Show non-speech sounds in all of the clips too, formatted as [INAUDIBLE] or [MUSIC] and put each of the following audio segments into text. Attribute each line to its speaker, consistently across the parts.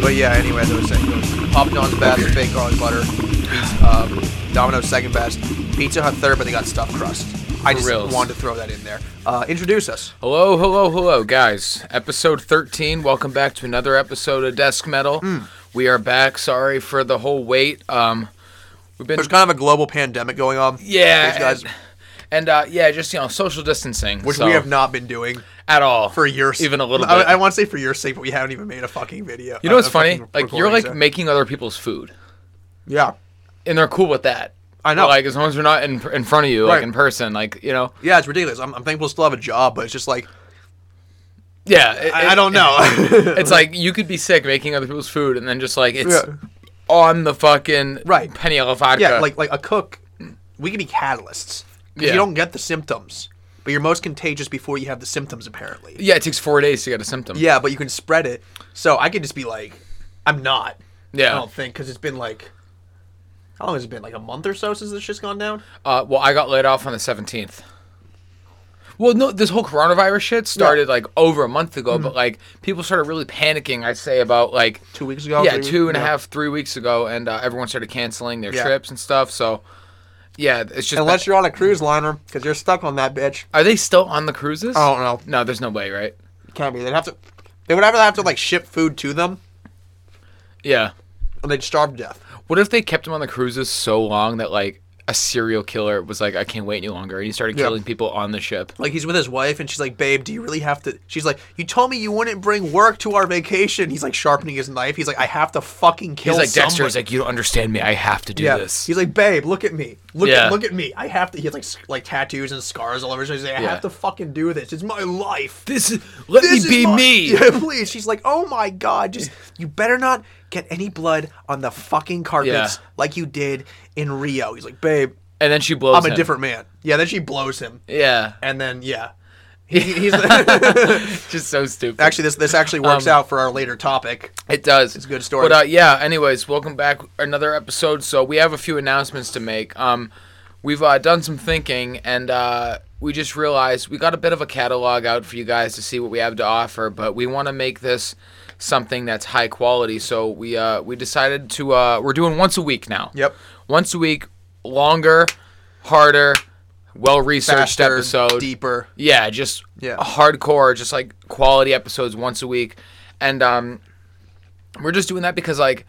Speaker 1: But yeah, anyway, as I was saying, it was Papa John's best, baked garlic butter, pizza, um, Domino's second best, Pizza Hut third, but they got stuffed crust. I
Speaker 2: For
Speaker 1: just
Speaker 2: reals.
Speaker 1: wanted to throw that in there. Uh, introduce us.
Speaker 2: Hello, hello, hello, guys. Episode 13. Welcome back to another episode of Desk Metal.
Speaker 1: Hmm.
Speaker 2: We are back. Sorry for the whole wait. Um, we've been
Speaker 1: There's kind of a global pandemic going on.
Speaker 2: yeah,
Speaker 1: These guys,
Speaker 2: and, and, uh, yeah, just you know, social distancing,
Speaker 1: which
Speaker 2: so-
Speaker 1: we have not been doing
Speaker 2: at all
Speaker 1: for your s-
Speaker 2: even a little bit.
Speaker 1: I, I want to say for your sake, but we haven't even made a fucking video.
Speaker 2: you know
Speaker 1: uh,
Speaker 2: what's
Speaker 1: a
Speaker 2: funny?
Speaker 1: fucking
Speaker 2: Like you're like
Speaker 1: recording, so-
Speaker 2: making other people's food,
Speaker 1: yeah,
Speaker 2: and they're cool with that.
Speaker 1: I know.
Speaker 2: Like as long as they're not in in front of you,
Speaker 1: Right.
Speaker 2: like in person, like you know.
Speaker 1: yeah, it's ridiculous. I'm, I'm thankful to still have a job, but it's just like
Speaker 2: Yeah, it-
Speaker 1: I, I
Speaker 2: it-
Speaker 1: don't know.
Speaker 2: [LAUGHS] It's like you could be sick making other people's food, and then just like it's
Speaker 1: Yeah.
Speaker 2: on the fucking
Speaker 1: Right.
Speaker 2: penny of vodka.
Speaker 1: Yeah, like like a cook, we can be catalysts. 'Cause
Speaker 2: Yeah.
Speaker 1: You don't get the symptoms, but you're most contagious before you have the symptoms, apparently.
Speaker 2: yeah, it takes four days to get a symptom.
Speaker 1: Yeah, but you can spread it. So I could just be like, I'm not. I
Speaker 2: Yeah.
Speaker 1: don't think because it's been like, how long has it been? Like a month or so since this shit's gone down.
Speaker 2: Uh, well, I got laid off on the seventeenth. Well, no, this whole coronavirus shit started like over a month ago, but like people started really panicking. I'd say about like
Speaker 1: Mm. Two weeks ago,
Speaker 2: Yeah,
Speaker 1: three
Speaker 2: two and a
Speaker 1: weeks-
Speaker 2: half, three weeks ago, and uh, everyone started canceling their
Speaker 1: Yeah.
Speaker 2: trips and stuff. So, yeah, it's just.
Speaker 1: Unless you're on a cruise liner, because you're stuck on that bitch.
Speaker 2: are they still on the cruises?
Speaker 1: I don't know.
Speaker 2: No, there's no way, right?
Speaker 1: Can't be. They'd have to. They would have to have to like ship food to them,
Speaker 2: Yeah.
Speaker 1: and they'd starve to death.
Speaker 2: What if they kept him on the cruises so long that like a serial killer was like, I can't wait any longer, and he started
Speaker 1: Yeah.
Speaker 2: killing people on the ship?
Speaker 1: Like he's with his wife, and she's like, "Babe, do you really have to?" She's like, "You told me you wouldn't bring work to our vacation." He's like sharpening his knife. He's like, "I have to fucking kill."
Speaker 2: He's like
Speaker 1: someone.
Speaker 2: Dexter is like, you don't understand me. I have to do
Speaker 1: yeah.
Speaker 2: this.
Speaker 1: He's like, "Babe, look at me. Look,
Speaker 2: Yeah.
Speaker 1: at, look at me. I have to." He has like s- like tattoos and scars all over. his face. He's like, "I
Speaker 2: Yeah.
Speaker 1: have to fucking do this. It's my life.
Speaker 2: this is let
Speaker 1: This
Speaker 2: me
Speaker 1: is
Speaker 2: be
Speaker 1: my-
Speaker 2: me.
Speaker 1: [LAUGHS] Yeah, please." She's like, "Oh my god, just you better not get any blood on the fucking carpets
Speaker 2: Yeah.
Speaker 1: like you did in Rio." He's like, "Babe,
Speaker 2: And then she blows.
Speaker 1: I'm a
Speaker 2: him.
Speaker 1: different man." Yeah. Then she blows him,
Speaker 2: [LAUGHS] Yeah,
Speaker 1: and then
Speaker 2: [LAUGHS]
Speaker 1: yeah, he, he's. [LAUGHS] like-
Speaker 2: just so stupid.
Speaker 1: actually this this actually works
Speaker 2: Um,
Speaker 1: out for our later topic
Speaker 2: It does. It's
Speaker 1: a good story.
Speaker 2: But uh, yeah, anyways, welcome back another episode. So we have a few announcements to make. Um, we've uh, done some thinking, and uh, we just realized we got a bit of a catalog out for you guys to see what we have to offer. But we want to make this something that's high quality. So we uh, we decided to uh, we're doing once a week now.
Speaker 1: Yep.
Speaker 2: Once a week, longer, harder, well researched
Speaker 1: faster
Speaker 2: episode.
Speaker 1: deeper
Speaker 2: Yeah, just
Speaker 1: Yeah.
Speaker 2: hardcore, just like quality episodes once a week. And um we're just doing that because like,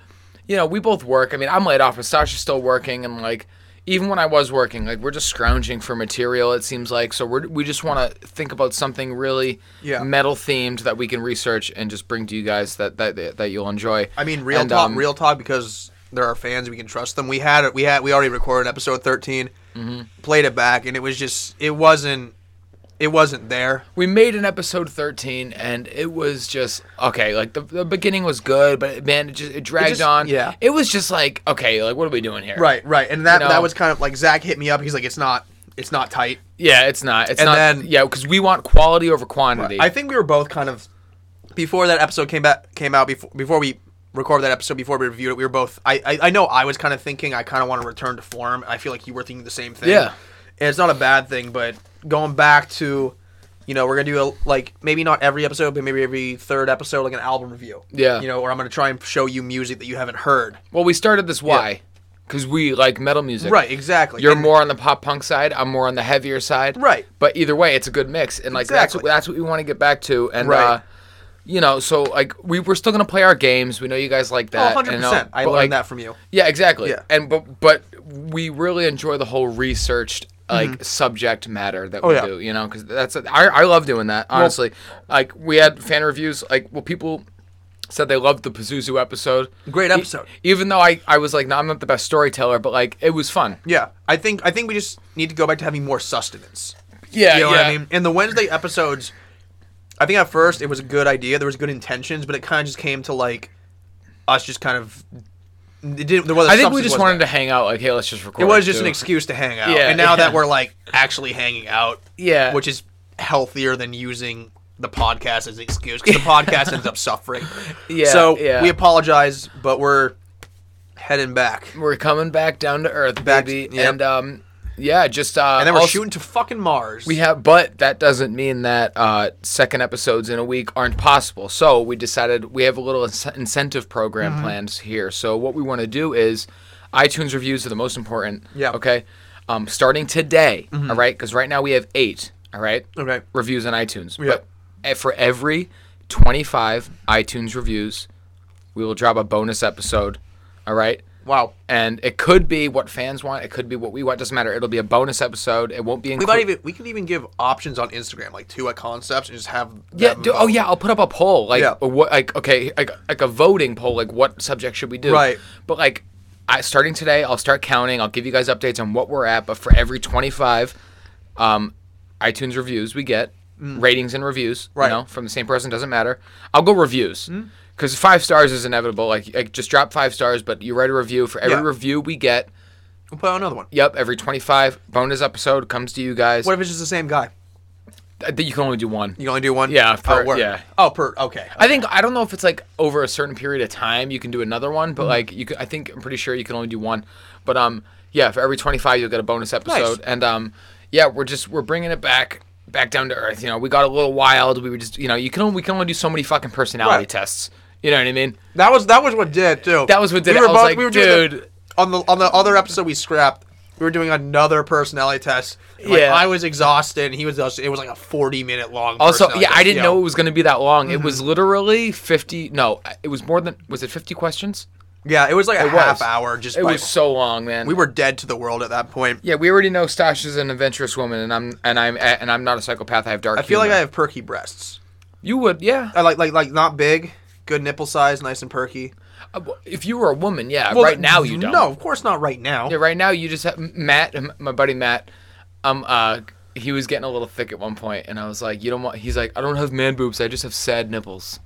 Speaker 2: you know, we both work. I mean, I'm laid off, but Sasha's still working and like even when I was working, like we're just scrounging for material it seems like. So we're we just want to think about something really
Speaker 1: Yeah.
Speaker 2: metal themed that we can research and just bring to you guys that that that, that you'll enjoy.
Speaker 1: i mean real
Speaker 2: And,
Speaker 1: talk
Speaker 2: um,
Speaker 1: real talk because there are fans we can trust them we had it we had we already recorded episode 13
Speaker 2: Mm-hmm.
Speaker 1: played it back and it was just it wasn't it wasn't there
Speaker 2: we made an episode 13 and it was just okay like the, the beginning was good but man it just it dragged
Speaker 1: just-
Speaker 2: on
Speaker 1: yeah.
Speaker 2: it was just like okay like what are we doing here
Speaker 1: right right and that
Speaker 2: You know.
Speaker 1: that was kind of like zach hit me up he's like it's not it's not tight
Speaker 2: yeah it's not it's
Speaker 1: And
Speaker 2: not
Speaker 1: then-
Speaker 2: yeah because we want quality over quantity
Speaker 1: i think we were both kind of before that episode came back came out before before we recorded that episode before we reviewed it we were both i i, I know i was kind of thinking i kind of want to return to form i feel like you were thinking the same thing
Speaker 2: Yeah.
Speaker 1: and it's not a bad thing but going back to you know we're gonna do a, like maybe not every episode but maybe every third episode like an album review
Speaker 2: Yeah.
Speaker 1: you know or i'm gonna try and show you music that you haven't heard
Speaker 2: well we started this why because we like metal music
Speaker 1: right exactly
Speaker 2: you're
Speaker 1: And-
Speaker 2: more on the pop punk side i'm more on the heavier side
Speaker 1: Right.
Speaker 2: but either way it's a good mix and like that's what
Speaker 1: Exactly.
Speaker 2: that's what we want to get back to and
Speaker 1: Right.
Speaker 2: uh you know so like we, we're still gonna play our games we know you guys like
Speaker 1: oh,
Speaker 2: that
Speaker 1: 100%
Speaker 2: and, uh,
Speaker 1: i
Speaker 2: but,
Speaker 1: learned
Speaker 2: like,
Speaker 1: that from you
Speaker 2: Yeah, exactly.
Speaker 1: Yeah.
Speaker 2: And but but we really enjoy the whole researched like subject matter that we
Speaker 1: Mm-hmm. Oh, yeah.
Speaker 2: do, you know, because that's I I love doing that honestly. like we had fan reviews, like well people said they loved the Pazuzu episode.
Speaker 1: Great
Speaker 2: E-
Speaker 1: episode.
Speaker 2: even though I I was like, no, I'm not the best storyteller, but like it was fun.
Speaker 1: yeah i think i think we just need to go back to having more sustenance
Speaker 2: Yeah,
Speaker 1: You know what I mean? And the Wednesday episodes, I think at first it was a good idea. There was good intentions, but it kind of just came to like us just kind of. It didn't, there wasn't
Speaker 2: I think we
Speaker 1: substance,
Speaker 2: just
Speaker 1: wasn't
Speaker 2: wanted
Speaker 1: there?
Speaker 2: to hang out. Like, hey, let's just record.
Speaker 1: It was just an
Speaker 2: too.
Speaker 1: excuse to hang out.
Speaker 2: Yeah,
Speaker 1: and now that
Speaker 2: yeah.
Speaker 1: we're like actually hanging out,
Speaker 2: Yeah.
Speaker 1: which is healthier than using the podcast as an excuse
Speaker 2: [LAUGHS]
Speaker 1: because the podcast ends up suffering.
Speaker 2: Yeah,
Speaker 1: So
Speaker 2: yeah.
Speaker 1: we apologize, but we're heading back.
Speaker 2: We're coming back down to earth,
Speaker 1: Back-
Speaker 2: baby.
Speaker 1: yep.
Speaker 2: And um, yeah, just uh,
Speaker 1: and then we're
Speaker 2: also-
Speaker 1: shooting to fucking Mars.
Speaker 2: We have, but that doesn't mean that uh, second episodes in a week aren't possible. So we decided we have a little ince- incentive program
Speaker 1: Mm-hmm.
Speaker 2: plans here. So what we want to do is, iTunes reviews are the most important.
Speaker 1: Yeah. Mm-hmm.
Speaker 2: Okay. Um, starting today, all right, because right now we have eight. All right.
Speaker 1: Okay.
Speaker 2: Reviews on iTunes.
Speaker 1: Yeah.
Speaker 2: But e- for every twenty-five iTunes reviews, we will drop a bonus episode. All right.
Speaker 1: wow.
Speaker 2: And it could be what fans want. It could be what we want. Doesn't matter. It'll be a bonus episode. It won't be.
Speaker 1: We
Speaker 2: included.
Speaker 1: might even we could even give options on Instagram, like two at concepts, and just have
Speaker 2: Yeah.
Speaker 1: them
Speaker 2: Do, oh,
Speaker 1: vote.
Speaker 2: yeah. I'll put up a poll, like
Speaker 1: Yeah.
Speaker 2: or what, like okay, like, like a voting poll, like what subject should we do?
Speaker 1: Right.
Speaker 2: But like, I starting today, I'll start counting. I'll give you guys updates on what we're at. But for every twenty-five, um, iTunes reviews we get, ratings and reviews,
Speaker 1: Mm. Right. Hmm.
Speaker 2: you know, from the same person doesn't matter. I'll go reviews. Because five stars is inevitable. Like, like, just drop five stars, but you write a review. For every
Speaker 1: Yeah.
Speaker 2: review we get,
Speaker 1: We'll put out another one.
Speaker 2: yep, every 25 bonus episode comes to you guys.
Speaker 1: What if it's just the same guy?
Speaker 2: I think you can only do one.
Speaker 1: You can only do one.
Speaker 2: Yeah, per-
Speaker 1: oh, word.
Speaker 2: yeah.
Speaker 1: Oh, per okay.
Speaker 2: I think I don't know if it's like over a certain period of time you can do another one,
Speaker 1: Mm-hmm.
Speaker 2: but like you, can, I think I'm pretty sure you can only do one. But um, yeah, for every 25 you'll get a bonus episode, and um, yeah, we're just we're bringing it back back down to earth. You know, we got a little wild. We were just you know you can only, we can only do so many fucking personality
Speaker 1: Right.
Speaker 2: tests. You know what I mean?
Speaker 1: That was that was what did it, too.
Speaker 2: That was what did
Speaker 1: we
Speaker 2: it.
Speaker 1: Were
Speaker 2: I was
Speaker 1: both,
Speaker 2: like,
Speaker 1: we were doing the-
Speaker 2: dude.
Speaker 1: on the on the other episode we scrapped. We were doing another personality test. and, Like,
Speaker 2: Yeah.
Speaker 1: I was exhausted, and he was. exhausted. It was like a forty minute long.
Speaker 2: Also,
Speaker 1: personality Mm-hmm.
Speaker 2: yeah, I
Speaker 1: test,
Speaker 2: didn't
Speaker 1: yo.
Speaker 2: know it was gonna be that long. It was literally 50. No, it was more than was it 50 questions?
Speaker 1: Yeah, it was like a
Speaker 2: was.
Speaker 1: half hour. Just
Speaker 2: It
Speaker 1: by-
Speaker 2: was so long, man.
Speaker 1: we were dead to the world at that point.
Speaker 2: Yeah, we already know Stash is an adventurous woman, and I'm and I'm and I'm not a psychopath. I have dark.
Speaker 1: I feel like I have perky breasts.
Speaker 2: You would, yeah.
Speaker 1: I like like like not big, good nipple size, nice and perky.
Speaker 2: Uh, w- If you were a woman, yeah.
Speaker 1: Well,
Speaker 2: right now you don't.
Speaker 1: No, of course not right now.
Speaker 2: Yeah, right now you just have M- Matt, m- my buddy Matt. Um, uh, he was getting a little thick at one point, and I was like, "You don't want." He's like, "I don't have man boobs. I just have sad nipples."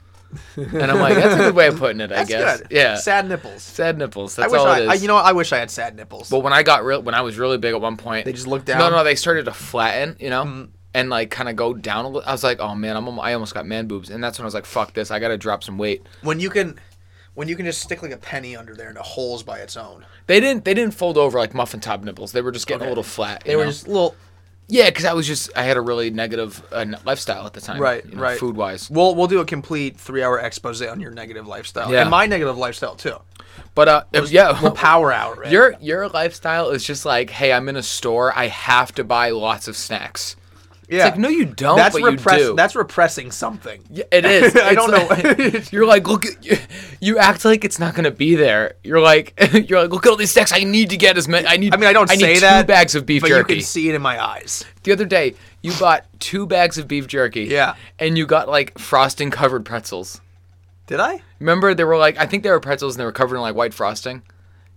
Speaker 2: and I'm like, "That's a good way of putting it, I
Speaker 1: That's
Speaker 2: guess."
Speaker 1: good.
Speaker 2: Yeah, sad,
Speaker 1: sad nipples.
Speaker 2: nipples.
Speaker 1: I
Speaker 2: That's
Speaker 1: wish
Speaker 2: all
Speaker 1: I,
Speaker 2: it
Speaker 1: I
Speaker 2: is.
Speaker 1: you know what? I wish I had sad nipples.
Speaker 2: But when I got real, when I was really big at one point,
Speaker 1: They just looked
Speaker 2: No,
Speaker 1: down? Mm-hmm.
Speaker 2: no, they started to flatten, you know, and like kind of go down a little. I was like, oh man, I'm, almo- I almost got man boobs, and that's when I was like, fuck this, I gotta drop some weight.
Speaker 1: when you can, when you can just stick like a penny under there and it holes by its own.
Speaker 2: They didn't, they didn't fold over like muffin top nipples. They were just getting
Speaker 1: Okay.
Speaker 2: a little flat.
Speaker 1: They were just little.
Speaker 2: yeah, because I was just, I had a really negative uh, n- lifestyle at the time,
Speaker 1: Right,
Speaker 2: you know,
Speaker 1: right.
Speaker 2: Food wise,
Speaker 1: We'll we'll do a complete three hour expose on your negative lifestyle
Speaker 2: Yeah.
Speaker 1: and my negative lifestyle too.
Speaker 2: but uh, it was- yeah,
Speaker 1: We'll power hour. it.
Speaker 2: [LAUGHS] Your your lifestyle is just like, hey, I'm in a store, I have to buy lots of snacks.
Speaker 1: yeah.
Speaker 2: like, no, you don't,
Speaker 1: That's
Speaker 2: but you do.
Speaker 1: That's repressing something.
Speaker 2: Yeah, it
Speaker 1: [LAUGHS]
Speaker 2: is.
Speaker 1: I
Speaker 2: It's
Speaker 1: don't
Speaker 2: like- [LAUGHS]
Speaker 1: know.
Speaker 2: you're like, look, at, you, you act like it's not gonna be there. You're like, [LAUGHS] you're like, look at all these snacks. I need to get as many. I need.
Speaker 1: I mean, I don't
Speaker 2: I
Speaker 1: say
Speaker 2: need
Speaker 1: that,
Speaker 2: Two bags of beef
Speaker 1: but
Speaker 2: jerky.
Speaker 1: you can see it in my eyes.
Speaker 2: the other day, you bought two bags of beef jerky.
Speaker 1: Yeah.
Speaker 2: And you got like frosting covered pretzels.
Speaker 1: Did I?
Speaker 2: Remember, they were like, I think they were pretzels and they were covered in like white frosting.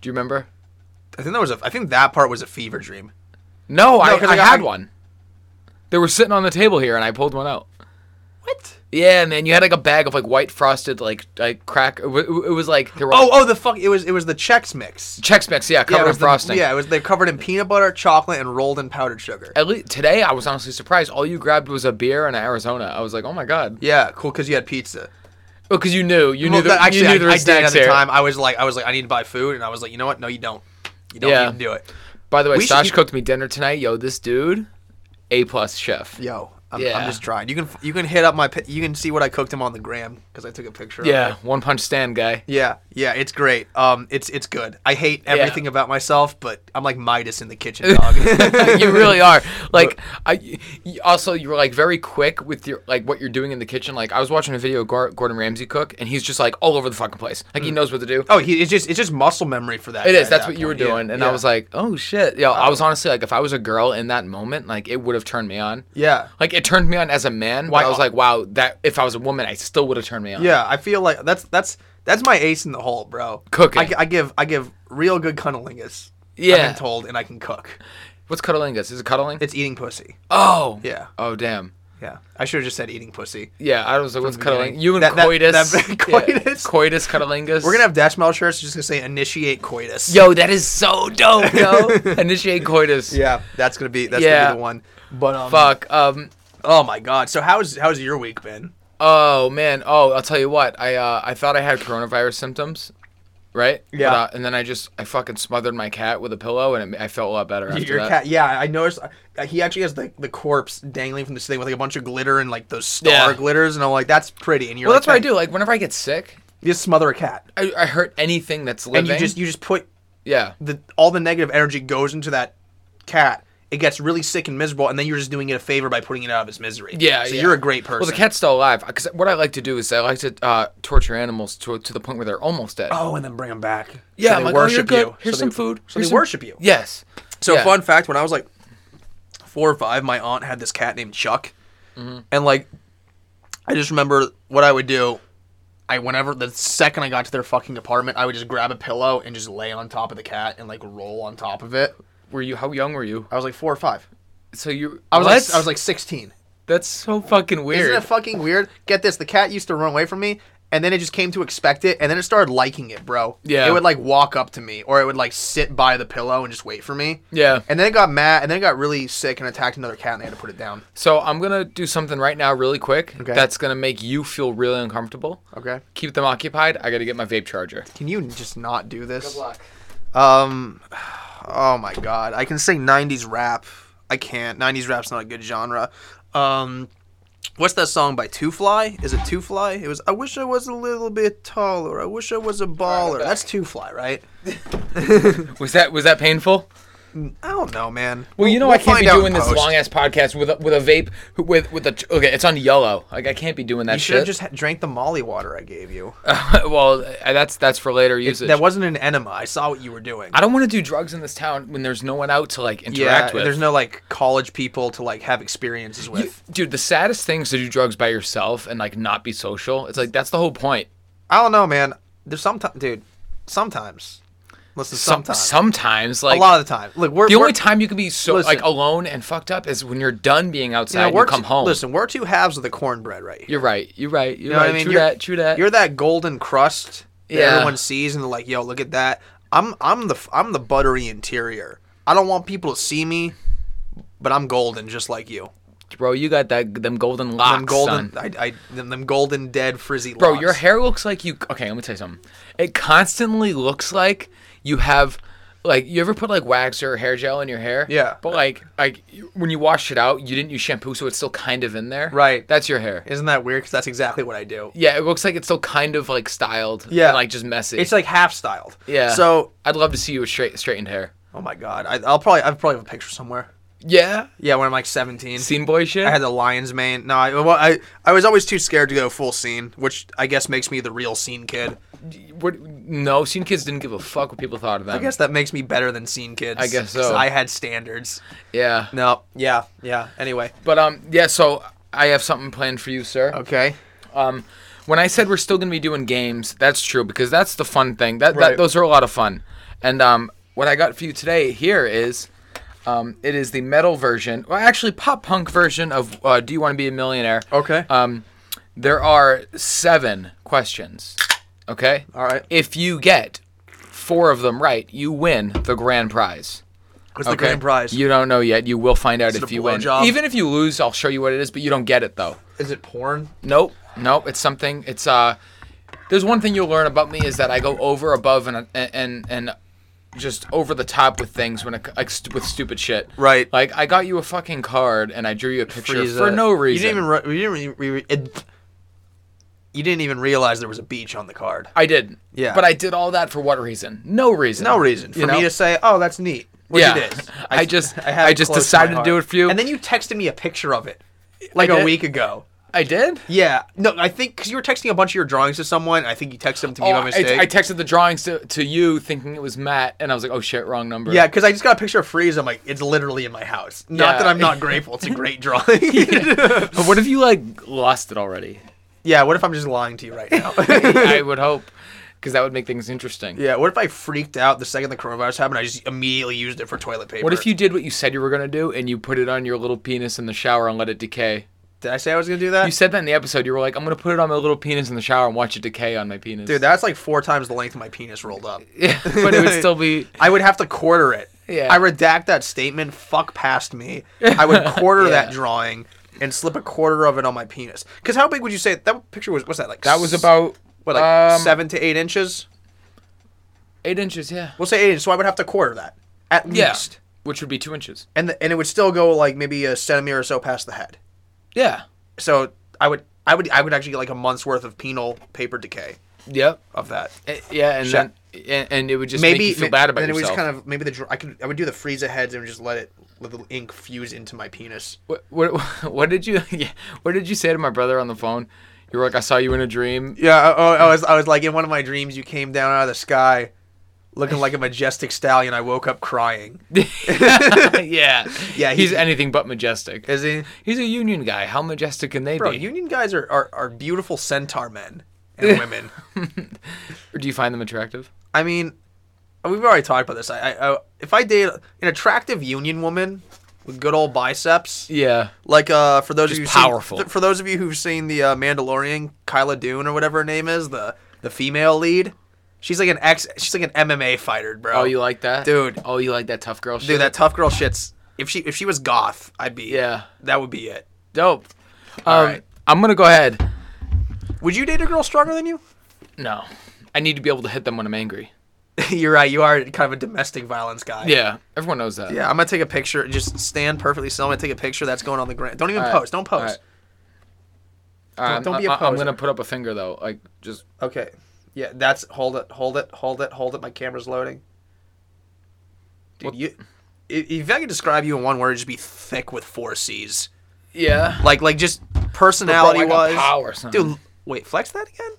Speaker 2: Do you remember?
Speaker 1: I think that was a. I think that part was a fever dream.
Speaker 2: No, I,
Speaker 1: 'cause
Speaker 2: I,
Speaker 1: I got-
Speaker 2: had
Speaker 1: I-
Speaker 2: one. They were sitting on the table here, and I pulled one out.
Speaker 1: What?
Speaker 2: Yeah, man, you had like a bag of like white frosted like like crack. It, wa- it was like there were
Speaker 1: Oh, oh, the fuck! It was it was the Chex Mix.
Speaker 2: Chex Mix, yeah,
Speaker 1: yeah,
Speaker 2: covered
Speaker 1: it
Speaker 2: in
Speaker 1: was the-
Speaker 2: frosting.
Speaker 1: yeah, it was they covered in peanut butter, chocolate, and rolled in powdered sugar.
Speaker 2: At least today, I was honestly surprised. All you grabbed was a beer and an Arizona. I was like, oh my god,
Speaker 1: Yeah, cool, because you had pizza.
Speaker 2: because you knew you
Speaker 1: Well,
Speaker 2: knew
Speaker 1: that-
Speaker 2: there, you knew there
Speaker 1: I,
Speaker 2: were
Speaker 1: I did
Speaker 2: snacks
Speaker 1: at the
Speaker 2: there.
Speaker 1: time. I was like, I was like, I need to buy food, and I was like, you know what? No, you don't. You don't
Speaker 2: Yeah.
Speaker 1: need to do it.
Speaker 2: By the way,
Speaker 1: We should
Speaker 2: Stash
Speaker 1: keep-
Speaker 2: cooked me dinner tonight. Yo, this dude, a plus chef.
Speaker 1: Yo, I'm,
Speaker 2: Yeah.
Speaker 1: I'm just trying. You can you can hit up my pi- you can see what I cooked him on the gram because I took a picture. Of
Speaker 2: Yeah,
Speaker 1: it.
Speaker 2: one punch stand guy.
Speaker 1: Yeah, yeah, it's great. Um, it's it's good. I hate everything about myself, but I'm like Midas in the kitchen,
Speaker 2: [LAUGHS]
Speaker 1: dog. [LAUGHS]
Speaker 2: you really are like I. y- Also, you were like very quick with your like what you're doing in the kitchen. Like I was watching a video of Gor- Gordon Ramsay cook, and he's just like all over the fucking place. Like he knows what to do.
Speaker 1: oh, he, it's just it's just muscle memory for that.
Speaker 2: It
Speaker 1: guy
Speaker 2: is.
Speaker 1: at
Speaker 2: That's
Speaker 1: that
Speaker 2: what you were
Speaker 1: point. Yeah,
Speaker 2: doing, and I
Speaker 1: yeah.
Speaker 2: was like, "Oh shit, yo!" I was honestly like, if I was a girl in that moment, like it would have turned me on.
Speaker 1: yeah.
Speaker 2: Like it turned me on as a man. Why
Speaker 1: Why-
Speaker 2: I was like, wow, that if I was a woman, I still would have turned me on.
Speaker 1: Yeah, I feel like that's that's that's my ace in the hole, bro.
Speaker 2: Cooking.
Speaker 1: I, gi- I give I give real good cunnilingus. I've
Speaker 2: Yeah.
Speaker 1: been told, and I can cook.
Speaker 2: What's cuddlingus? Is it cuddling?
Speaker 1: It's eating pussy.
Speaker 2: oh.
Speaker 1: Yeah.
Speaker 2: Oh damn.
Speaker 1: Yeah, I should have just said eating pussy.
Speaker 2: Yeah, I was like, what's
Speaker 1: the beginning.
Speaker 2: cuddling? You and
Speaker 1: That- that-
Speaker 2: coitus.
Speaker 1: that- [LAUGHS]
Speaker 2: Yeah,
Speaker 1: coitus.
Speaker 2: Coitus cuddlingus.
Speaker 1: We're gonna have dash mail shirts just gonna say initiate coitus.
Speaker 2: Yo, that is so
Speaker 1: [LAUGHS]
Speaker 2: dope, yo. Initiate coitus.
Speaker 1: Yeah, that's gonna be that's
Speaker 2: Yeah.
Speaker 1: gonna be the one. But um,
Speaker 2: Fuck. Um.
Speaker 1: oh my god. So how's how's your week been?
Speaker 2: Oh man. Oh, I'll tell you what. I uh, I thought I had coronavirus symptoms. right?
Speaker 1: Yeah.
Speaker 2: But, uh, and then I just I fucking smothered my cat with a pillow, and it, I felt a lot better after
Speaker 1: Your
Speaker 2: that.
Speaker 1: cat, yeah, I noticed. Uh, he actually has the the corpse dangling from this thing with like a bunch of glitter and like those star
Speaker 2: Yeah.
Speaker 1: glitters, and I'm like, that's pretty. And you're
Speaker 2: well,
Speaker 1: like,
Speaker 2: that's what I
Speaker 1: "Hey."
Speaker 2: do. Like whenever I get sick,
Speaker 1: You just smother a cat,
Speaker 2: I, I hurt anything that's
Speaker 1: and
Speaker 2: living.
Speaker 1: you just you just put
Speaker 2: yeah.
Speaker 1: the all the negative energy goes into that cat. It gets really sick and miserable, and then you're just doing it a favor by putting it out of its misery.
Speaker 2: Yeah,
Speaker 1: so
Speaker 2: yeah.
Speaker 1: you're a great person.
Speaker 2: Well, the cat's still alive. Because what I like to do is I like to uh, torture animals to, to the point where they're almost dead.
Speaker 1: Oh, and then bring them back. So
Speaker 2: yeah,
Speaker 1: they
Speaker 2: I'm like, oh, you're
Speaker 1: worship
Speaker 2: good.
Speaker 1: you.
Speaker 2: Here's
Speaker 1: So
Speaker 2: some
Speaker 1: they-
Speaker 2: food.
Speaker 1: So
Speaker 2: Here's
Speaker 1: they
Speaker 2: some-
Speaker 1: worship you.
Speaker 2: Yes.
Speaker 1: So
Speaker 2: Yeah.
Speaker 1: fun fact: when I was like four or five, my aunt had this cat named Chuck, and like I just remember what I would do. I whenever the second I got to their fucking apartment, I would just grab a pillow and just lay on top of the cat and like roll on top of it.
Speaker 2: Were you? How young were you?
Speaker 1: I was like four or five.
Speaker 2: So you?
Speaker 1: I was
Speaker 2: what?
Speaker 1: like I was like sixteen.
Speaker 2: That's so fucking
Speaker 1: Isn't
Speaker 2: weird.
Speaker 1: that fucking weird? Get this: the cat used to run away from me, and then it just came to expect it, and then it started liking it, bro.
Speaker 2: Yeah.
Speaker 1: It would like walk up to me, or it would like sit by the pillow and just wait for me.
Speaker 2: Yeah.
Speaker 1: And then it got mad, and then it got really sick and attacked another cat, and they had to put it down.
Speaker 2: so I'm gonna do something right now, really quick.
Speaker 1: Okay.
Speaker 2: That's gonna make you feel really uncomfortable.
Speaker 1: Okay.
Speaker 2: Keep them occupied. I gotta get my vape charger.
Speaker 1: Can you just not do this?
Speaker 2: luck.
Speaker 1: Um. Oh my god, I can sing '90s rap. I can't. '90s rap's not a good genre. Um. What's that song by Two Fly? Is it Two Fly? It was. I wish I was a little bit taller. I wish I was a baller.
Speaker 2: back.
Speaker 1: That's Two Fly, right?
Speaker 2: Was that was that painful?
Speaker 1: I don't know, man.
Speaker 2: Well, you know I can't
Speaker 1: find
Speaker 2: be
Speaker 1: out in
Speaker 2: doing this
Speaker 1: post.
Speaker 2: long ass podcast with a, with a vape with with a ch- okay. It's on yellow. Like I can't be doing that
Speaker 1: You should
Speaker 2: shit.
Speaker 1: have just ha- drank the Molly water I gave you.
Speaker 2: [LAUGHS] well, uh, that's that's for later usage.
Speaker 1: That wasn't an enema. I saw what you were doing.
Speaker 2: I don't want to do drugs in this town when there's no one out to like
Speaker 1: yeah,
Speaker 2: interact with.
Speaker 1: there's no like college people to like have experiences with.
Speaker 2: You- dude, the saddest thing is to do drugs by yourself and like not be social. It's like that's the whole point.
Speaker 1: I don't know, man. There's sometimes, dude. Sometimes, listen,
Speaker 2: Some-
Speaker 1: sometimes,
Speaker 2: sometimes like
Speaker 1: a lot of the time. Look, we're
Speaker 2: the only
Speaker 1: we're-
Speaker 2: time you can be so
Speaker 1: Listen.
Speaker 2: like alone and fucked up is when you're done being
Speaker 1: you
Speaker 2: outside
Speaker 1: know,
Speaker 2: and
Speaker 1: we're
Speaker 2: you come
Speaker 1: two-
Speaker 2: home.
Speaker 1: Listen, we're two halves of the cornbread, right? Here.
Speaker 2: You're right. You're right. You're
Speaker 1: You know
Speaker 2: right.
Speaker 1: what I mean?
Speaker 2: True
Speaker 1: You're-
Speaker 2: that. True that.
Speaker 1: You're that golden crust that
Speaker 2: Yeah.
Speaker 1: everyone sees and they're like, "Yo, look at that." I'm I'm the f- I'm the buttery interior. I don't want people to see me, but I'm golden, just like you.
Speaker 2: bro. You got that them golden locks.
Speaker 1: I'm golden.
Speaker 2: Ah, son.
Speaker 1: I, I them, them golden dead frizzy.
Speaker 2: Bro,
Speaker 1: locks.
Speaker 2: your hair looks like you. Okay, let me tell you something. It constantly looks like you have, like, you ever put like wax or hair gel in your hair?
Speaker 1: Yeah.
Speaker 2: But like, like you- when you wash it out, you didn't use shampoo, so it's still kind of in there.
Speaker 1: Right.
Speaker 2: That's your hair.
Speaker 1: isn't that weird? Because that's exactly what I do.
Speaker 2: Yeah, it looks like it's still kind of like styled.
Speaker 1: Yeah.
Speaker 2: And, like just messy.
Speaker 1: It's like half styled.
Speaker 2: yeah.
Speaker 1: So,
Speaker 2: I'd love to see you with straight straightened hair.
Speaker 1: oh my god, I, I'll probably I'll probably have a picture somewhere.
Speaker 2: Yeah.
Speaker 1: Yeah, when I'm like 17.
Speaker 2: Scene boy shit.
Speaker 1: I had the lion's mane. No, I, well, I I was always too scared to go full scene, which I guess makes me the real scene kid.
Speaker 2: what, no, scene kids didn't give a fuck what people thought of them.
Speaker 1: I guess that makes me better than scene kids.
Speaker 2: I guess
Speaker 1: 'cause
Speaker 2: so.
Speaker 1: I had standards.
Speaker 2: Yeah.
Speaker 1: No, yeah, yeah. Anyway,
Speaker 2: But um, yeah. So I have something planned for you, sir.
Speaker 1: okay.
Speaker 2: Um, when I said we're still gonna be doing games, that's true because that's the fun thing. That,
Speaker 1: Right.
Speaker 2: that those are a lot of fun. And um, what I got for you today here is, um, it is the metal version, well, actually pop punk version of uh, "Do You Want to Be a Millionaire?"
Speaker 1: Okay.
Speaker 2: Um, there are seven questions. Okay.
Speaker 1: All right.
Speaker 2: If you get four of them right, you win the grand prize.
Speaker 1: What's the grand prize?
Speaker 2: You don't know yet. You will find out
Speaker 1: it
Speaker 2: if
Speaker 1: a
Speaker 2: you win.
Speaker 1: blowjob?
Speaker 2: Even if you lose, I'll show you what it is, but you don't get it though.
Speaker 1: Is it porn?
Speaker 2: Nope, nope. It's something. It's uh. There's one thing you'll learn about me is that I go over, above, and and and just over the top with things when it, like st- with stupid shit.
Speaker 1: Right.
Speaker 2: Like I got you a fucking card and I drew you a picture for
Speaker 1: Frieza.
Speaker 2: no reason.
Speaker 1: You didn't even re- you didn't re- re- it, you didn't even realize there was a beach on the card.
Speaker 2: I did.
Speaker 1: Yeah.
Speaker 2: But I did all that for what reason? No reason.
Speaker 1: No reason for
Speaker 2: You know?
Speaker 1: me to say, "Oh, that's neat." Which
Speaker 2: Yeah.
Speaker 1: it is.
Speaker 2: [LAUGHS] I just-
Speaker 1: [LAUGHS] have
Speaker 2: I
Speaker 1: it
Speaker 2: just
Speaker 1: close
Speaker 2: decided
Speaker 1: my
Speaker 2: to do
Speaker 1: heart.
Speaker 2: it for you.
Speaker 1: and then you texted me a picture of it like
Speaker 2: did.
Speaker 1: a week ago.
Speaker 2: I did.
Speaker 1: Yeah, no, I think because you were texting a bunch of your drawings to someone. I think you texted them to me
Speaker 2: Oh,
Speaker 1: by
Speaker 2: I,
Speaker 1: mistake.
Speaker 2: I texted the drawings to, to you thinking it was Matt, and I was like, oh shit, wrong number. [LAUGHS]
Speaker 1: yeah, because I just got a picture of Frieza. I'm like, it's literally in my house. Not
Speaker 2: Yeah.
Speaker 1: that I'm not grateful. It's a
Speaker 2: [LAUGHS]
Speaker 1: great drawing.
Speaker 2: But what if you like lost it already?
Speaker 1: yeah, what if I'm just lying to you right
Speaker 2: [LAUGHS]
Speaker 1: now?
Speaker 2: I would hope, because that would make things interesting.
Speaker 1: yeah, what if I freaked out the second the coronavirus happened? I just immediately used it for toilet paper.
Speaker 2: What if you did what you said you were gonna do and you put it on your little penis in the shower and let it decay?
Speaker 1: did? I say I was gonna do that.
Speaker 2: You said that in the episode. You were like, "I'm gonna put it on my little penis in the shower and watch it decay on my
Speaker 1: [LAUGHS]
Speaker 2: penis."
Speaker 1: Dude, that's like four times the length of my penis rolled up.
Speaker 2: yeah, [LAUGHS] but it would still be.
Speaker 1: I would have to quarter it.
Speaker 2: Yeah.
Speaker 1: I redact that statement. Fuck past me. I
Speaker 2: [LAUGHS]
Speaker 1: would quarter
Speaker 2: Yeah.
Speaker 1: that drawing and slip a quarter of it on my penis. Because how big would you say that picture was? What's that like?
Speaker 2: That was
Speaker 1: s-
Speaker 2: about
Speaker 1: what, like
Speaker 2: um,
Speaker 1: seven to eight inches.
Speaker 2: Eight inches, yeah.
Speaker 1: We'll say eight inches, so I would have to quarter that at
Speaker 2: Yeah.
Speaker 1: least,
Speaker 2: Which would be two inches.
Speaker 1: and the, and it would still go like maybe a centimeter or so past the head.
Speaker 2: Yeah.
Speaker 1: So I would I would I would actually get like a month's worth of penal paper decay
Speaker 2: Yep.
Speaker 1: of that.
Speaker 2: Eh, yeah, and
Speaker 1: Sh-
Speaker 2: then and, and it would just
Speaker 1: Maybe
Speaker 2: make you feel bad about
Speaker 1: then
Speaker 2: yourself.
Speaker 1: it would just kind of maybe the dr- I could I would do the freeze aheads and just let it let the ink fuse into my penis.
Speaker 2: What, what [LAUGHS] what did you yeah, what did you say to my brother on the phone? You were like, I saw you in a dream.
Speaker 1: Yeah, I, I- I was I was like in one of my dreams you came down out of the sky, looking like a majestic stallion. I woke up [LAUGHS] crying.
Speaker 2: [LAUGHS] yeah,
Speaker 1: [LAUGHS] Yeah,
Speaker 2: He's
Speaker 1: he-
Speaker 2: anything but majestic.
Speaker 1: Is he?
Speaker 2: He's a union guy. How majestic can they
Speaker 1: Bro,
Speaker 2: be?
Speaker 1: union guys are, are, are beautiful centaur men and women.
Speaker 2: Or do you find them attractive?
Speaker 1: I mean, we've already talked about this. I, I, I if I date an attractive union woman with good old biceps,
Speaker 2: Yeah.
Speaker 1: like uh, for those of you
Speaker 2: Just
Speaker 1: who've seen-
Speaker 2: powerful.
Speaker 1: th- for those of you who've seen the uh, Mandalorian, Kyla Dune or whatever her name is, the the female lead, she's like an ex, she's like an MMA fighter, bro.
Speaker 2: Oh, you like that,
Speaker 1: Dude.
Speaker 2: Oh, you like that tough girl shit.
Speaker 1: dude? That tough girl shit's. If she if she was goth, I'd be
Speaker 2: Yeah.
Speaker 1: That would be it.
Speaker 2: dope.
Speaker 1: All
Speaker 2: um,
Speaker 1: right.
Speaker 2: I'm gonna go ahead.
Speaker 1: Would you date a girl stronger than you? [LAUGHS]
Speaker 2: No, I need to be able to hit them when I'm angry.
Speaker 1: You're right. You are kind of a domestic violence guy.
Speaker 2: Yeah, everyone knows that.
Speaker 1: Yeah, I'm gonna take a picture. Just stand perfectly still. I'm gonna take a picture that's going on the ground. Don't even
Speaker 2: All right.
Speaker 1: post. Don't post.
Speaker 2: All right,
Speaker 1: Don't- don't be a
Speaker 2: I- I'm
Speaker 1: poser.
Speaker 2: gonna put up a finger though, like just
Speaker 1: Okay. Yeah, that's hold it, hold it, hold it, hold it. My camera's loading. Dude,
Speaker 2: What-
Speaker 1: you. If if I could describe you in one word, it'd just be thick with four C's.
Speaker 2: yeah.
Speaker 1: Like, like just
Speaker 2: Bro, like
Speaker 1: personality
Speaker 2: a
Speaker 1: wise.
Speaker 2: power, son.
Speaker 1: Dude, l- wait, flex that again?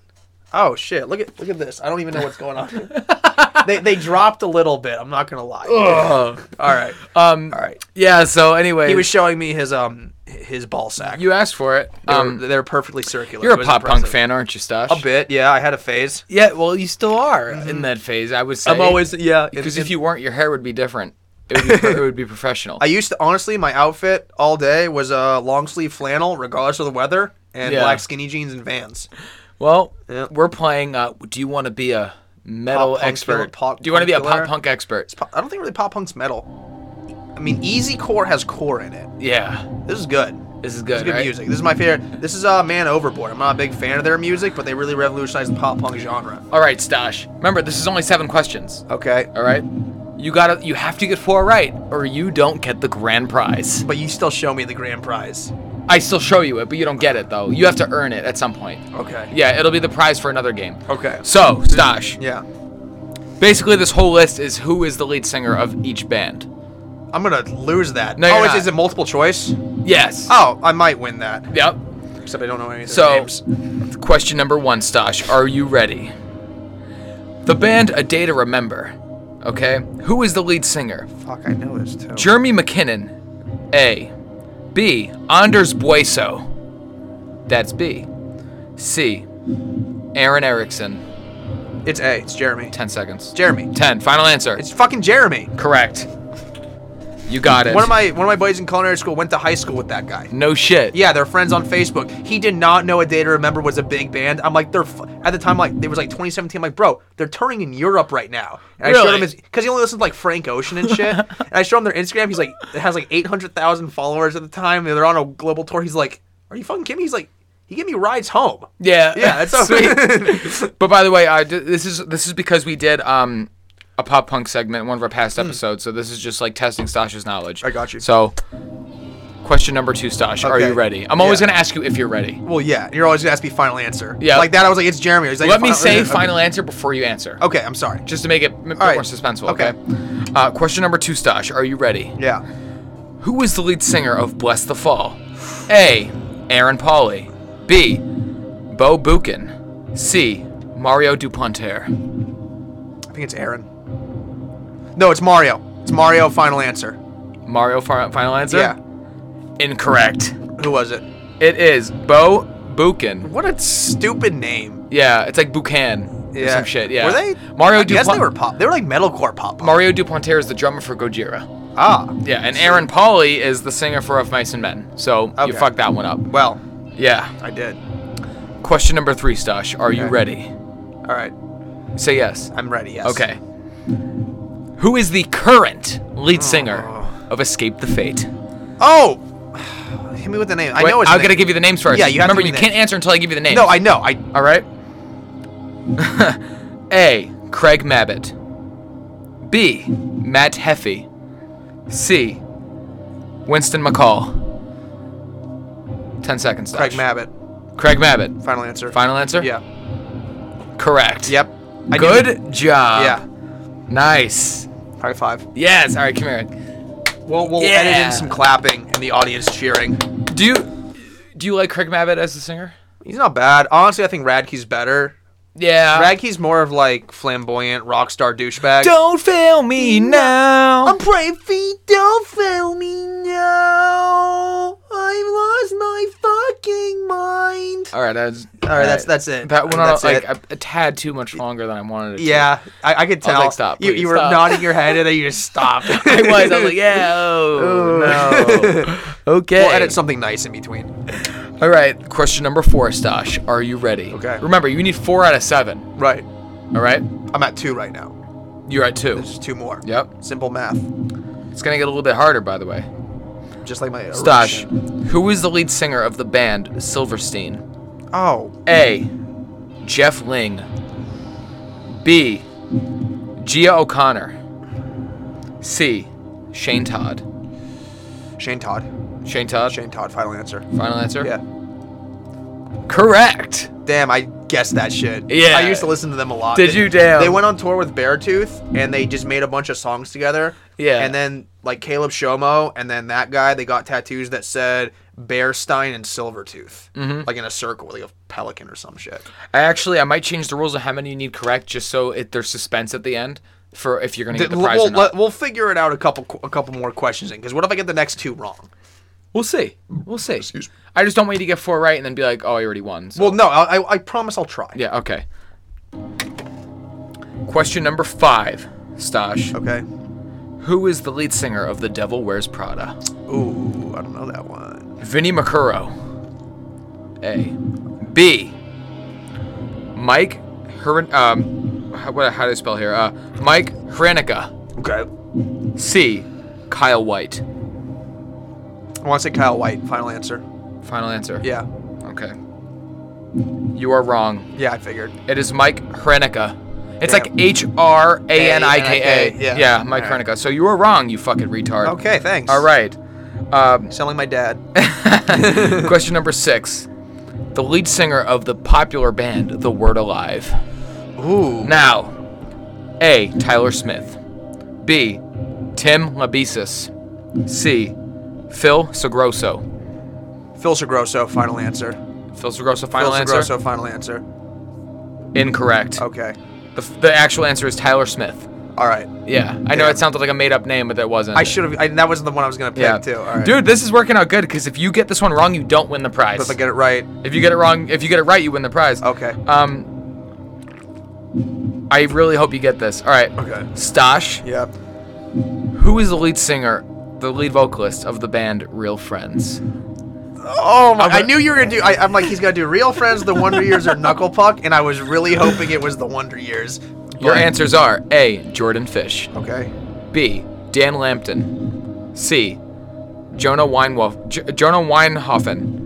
Speaker 1: Oh shit! Look at look at this. I don't even know what's going on. here.
Speaker 2: [LAUGHS]
Speaker 1: they they dropped a little bit. I'm not gonna lie.
Speaker 2: Ugh.
Speaker 1: All right,
Speaker 2: Um.
Speaker 1: all right.
Speaker 2: Yeah. So anyway,
Speaker 1: He was showing me his um his ball sack.
Speaker 2: you asked for it.
Speaker 1: They were,
Speaker 2: Um,
Speaker 1: they were perfectly circular. It
Speaker 2: you're a
Speaker 1: was
Speaker 2: pop punk
Speaker 1: impressive.
Speaker 2: fan, aren't you, Stash?
Speaker 1: A bit, yeah. I had a phase.
Speaker 2: Yeah. Well, you still are in that phase. I would say.
Speaker 1: I'm always yeah.
Speaker 2: because if you weren't, your hair would be different. It would be,
Speaker 1: [LAUGHS]
Speaker 2: it would be professional.
Speaker 1: I used to honestly, my outfit all day was a uh, long sleeve flannel, regardless of the weather, and
Speaker 2: Yeah.
Speaker 1: black skinny jeans and Vans.
Speaker 2: well,
Speaker 1: Yeah.
Speaker 2: we're playing. Uh, do you want to be a
Speaker 1: Pop
Speaker 2: metal
Speaker 1: punk killer-
Speaker 2: expert?
Speaker 1: pop
Speaker 2: do you want to be a
Speaker 1: punk killer?
Speaker 2: pop punk expert?
Speaker 1: Po- I don't think really pop punk's metal. I mean, easy core has core in it.
Speaker 2: Yeah.
Speaker 1: This is good.
Speaker 2: This is good.
Speaker 1: This is good
Speaker 2: right?
Speaker 1: music. This is my favorite. This is uh, Man Overboard. I'm not a big fan of their music, but they really revolutionized the pop punk genre.
Speaker 2: All right, Stash. Remember, this is only seven questions.
Speaker 1: Okay,
Speaker 2: All right. You gotta. You have to get four right, or you don't get the grand prize.
Speaker 1: but you still show me the grand prize.
Speaker 2: I still show you it, but you don't get it though. You have to earn it at some point.
Speaker 1: Okay.
Speaker 2: Yeah, it'll be the prize for another game.
Speaker 1: Okay.
Speaker 2: So, Stash,
Speaker 1: Yeah.
Speaker 2: basically this whole list is who is the lead singer of each band.
Speaker 1: I'm gonna lose that.
Speaker 2: No,
Speaker 1: oh,
Speaker 2: you're
Speaker 1: is-
Speaker 2: not.
Speaker 1: is it multiple choice?
Speaker 2: Yes.
Speaker 1: Oh, I might win that.
Speaker 2: Ah, Yep.
Speaker 1: Except I don't know any of their
Speaker 2: So,
Speaker 1: names.
Speaker 2: question number one, Stash, are you ready? The band A Day to Remember, okay? Who is the lead singer?
Speaker 1: Fuck, I know this too.
Speaker 2: Jeremy McKinnon, A. B. Anders Bueso, that's B. C. Aaron Erickson,
Speaker 1: It's A. It's Jeremy.
Speaker 2: 10 seconds.
Speaker 1: Jeremy.
Speaker 2: 10, final answer.
Speaker 1: It's fucking Jeremy.
Speaker 2: Correct. You got it.
Speaker 1: One of my one of my buddies in culinary school went to high school with that guy.
Speaker 2: no shit.
Speaker 1: Yeah, they're friends on Facebook. He did not know a day to remember was a big band. I'm like, they're f-. at the time like it was like 2017. I'm like, bro, they're touring in Europe right now. And I showed
Speaker 2: Really?
Speaker 1: him his because he only listens to like Frank Ocean and
Speaker 2: [LAUGHS]
Speaker 1: shit. and I showed him their Instagram. He's like, it has like 800,000 followers at the time. They're on a global tour. He's like, are you fucking kidding me? He's like, he gave me rides home.
Speaker 2: Yeah. [LAUGHS]
Speaker 1: Yeah, that's [LAUGHS] sweet.
Speaker 2: But by the way, I, d- this is this is because we did um a pop punk segment in one of our past episodes, so this is just like testing Stasha's knowledge.
Speaker 1: Hmm. I got you.
Speaker 2: So, question number two, Stash, are
Speaker 1: Okay.
Speaker 2: you ready? I'm always
Speaker 1: Yeah.
Speaker 2: gonna ask you if you're ready.
Speaker 1: well, yeah, you're always gonna ask me final answer.
Speaker 2: Yeah.
Speaker 1: like that. I was like, it's Jeremy. He's like,
Speaker 2: Let me
Speaker 1: final-
Speaker 2: say
Speaker 1: okay.
Speaker 2: final answer before you answer,
Speaker 1: Okay, I'm sorry.
Speaker 2: just to make it m-
Speaker 1: right.
Speaker 2: more suspenseful.
Speaker 1: Okay.
Speaker 2: Okay. Uh, question number two, Stash, are you ready?
Speaker 1: Yeah.
Speaker 2: Who is the lead singer of Bless the Fall? A. Aaron Pauley. B. Bo Buchan. C. Mario Duponter.
Speaker 1: I think it's Aaron. No, it's Mario. It's Mario. Final answer.
Speaker 2: Mario, fi- final answer?
Speaker 1: Yeah.
Speaker 2: Incorrect.
Speaker 1: Who was it?
Speaker 2: It is Bo Buchan.
Speaker 1: What a stupid name.
Speaker 2: Yeah, it's like Buchan or some shit. Yeah.
Speaker 1: Were they?
Speaker 2: Mario
Speaker 1: I guess
Speaker 2: Dupont-
Speaker 1: they were pop. They were like metalcore pop. punk.
Speaker 2: Mario Duponter is the drummer for Gojira.
Speaker 1: ah.
Speaker 2: Yeah, and Aaron Pauley is the singer for Of Mice and Men. So
Speaker 1: Okay.
Speaker 2: you fucked that one up.
Speaker 1: Well,
Speaker 2: Yeah.
Speaker 1: I did.
Speaker 2: Question number three, Stash. Are you
Speaker 1: Okay.
Speaker 2: ready?
Speaker 1: All right.
Speaker 2: Say yes.
Speaker 1: I'm ready. Yes.
Speaker 2: Okay. Who is the current lead singer of Escape the Fate?
Speaker 1: Oh. [SIGHS] Hit me with the name. I
Speaker 2: Wait,
Speaker 1: know it's.
Speaker 2: I'm gonna give you the names first.
Speaker 1: Yeah, you have to
Speaker 2: remember
Speaker 1: give
Speaker 2: you
Speaker 1: me the
Speaker 2: can't answer until I give you the names. [LAUGHS]
Speaker 1: No, I know. I.
Speaker 2: All right. A. Craig Mabbitt. B. Matt Heffy. C. Winston McCall. 10 seconds.
Speaker 1: Craig
Speaker 2: Dodge.
Speaker 1: Mabbitt.
Speaker 2: Craig Mabbitt.
Speaker 1: Final answer.
Speaker 2: Final answer?
Speaker 1: Yeah.
Speaker 2: Correct.
Speaker 1: Yep. I knew
Speaker 2: Good
Speaker 1: it.
Speaker 2: job.
Speaker 1: Yeah.
Speaker 2: Nice.
Speaker 1: High five.
Speaker 2: Yes. All right, come here.
Speaker 1: We'll, we'll
Speaker 2: Yeah.
Speaker 1: edit in some clapping and the audience cheering.
Speaker 2: Do you do you like Craig Mabbitt as a singer?
Speaker 1: He's not bad. Honestly, I think Radke's better.
Speaker 2: Yeah.
Speaker 1: Radke's more of like flamboyant rock star douchebag.
Speaker 2: Don't fail me now.
Speaker 1: praying feet, don't fail me now. I've lost my fucking mind.
Speaker 2: all right, that was,
Speaker 1: All right, that's that's it.
Speaker 2: That went on
Speaker 1: that's
Speaker 2: like
Speaker 1: it.
Speaker 2: a, a tad too much longer than I wanted it to.
Speaker 1: yeah, I, I could
Speaker 2: I was
Speaker 1: tell.
Speaker 2: like, stop,
Speaker 1: you,
Speaker 2: please,
Speaker 1: you were
Speaker 2: stop.
Speaker 1: nodding your head and then you just stopped.
Speaker 2: [LAUGHS] I was. I
Speaker 1: [LAUGHS]
Speaker 2: was like, [LAUGHS] yeah. Oh, no. [LAUGHS] Okay.
Speaker 1: We'll edit something nice in between.
Speaker 2: All right. Question number four, Stash. Are you ready?
Speaker 1: Okay.
Speaker 2: Remember, you need four out of seven.
Speaker 1: Right.
Speaker 2: All right.
Speaker 1: I'm at two right now.
Speaker 2: You're at two.
Speaker 1: There's two more.
Speaker 2: Yep.
Speaker 1: Simple math.
Speaker 2: It's gonna get a little bit harder, by the way.
Speaker 1: Just like my
Speaker 2: Stash.
Speaker 1: erection.
Speaker 2: Who is the lead singer of the band Silverstein?
Speaker 1: Oh,
Speaker 2: A. Jeff Ling. B. Gia O'Connor. C. Shane Todd.
Speaker 1: Shane Todd.
Speaker 2: Shane Todd.
Speaker 1: Shane Todd. Final answer.
Speaker 2: Final answer.
Speaker 1: Yeah.
Speaker 2: Correct.
Speaker 1: Damn, I guessed that shit.
Speaker 2: Yeah.
Speaker 1: I used to listen to them a lot.
Speaker 2: Did
Speaker 1: They-
Speaker 2: you? Damn.
Speaker 1: They went on tour with Beartooth and they just made a bunch of songs together.
Speaker 2: Yeah.
Speaker 1: And then like Caleb Shomo and then that guy, they got tattoos that said Bearstein and Silvertooth. Mm-hmm. Like in a circle like a pelican or some shit.
Speaker 2: I actually I might change the rules of how many you need correct just so it, there's suspense at the end for if you're gonna get the
Speaker 1: We'll-
Speaker 2: prize
Speaker 1: we'll,
Speaker 2: or not.
Speaker 1: we'll figure it out a couple qu- a couple more questions in because what if I get the next two wrong?
Speaker 2: We'll see. We'll see. I just don't want you to get four right and then be like, oh, I already won. So.
Speaker 1: Well, no, I, I, I promise I'll try.
Speaker 2: yeah. Okay. Question number five, Stash.
Speaker 1: Okay.
Speaker 2: Who is the lead singer of The Devil Wears Prada?
Speaker 1: Ooh, I don't know that one.
Speaker 2: Vinnie Macuro. A. B. Mike Her- um, how, what, how do I spell here? Uh, Mike Hranica.
Speaker 1: Okay.
Speaker 2: C. Kyle White.
Speaker 1: I want to say Kyle White. Final answer.
Speaker 2: Final answer.
Speaker 1: Yeah.
Speaker 2: Okay. You are wrong.
Speaker 1: Yeah, I figured.
Speaker 2: It is Mike Hrenica. It's
Speaker 1: Damn.
Speaker 2: like H R A N I K A.
Speaker 1: Yeah.
Speaker 2: Yeah, Mike
Speaker 1: Alright.
Speaker 2: Hrenica. So you were wrong, you fucking retard.
Speaker 1: Okay, thanks.
Speaker 2: All right. [LAUGHS] Um,
Speaker 1: Selling my
Speaker 2: [LAUGHS]
Speaker 1: dad.
Speaker 2: question number six. The lead singer of the popular band The Word Alive.
Speaker 1: Ooh.
Speaker 2: Now, A. Tyler Smith. B. Tim Labesis. C. Phil Segroso.
Speaker 1: Phil Segroso, final answer.
Speaker 2: Phil Oh. Segroso, final
Speaker 1: Phil
Speaker 2: answer.
Speaker 1: Segroso, final answer.
Speaker 2: Incorrect.
Speaker 1: Okay.
Speaker 2: The, f- the actual answer is Tyler Smith.
Speaker 1: All right.
Speaker 2: Yeah, I know
Speaker 1: Mm-hmm. Yeah.
Speaker 2: it sounded like a made up name, but that wasn't.
Speaker 1: I should have. I, that wasn't the one I was gonna pick
Speaker 2: Yeah,
Speaker 1: too. All right.
Speaker 2: dude, this is working out good because if you get this one wrong, you don't win the prize.
Speaker 1: But if I get it right,
Speaker 2: if you get it wrong, if you get it right, you win the prize.
Speaker 1: okay.
Speaker 2: Um, I really hope you get this. All right.
Speaker 1: Okay.
Speaker 2: Stash,
Speaker 1: Yep.
Speaker 2: who is the lead singer, the lead vocalist of the band Real Friends?
Speaker 1: Oh my!
Speaker 2: I'm
Speaker 1: I
Speaker 2: gonna-
Speaker 1: knew you were gonna do. I, I'm like, he's gonna do real friends, the Wonder Years, or Knuckle Puck, and I was really hoping it was the Wonder Years.
Speaker 2: Your
Speaker 1: Blank.
Speaker 2: answers are A. Jordan Fish,
Speaker 1: Okay.
Speaker 2: B. Dan Lampton, C. Jonah Weinwolf, J- Jonah Weinhofen.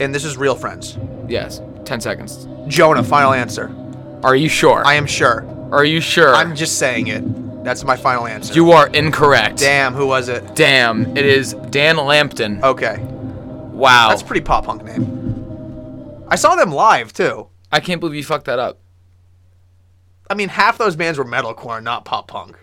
Speaker 1: And this is real friends.
Speaker 2: Yes. Ten seconds.
Speaker 1: Jonah, final answer.
Speaker 2: Are you sure?
Speaker 1: I am sure.
Speaker 2: Are you sure?
Speaker 1: I'm just saying it. That's my final answer.
Speaker 2: You are incorrect.
Speaker 1: Damn, who was it?
Speaker 2: Damn, it is Dan Lampton.
Speaker 1: Okay.
Speaker 2: wow.
Speaker 1: That's a pretty pop punk name. I saw them live too.
Speaker 2: I can't believe you fucked that up.
Speaker 1: I mean, half those bands were metalcore, not pop punk.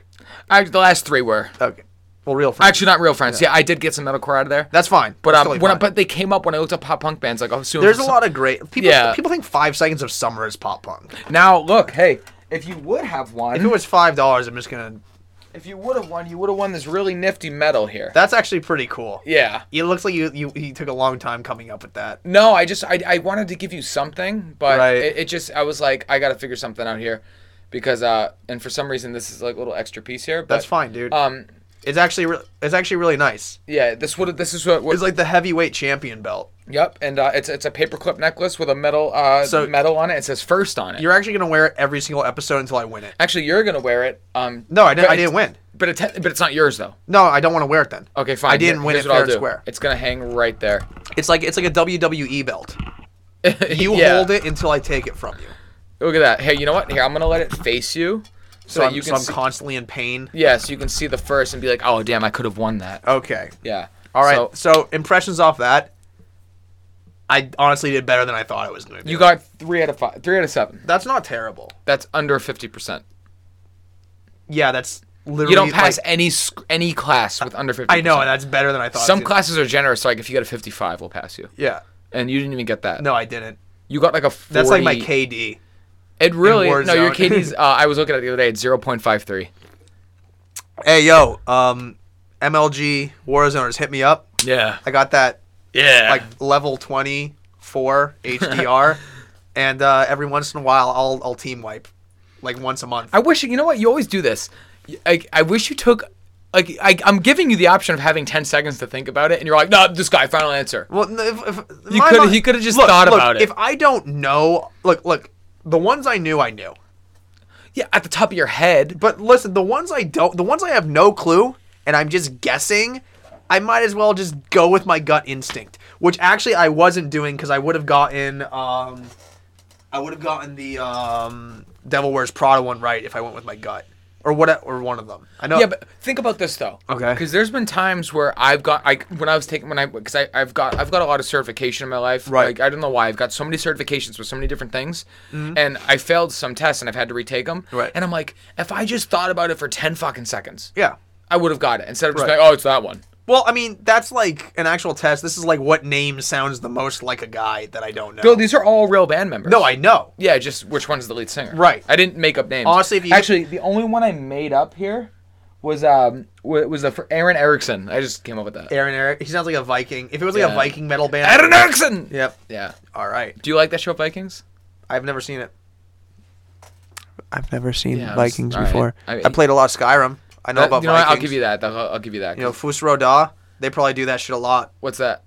Speaker 2: I, the last three were.
Speaker 1: Okay. Well, real friends.
Speaker 2: Actually, not real friends. Yeah, I did get some metalcore out of there.
Speaker 1: that's fine.
Speaker 2: but
Speaker 1: That's
Speaker 2: um,
Speaker 1: totally
Speaker 2: when I,
Speaker 1: fine.
Speaker 2: but they came up when I looked up pop punk bands. Like, oh, soon
Speaker 1: there's a lot of great people.
Speaker 2: Yeah.
Speaker 1: People think five seconds of summer is pop punk.
Speaker 2: Now look, hey, if you would have
Speaker 1: If it
Speaker 2: won,
Speaker 1: was five dollars, I'm just gonna.
Speaker 2: if you would have won, you would have won this really nifty medal here.
Speaker 1: That's actually pretty cool.
Speaker 2: yeah.
Speaker 1: It looks like you you he took a long time coming up with that.
Speaker 2: No, I just I, I wanted to give you something, but
Speaker 1: Right.
Speaker 2: it, it just I was like I got to figure something out here, because uh and for some reason this is like a little extra piece here. But,
Speaker 1: That's fine, dude.
Speaker 2: Um,
Speaker 1: it's actually re- it's actually really nice.
Speaker 2: yeah, this would this is what, what
Speaker 1: It's like the heavyweight champion belt.
Speaker 2: Yep, and uh, it's it's a paperclip necklace with a metal uh,
Speaker 1: So-
Speaker 2: medal on it. It says first on it.
Speaker 1: You're actually gonna wear it every single episode until I win it.
Speaker 2: Actually, you're gonna wear it. Um,
Speaker 1: No, I didn't.
Speaker 2: but
Speaker 1: I
Speaker 2: it's-
Speaker 1: didn't win.
Speaker 2: But it te- but it's not yours though.
Speaker 1: No, I don't want to wear it then.
Speaker 2: Okay, fine.
Speaker 1: I didn't
Speaker 2: Here-
Speaker 1: win it
Speaker 2: here's what I'll
Speaker 1: fair and
Speaker 2: do.
Speaker 1: square.
Speaker 2: It's gonna hang right there. [LAUGHS]
Speaker 1: It's like it's like a WWE belt. You
Speaker 2: Yeah.
Speaker 1: hold it until I take it from you.
Speaker 2: Look at that. Hey, you know what? Here, I'm gonna let it face you,
Speaker 1: So,
Speaker 2: So
Speaker 1: I'm,
Speaker 2: you
Speaker 1: so
Speaker 2: can
Speaker 1: I'm
Speaker 2: see-
Speaker 1: constantly in pain.
Speaker 2: Yeah, so you can see the first and be like, oh damn, I could have won that.
Speaker 1: Okay.
Speaker 2: Yeah.
Speaker 1: All right.
Speaker 2: So
Speaker 1: So, impressions off that. I honestly did better than I thought I was going to do.
Speaker 2: you got three out of five, three out of seven.
Speaker 1: That's not terrible.
Speaker 2: That's under fifty percent.
Speaker 1: Yeah, that's literally
Speaker 2: You don't pass
Speaker 1: like-
Speaker 2: any sc- any class with under fifty.
Speaker 1: I know, and that's better than I thought.
Speaker 2: Some
Speaker 1: it was gonna-
Speaker 2: classes are generous. Like if you got a fifty-five, we'll pass you.
Speaker 1: Yeah.
Speaker 2: And you didn't even get that.
Speaker 1: No, I didn't.
Speaker 2: You got like a. 40,
Speaker 1: That's like my KD.
Speaker 2: It really
Speaker 1: in
Speaker 2: no. Your
Speaker 1: Warzone. [LAUGHS]
Speaker 2: KD's. Uh, I was looking at it the other day. It's zero point five three.
Speaker 1: Hey yo, um, MLG Warzoners hit me up.
Speaker 2: Yeah.
Speaker 1: I got that
Speaker 2: Yeah. Like
Speaker 1: like level twenty four
Speaker 2: [LAUGHS]
Speaker 1: HDR, and uh, every once in a while I'll I'll team wipe, like once a month.
Speaker 2: I wish you know what you always do this. I, I wish you took like I, I'm giving you the option of having ten seconds to think about it, and you're like, no, this guy, final answer.
Speaker 1: Well, n- if, if
Speaker 2: You
Speaker 1: my
Speaker 2: coulda-
Speaker 1: mind-
Speaker 2: he coulda just thought about it.
Speaker 1: If I don't know, look, look, the ones I knew, I knew.
Speaker 2: Yeah, at the top of your head.
Speaker 1: But listen, the ones I don't, the ones I have no clue, and I'm just guessing, I might as well just go with my gut instinct, which actually I wasn't doing because I would have gotten, um, I would have gotten the um, Devil Wears Prada one right if I went with my gut, or what, or one of them. I know.
Speaker 2: Yeah, but think about this though.
Speaker 1: Oh. Okay.
Speaker 2: Because there's been times where I've got like when I was taking when I because I I've got I've got a lot of certification in my life.
Speaker 1: Right.
Speaker 2: Like I don't know why I've got so many certifications for so many different things, and I failed some tests and I've had to retake them.
Speaker 1: Mm-hmm. Right.
Speaker 2: And I'm like, if I just thought about it for ten fucking seconds,
Speaker 1: yeah.
Speaker 2: I would have got it instead of just
Speaker 1: Right.
Speaker 2: like, oh, it's that one.
Speaker 1: Well, I mean, that's like an actual test. This is like what name sounds the most like a guy that I don't know.
Speaker 2: No, these are all real band members.
Speaker 1: no, I know.
Speaker 2: Yeah, just which one's the lead singer?
Speaker 1: Right.
Speaker 2: I didn't make up names.
Speaker 1: Honestly, if you-
Speaker 2: actually, the only one I made up here was um wa- was the fr- Aaron Erickson. I just came up with that.
Speaker 1: Aaron Eric, he sounds like a Viking. If it was like a
Speaker 2: Yeah.
Speaker 1: Viking metal band,
Speaker 2: Aaron Erickson.
Speaker 1: Yep.
Speaker 2: Yeah.
Speaker 1: All right.
Speaker 2: Do you like that show Vikings?
Speaker 1: I've never seen it. I've never seen
Speaker 2: Yeah, I was-
Speaker 1: Vikings
Speaker 2: all right.
Speaker 1: before.
Speaker 2: I-
Speaker 1: I, played a lot of Skyrim. I know
Speaker 2: That-
Speaker 1: about
Speaker 2: Uh, you know what?
Speaker 1: Vikings.
Speaker 2: I'll give you that. I'll, I'll give you that.
Speaker 1: You know, Fusro Da. They probably do that shit a lot.
Speaker 2: What's that?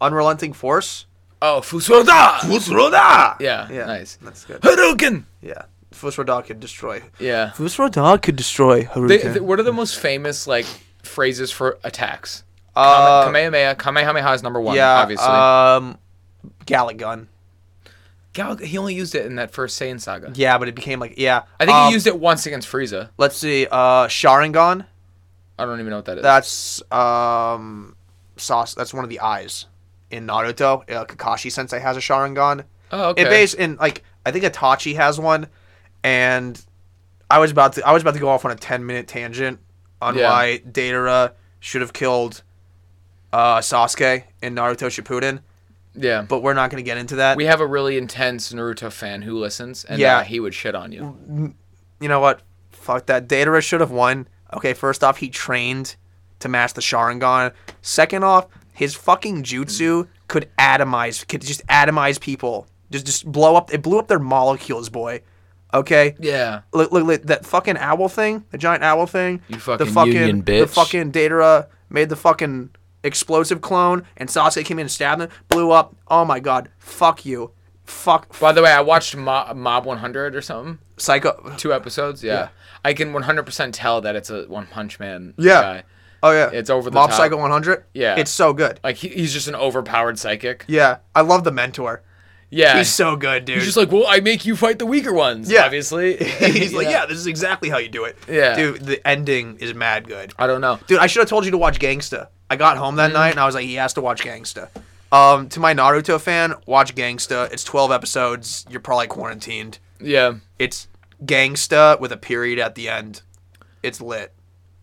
Speaker 1: Unrelenting Force.
Speaker 2: Oh, Fusoda.
Speaker 1: Fusro Da.
Speaker 2: Yeah,
Speaker 1: Yeah.
Speaker 2: Nice.
Speaker 1: That's good.
Speaker 2: Hadouken.
Speaker 1: Yeah. Fusro Da could destroy.
Speaker 2: Yeah.
Speaker 1: Fusro Da could destroy
Speaker 2: They,
Speaker 1: Haruka.
Speaker 2: th- what are the most famous like phrases for attacks?
Speaker 1: Uh,
Speaker 2: Kame- Kamehameha. Kamehameha is number one.
Speaker 1: yeah.
Speaker 2: Obviously.
Speaker 1: Um, Gallic Gun.
Speaker 2: Gal- he only used it in that first Saiyan saga.
Speaker 1: Yeah, but it became like yeah.
Speaker 2: I think
Speaker 1: um,
Speaker 2: he used it once against Frieza.
Speaker 1: Let's see. Uh, Sharingan.
Speaker 2: I don't even know what that is.
Speaker 1: That's um, sauce. That's one of the eyes in Naruto. Uh, Kakashi Sensei has a Sharingan.
Speaker 2: Oh, okay.
Speaker 1: It based in like I think Itachi has one, and I was about to I was about to go off on a ten minute tangent on
Speaker 2: Yeah.
Speaker 1: why Deidara should have killed uh, Sasuke in Naruto Shippuden,
Speaker 2: yeah.
Speaker 1: but we're not going to get into that.
Speaker 2: We have a really intense Naruto fan who listens, and
Speaker 1: Yeah.
Speaker 2: uh, he would shit on you.
Speaker 1: you know what? Fuck that. Deidara should have won. Okay, first off, he trained to match the Sharingan. Second off, his fucking jutsu could atomize, could just atomize people. Just, just blow up. It blew up their molecules, boy. Okay.
Speaker 2: Yeah.
Speaker 1: Look, look, look, that fucking owl thing, the giant owl thing.
Speaker 2: You fucking
Speaker 1: the fucking,
Speaker 2: union
Speaker 1: The
Speaker 2: bitch.
Speaker 1: fucking Datara made the fucking explosive clone, and Sasuke came in and stabbed him, blew up. Oh my god, fuck you, fuck
Speaker 2: By the way, I watched Mo- Mob 100 or something.
Speaker 1: psycho.
Speaker 2: Two episodes. Yeah. I can 100% tell that it's a One Punch Man
Speaker 1: Yeah.
Speaker 2: guy.
Speaker 1: Oh yeah,
Speaker 2: It's over the
Speaker 1: Mob
Speaker 2: top.
Speaker 1: Psycho 100.
Speaker 2: Yeah.
Speaker 1: it's so good.
Speaker 2: Like he, he's just an overpowered psychic.
Speaker 1: Yeah, I love the mentor.
Speaker 2: Yeah.
Speaker 1: He's
Speaker 2: He's,
Speaker 1: so good, dude.
Speaker 2: just like, well, I make you fight the weaker ones.
Speaker 1: Yeah. [LAUGHS]
Speaker 2: Obviously.
Speaker 1: He's like, yeah, this is exactly how you do it.
Speaker 2: Yeah.
Speaker 1: dude, the ending is mad good.
Speaker 2: I don't know.
Speaker 1: Dude, I should have told you to watch Gangsta. I got home
Speaker 2: Mm.
Speaker 1: that night and I was like, he has to watch Gangsta. Um, to my Naruto fan, watch Gangsta. It's 12 episodes. You're probably quarantined.
Speaker 2: Yeah.
Speaker 1: It's Gangsta with a period at the end. It's lit.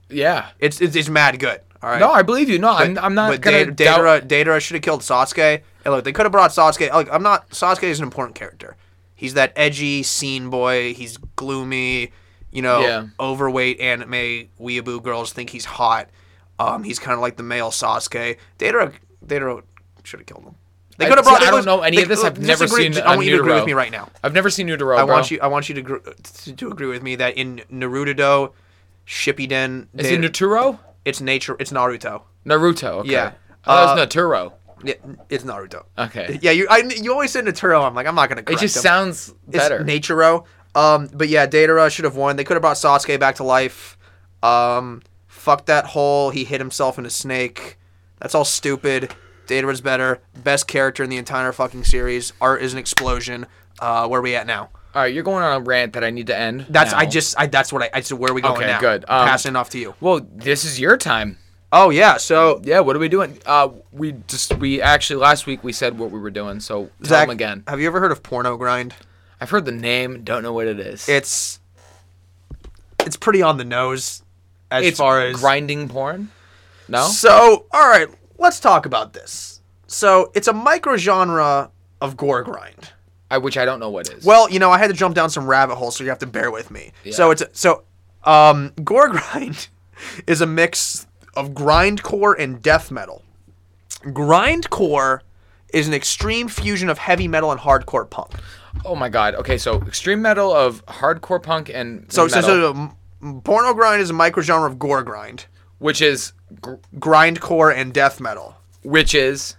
Speaker 2: Yeah.
Speaker 1: It's it's, it's mad good. All right.
Speaker 2: No, I believe you. No, I'm, I'm not
Speaker 1: But
Speaker 2: gonna.
Speaker 1: Dat-
Speaker 2: doubt-
Speaker 1: Datara, Datara should have killed Sasuke. And look, they could have brought Sasuke. Like, I'm not. Sasuke is an important character. He's that edgy scene boy. He's gloomy. You know,
Speaker 2: Yeah.
Speaker 1: overweight anime weeaboo girls think he's hot. Um, he's kind of like the male Sasuke. Datara, Datara should have killed him. They
Speaker 2: I-
Speaker 1: could have
Speaker 2: see,
Speaker 1: brought.
Speaker 2: I
Speaker 1: they
Speaker 2: don't
Speaker 1: was-
Speaker 2: know any
Speaker 1: they-
Speaker 2: of this. I've
Speaker 1: just
Speaker 2: never
Speaker 1: agree-
Speaker 2: seen
Speaker 1: just-
Speaker 2: a
Speaker 1: I want you to agree
Speaker 2: Naruto.
Speaker 1: with me right now.
Speaker 2: I've never seen Nudaro.
Speaker 1: I want you. I want you to gr- to, to agree with me that in Naruto, Shippuden,
Speaker 2: Is it
Speaker 1: Data-
Speaker 2: Naturo?
Speaker 1: it's nature. It's Naruto.
Speaker 2: Naruto. Okay.
Speaker 1: Yeah. Uh,
Speaker 2: I thought it was Naturo.
Speaker 1: Yeah, it's Naruto.
Speaker 2: Okay.
Speaker 1: Yeah, you I, you always said Naturo. I'm like, I'm not gonna.
Speaker 2: It
Speaker 1: Correct
Speaker 2: just
Speaker 1: him.
Speaker 2: sounds
Speaker 1: It's
Speaker 2: better.
Speaker 1: Naturo. Um, but yeah, Datara should have won. They could have brought Sasuke back to life. Um, fuck that hole. He hit himself in a snake. That's all stupid. Datara's better. Best character in the entire fucking series. Art is an explosion. Uh, where we at now?
Speaker 2: All right, you're going on a rant that I need to end.
Speaker 1: That's I
Speaker 2: now.
Speaker 1: just I that's what I, I said. Where are we going
Speaker 2: Okay,
Speaker 1: now?
Speaker 2: good. Um,
Speaker 1: Passing off to you.
Speaker 2: Well, this is your time.
Speaker 1: Oh yeah. So
Speaker 2: Yeah, what are we doing? Uh, we just we actually last week we said what we were doing, so tell
Speaker 1: Zach,
Speaker 2: them again.
Speaker 1: have you ever heard of Porno Grind?
Speaker 2: I've heard the name, don't know what it is.
Speaker 1: It's it's pretty on the nose as
Speaker 2: it's
Speaker 1: far as
Speaker 2: grinding porn. No,
Speaker 1: So, all right, let's talk about this. So, it's a micro genre of gore grind.
Speaker 2: I, which I don't know what is.
Speaker 1: Well, you know, I had to jump down some rabbit holes, so you have to bear with me. So it's so um, gore [LAUGHS] grind is a mix of grindcore and death metal. Grindcore is an extreme fusion of heavy metal and hardcore punk.
Speaker 2: oh my god. Okay, so extreme metal of hardcore punk and
Speaker 1: So, so,
Speaker 2: metal,
Speaker 1: so um, porno grind is a microgenre of gore grind,
Speaker 2: which is gr-
Speaker 1: grindcore and death metal.
Speaker 2: which is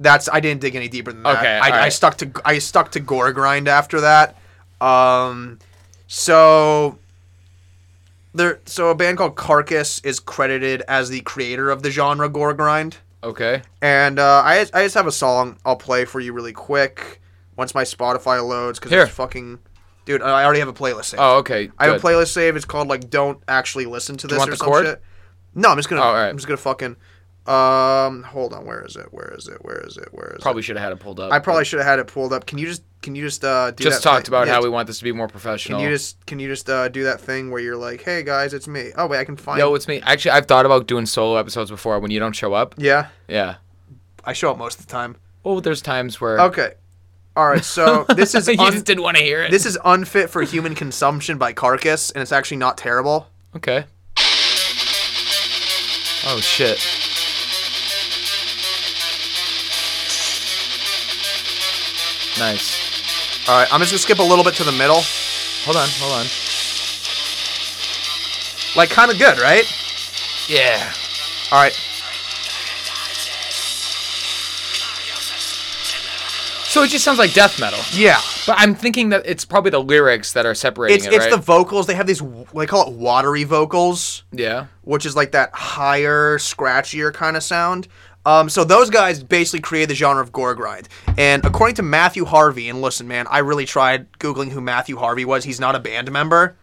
Speaker 1: That's I didn't dig any deeper than that.
Speaker 2: Okay,
Speaker 1: I, I
Speaker 2: alright.
Speaker 1: stuck to I stuck to gore grind after that. Um, so there so a band called Carcass is credited as the creator of the genre gore grind,
Speaker 2: okay.
Speaker 1: and uh, I I just have a song I'll play for you really quick once my Spotify loads because
Speaker 2: Here.
Speaker 1: it's fucking dude I already have a playlist. Saved.
Speaker 2: Oh, okay.
Speaker 1: I have a
Speaker 2: good.
Speaker 1: playlist save. It's called like "Don't Actually Listen to This"
Speaker 2: want
Speaker 1: or
Speaker 2: the
Speaker 1: some
Speaker 2: chord?
Speaker 1: shit. No, I'm just gonna.
Speaker 2: Oh, all right.
Speaker 1: I'm just gonna fucking. Um, hold on. Where is it? Where is it? Where is it? Where is it?
Speaker 2: Probably should have had it pulled up.
Speaker 1: I probably should have had it pulled up. Can you just can you just uh do
Speaker 2: just
Speaker 1: that
Speaker 2: talked
Speaker 1: thing-
Speaker 2: about
Speaker 1: yeah,
Speaker 2: how we want this to be more professional.
Speaker 1: can you just can you just uh do that thing where you're like, hey guys, it's me. Oh wait, I can find.
Speaker 2: Yo, it's me. Actually, I've thought about doing solo episodes before when you don't show up.
Speaker 1: yeah,
Speaker 2: Yeah.
Speaker 1: I show up most of the time.
Speaker 2: Oh, there's times where
Speaker 1: Okay, all right.
Speaker 2: [LAUGHS]
Speaker 1: So this is
Speaker 2: you
Speaker 1: un-
Speaker 2: just didn't want to hear it.
Speaker 1: this is unfit for human consumption by Carcass, and it's actually not terrible.
Speaker 2: okay. Oh shit. Nice.
Speaker 1: All right, I'm just gonna skip a little bit to the middle.
Speaker 2: Hold on, hold on.
Speaker 1: Like, kind of good, right?
Speaker 2: Yeah.
Speaker 1: All right.
Speaker 2: So it just sounds like death metal.
Speaker 1: Yeah.
Speaker 2: But I'm thinking that it's probably the lyrics that are separating
Speaker 1: it's
Speaker 2: it,
Speaker 1: it's
Speaker 2: right?
Speaker 1: the vocals. They have these w- they call it watery vocals,
Speaker 2: yeah.
Speaker 1: which is like that higher, scratchier kind of sound. Um, so those guys basically created the genre of gore grind. And according to Matthew Harvey, and listen, man, I really tried googling who Matthew Harvey was. He's not a band member.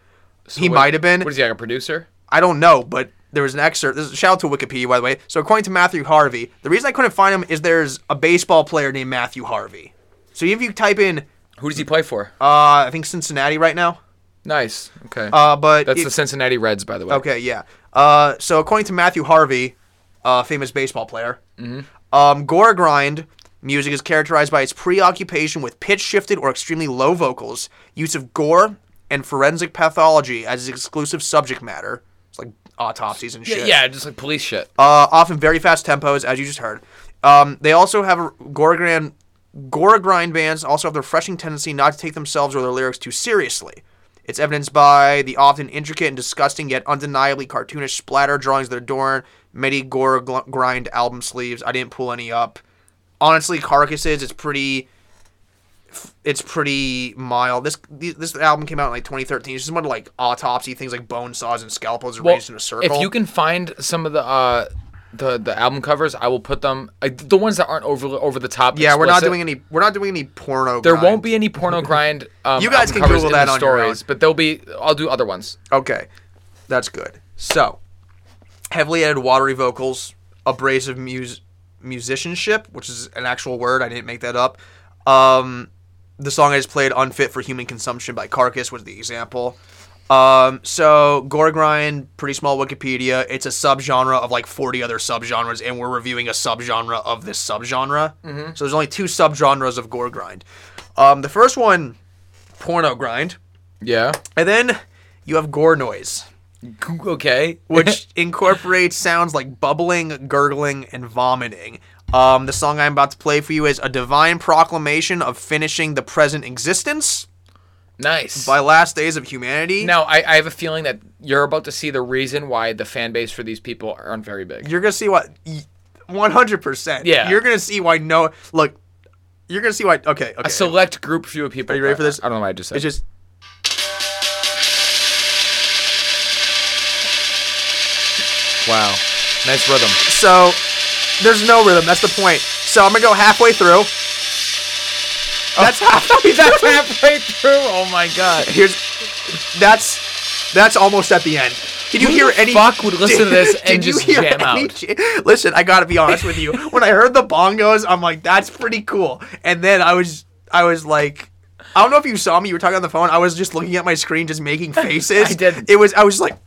Speaker 1: he
Speaker 2: What-
Speaker 1: might have been.
Speaker 2: What is he like a producer?
Speaker 1: I don't know, but there was an excerpt. This is shout out to Wikipedia, by the way. So according to Matthew Harvey, the reason I couldn't find him is there's a baseball player named Matthew Harvey. So if you type in,
Speaker 2: Who does he play for?
Speaker 1: uh, I think Cincinnati right now.
Speaker 2: nice. Okay.
Speaker 1: Uh, but
Speaker 2: That's
Speaker 1: it-
Speaker 2: the Cincinnati Reds, by the way.
Speaker 1: Okay, yeah. Uh, so according to Matthew Harvey, uh, famous baseball player,
Speaker 2: Mm-hmm.
Speaker 1: um, gore grind music is characterized by its preoccupation with pitch shifted or extremely low vocals, use of gore and forensic pathology as its exclusive subject matter. It's like autopsies and shit.
Speaker 2: Yeah, yeah, just like police shit.
Speaker 1: Uh, often very fast tempos, as you just heard. Um, they also have a gore grind, gore grind bands also have the refreshing tendency not to take themselves or their lyrics too seriously. It's evidenced by the often intricate and disgusting yet undeniably cartoonish splatter drawings that adorn many gore gl- grind album sleeves. I didn't pull any up. Honestly, Carcasses, it's pretty it's pretty mild. This the- this album came out in like 2013. It's just more like autopsy things like bone saws and scalpels arranged in a circle.
Speaker 2: If you can find some of the uh, the the album covers, I will put them. Uh, the ones that aren't over over the top.
Speaker 1: Yeah, we're not
Speaker 2: explicit.
Speaker 1: doing any. We're not doing any porno.
Speaker 2: There won't be
Speaker 1: [LAUGHS]
Speaker 2: any porno grind. Um,
Speaker 1: You guys
Speaker 2: album
Speaker 1: can
Speaker 2: covers
Speaker 1: Google
Speaker 2: in
Speaker 1: that
Speaker 2: the
Speaker 1: on your
Speaker 2: stories,
Speaker 1: own.
Speaker 2: but there'll be. I'll do other ones.
Speaker 1: Okay, that's good. So, heavily added watery vocals, abrasive mus- musicianship, which is an actual word. I didn't make that up. Um, the song I just played, "Unfit for Human Consumption" by Carcass, was the example. Um, so gore grind, pretty small Wikipedia. It's a subgenre of like 40 other subgenres, and we're reviewing a subgenre of this subgenre.
Speaker 2: Mm-hmm.
Speaker 1: So there's only two subgenres of gore grind. Um, the first one, porno grind.
Speaker 2: Yeah.
Speaker 1: And then you have gore noise,
Speaker 2: Okay.
Speaker 1: [LAUGHS]
Speaker 2: [LAUGHS]
Speaker 1: which incorporates sounds like bubbling, gurgling, and vomiting. Um, the song I'm about to play for you is a divine proclamation of finishing the present existence
Speaker 2: nice.
Speaker 1: by last days of humanity.
Speaker 2: now I, I have a feeling that you're about to see the reason why the fan base for these people aren't very big.
Speaker 1: you're gonna see what, one hundred percent.
Speaker 2: Yeah.
Speaker 1: you're gonna see why no look. You're gonna see why. Okay, okay.
Speaker 2: A select group few of people. Are
Speaker 1: you ready for this?
Speaker 2: I, don't know what I just said.
Speaker 1: it's just
Speaker 2: wow. Nice rhythm.
Speaker 1: [LAUGHS] so there's no rhythm. That's the point. So I'm gonna go halfway through. Oh. That's [LAUGHS] halfway.
Speaker 2: That's halfway through. Oh my god.
Speaker 1: Here's that's that's almost at the end. Did you
Speaker 2: Who
Speaker 1: hear
Speaker 2: the
Speaker 1: any
Speaker 2: fuck would listen to this and
Speaker 1: [LAUGHS] did you
Speaker 2: just
Speaker 1: hear
Speaker 2: jam
Speaker 1: any
Speaker 2: out?
Speaker 1: j- Listen, I gotta be honest with you. When I heard the bongos, I'm like, that's pretty cool. And then I was I was like I don't know if you saw me, you were talking on the phone. I was just looking at my screen just making faces.
Speaker 2: [LAUGHS] I did.
Speaker 1: It was I was just like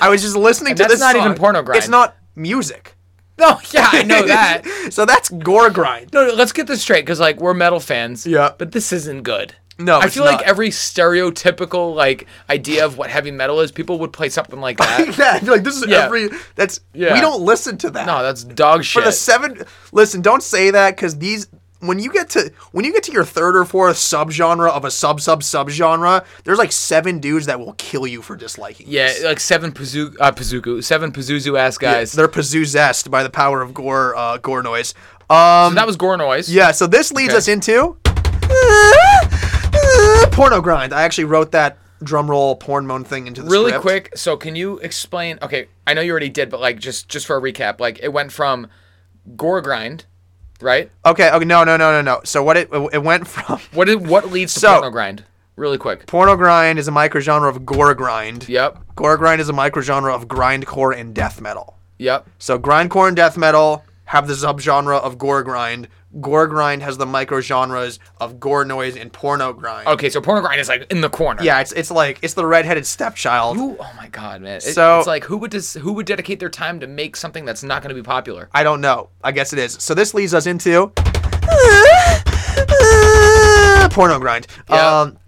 Speaker 1: I was just listening to
Speaker 2: that's
Speaker 1: this.
Speaker 2: not even
Speaker 1: song.
Speaker 2: porno grind.
Speaker 1: It's not music.
Speaker 2: [LAUGHS] No, yeah, [LAUGHS] I know that.
Speaker 1: so that's gore grind.
Speaker 2: No, no, let's get this straight because like we're metal fans.
Speaker 1: Yeah.
Speaker 2: But this isn't good.
Speaker 1: No,
Speaker 2: I
Speaker 1: it's
Speaker 2: feel
Speaker 1: not.
Speaker 2: like every stereotypical like idea of what heavy metal is, people would play something like
Speaker 1: [LAUGHS]
Speaker 2: that.
Speaker 1: yeah, like this is
Speaker 2: Yeah.
Speaker 1: every that's
Speaker 2: Yeah.
Speaker 1: we don't listen to that.
Speaker 2: no, that's dog shit.
Speaker 1: for the seven listen don't say that because these when you get to when you get to your third or fourth subgenre of a sub sub subgenre there's like seven dudes that will kill you for disliking
Speaker 2: yeah,
Speaker 1: this.
Speaker 2: like seven Pazuzu, uh, Pazuzu, seven Pazuzu ass guys.
Speaker 1: they're possessed by the power of gore uh, gore noise um
Speaker 2: that was gore noise.
Speaker 1: yeah so this leads
Speaker 2: Okay.
Speaker 1: us into [LAUGHS] porno grind i actually wrote that drum roll porn moan thing into the
Speaker 2: really
Speaker 1: script.
Speaker 2: quick so can you explain okay i know you already did but like just just for a recap like it went from gore grind right
Speaker 1: okay okay no no no no no so what it it went from [LAUGHS]
Speaker 2: what is what leads to
Speaker 1: So-
Speaker 2: porno grind really quick
Speaker 1: porno grind is a microgenre of gore grind
Speaker 2: yep
Speaker 1: Gore grind is a microgenre of grindcore and death metal.
Speaker 2: yep
Speaker 1: So grindcore and death metal have the subgenre of gore grind. Gore grind has the microgenres of gore noise and porno grind.
Speaker 2: okay so porno grind is like in the corner
Speaker 1: Yeah, it's it's like it's the redheaded stepchild.
Speaker 2: Who- oh my god man It-
Speaker 1: So-
Speaker 2: it's like who would dis- who would dedicate their time to make something that's not going to be popular
Speaker 1: I don't know. I guess it is. So this leads us into porno grind.
Speaker 2: Yeah.
Speaker 1: Um,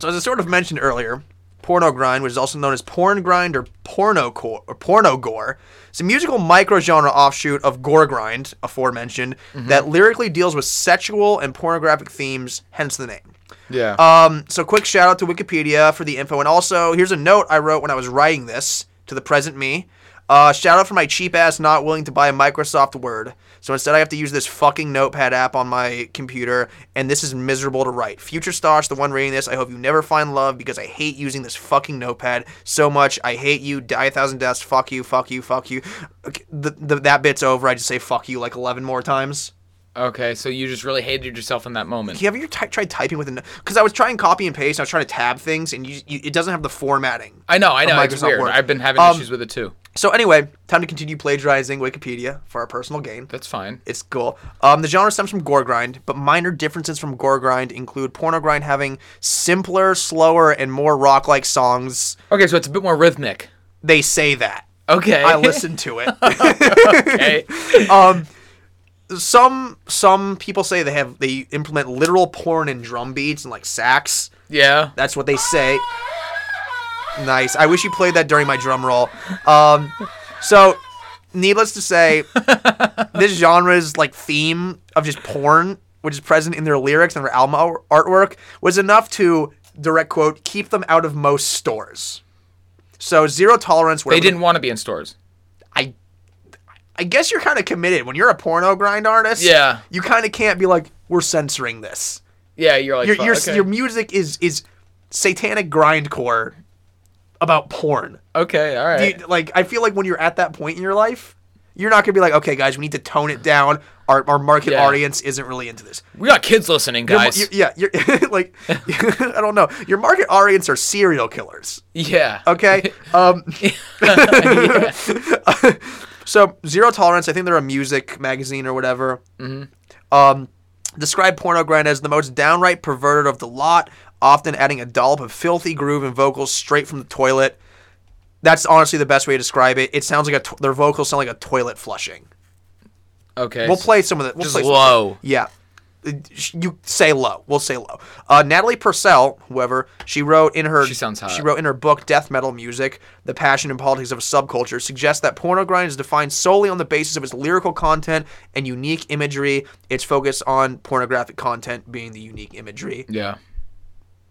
Speaker 1: so as I sort of mentioned earlier, porno grind, which is also known as porn grind or porno core or porno gore, is a musical microgenre offshoot of gore grind, aforementioned, that lyrically deals with sexual and pornographic themes. Hence the name.
Speaker 2: yeah
Speaker 1: Um, so quick shout out to Wikipedia for the info, and also here's a note I wrote when I was writing this to the present me. Uh, shout out for my cheap ass not willing to buy a Microsoft Word. So instead, I have to use this fucking Notepad app on my computer, and this is miserable to write. Future Stosh, the one reading this, I hope you never find love because I hate using this fucking Notepad so much. I hate you. Die a thousand deaths. Fuck you. Fuck you. Fuck you. Okay, The, the, that bit's over. I just say fuck you like eleven more times.
Speaker 2: okay so you just really hated yourself in that moment
Speaker 1: Have you ever ty- tried typing with a? Because I was trying copy and paste. And I was trying to tab things, and you, you, it doesn't have the formatting.
Speaker 2: i know i
Speaker 1: of
Speaker 2: know it's
Speaker 1: Microsoft
Speaker 2: weird
Speaker 1: Word.
Speaker 2: i've been having
Speaker 1: Um,
Speaker 2: issues with it too
Speaker 1: So anyway, time to continue plagiarizing Wikipedia for our personal gain.
Speaker 2: that's fine
Speaker 1: It's cool. Um, the genre stems from gore grind, but minor differences from gore grind include porno grind having simpler, slower, and more rock-like songs.
Speaker 2: okay so it's a bit more rhythmic
Speaker 1: They say that.
Speaker 2: okay
Speaker 1: I
Speaker 2: [LAUGHS]
Speaker 1: listened to it.
Speaker 2: okay
Speaker 1: some some people say they have they implement literal porn and drum beats and like sax.
Speaker 2: yeah
Speaker 1: That's what they say. Nice. I wish you played that during my drum roll. Um, so, needless to say,
Speaker 2: [LAUGHS]
Speaker 1: this genre's like theme of just porn, which is present in their lyrics and their album ar- artwork, was enough to direct quote keep them out of most stores. So zero tolerance.
Speaker 2: they
Speaker 1: wherever-
Speaker 2: didn't want to be in stores
Speaker 1: I. I guess you're kind of committed when you're a porno grind artist.
Speaker 2: Yeah.
Speaker 1: You kind of can't be like we're censoring this.
Speaker 2: Yeah, you're like
Speaker 1: your
Speaker 2: "Fuck,
Speaker 1: your,
Speaker 2: okay.
Speaker 1: your music is is satanic grindcore about porn.
Speaker 2: okay, all
Speaker 1: You-
Speaker 2: right.
Speaker 1: like I feel like when you're at that point in your life, you're not gonna be like, okay, guys, we need to tone it down. Our our market
Speaker 2: Yeah.
Speaker 1: audience isn't really into this.
Speaker 2: we got kids listening,
Speaker 1: Your mar-
Speaker 2: guys.
Speaker 1: your- yeah, you're [LAUGHS] like I don't know. Your market audience are serial killers.
Speaker 2: yeah.
Speaker 1: Okay. Um, [LAUGHS] so zero tolerance. I think they're a music magazine or whatever. Mm-hmm. Um, describe porno grind as the most downright perverted of the lot, often adding a dollop of filthy groove and vocals straight from the toilet. That's honestly the best way to describe it. It sounds like a to- their vocals sound like a toilet flushing.
Speaker 2: Okay.
Speaker 1: We'll play some of the. We'll
Speaker 2: Just
Speaker 1: play some-
Speaker 2: low.
Speaker 1: yeah. Uh, You say low. We'll say low. Uh, Natalie Purcell, whoever she wrote in her
Speaker 2: She sounds hot.
Speaker 1: she wrote in her book Death Metal Music: The Passion and Politics of a Subculture suggests that porno grind is defined solely on the basis of its lyrical content and unique imagery. Its focus on pornographic content being the unique imagery.
Speaker 2: Yeah.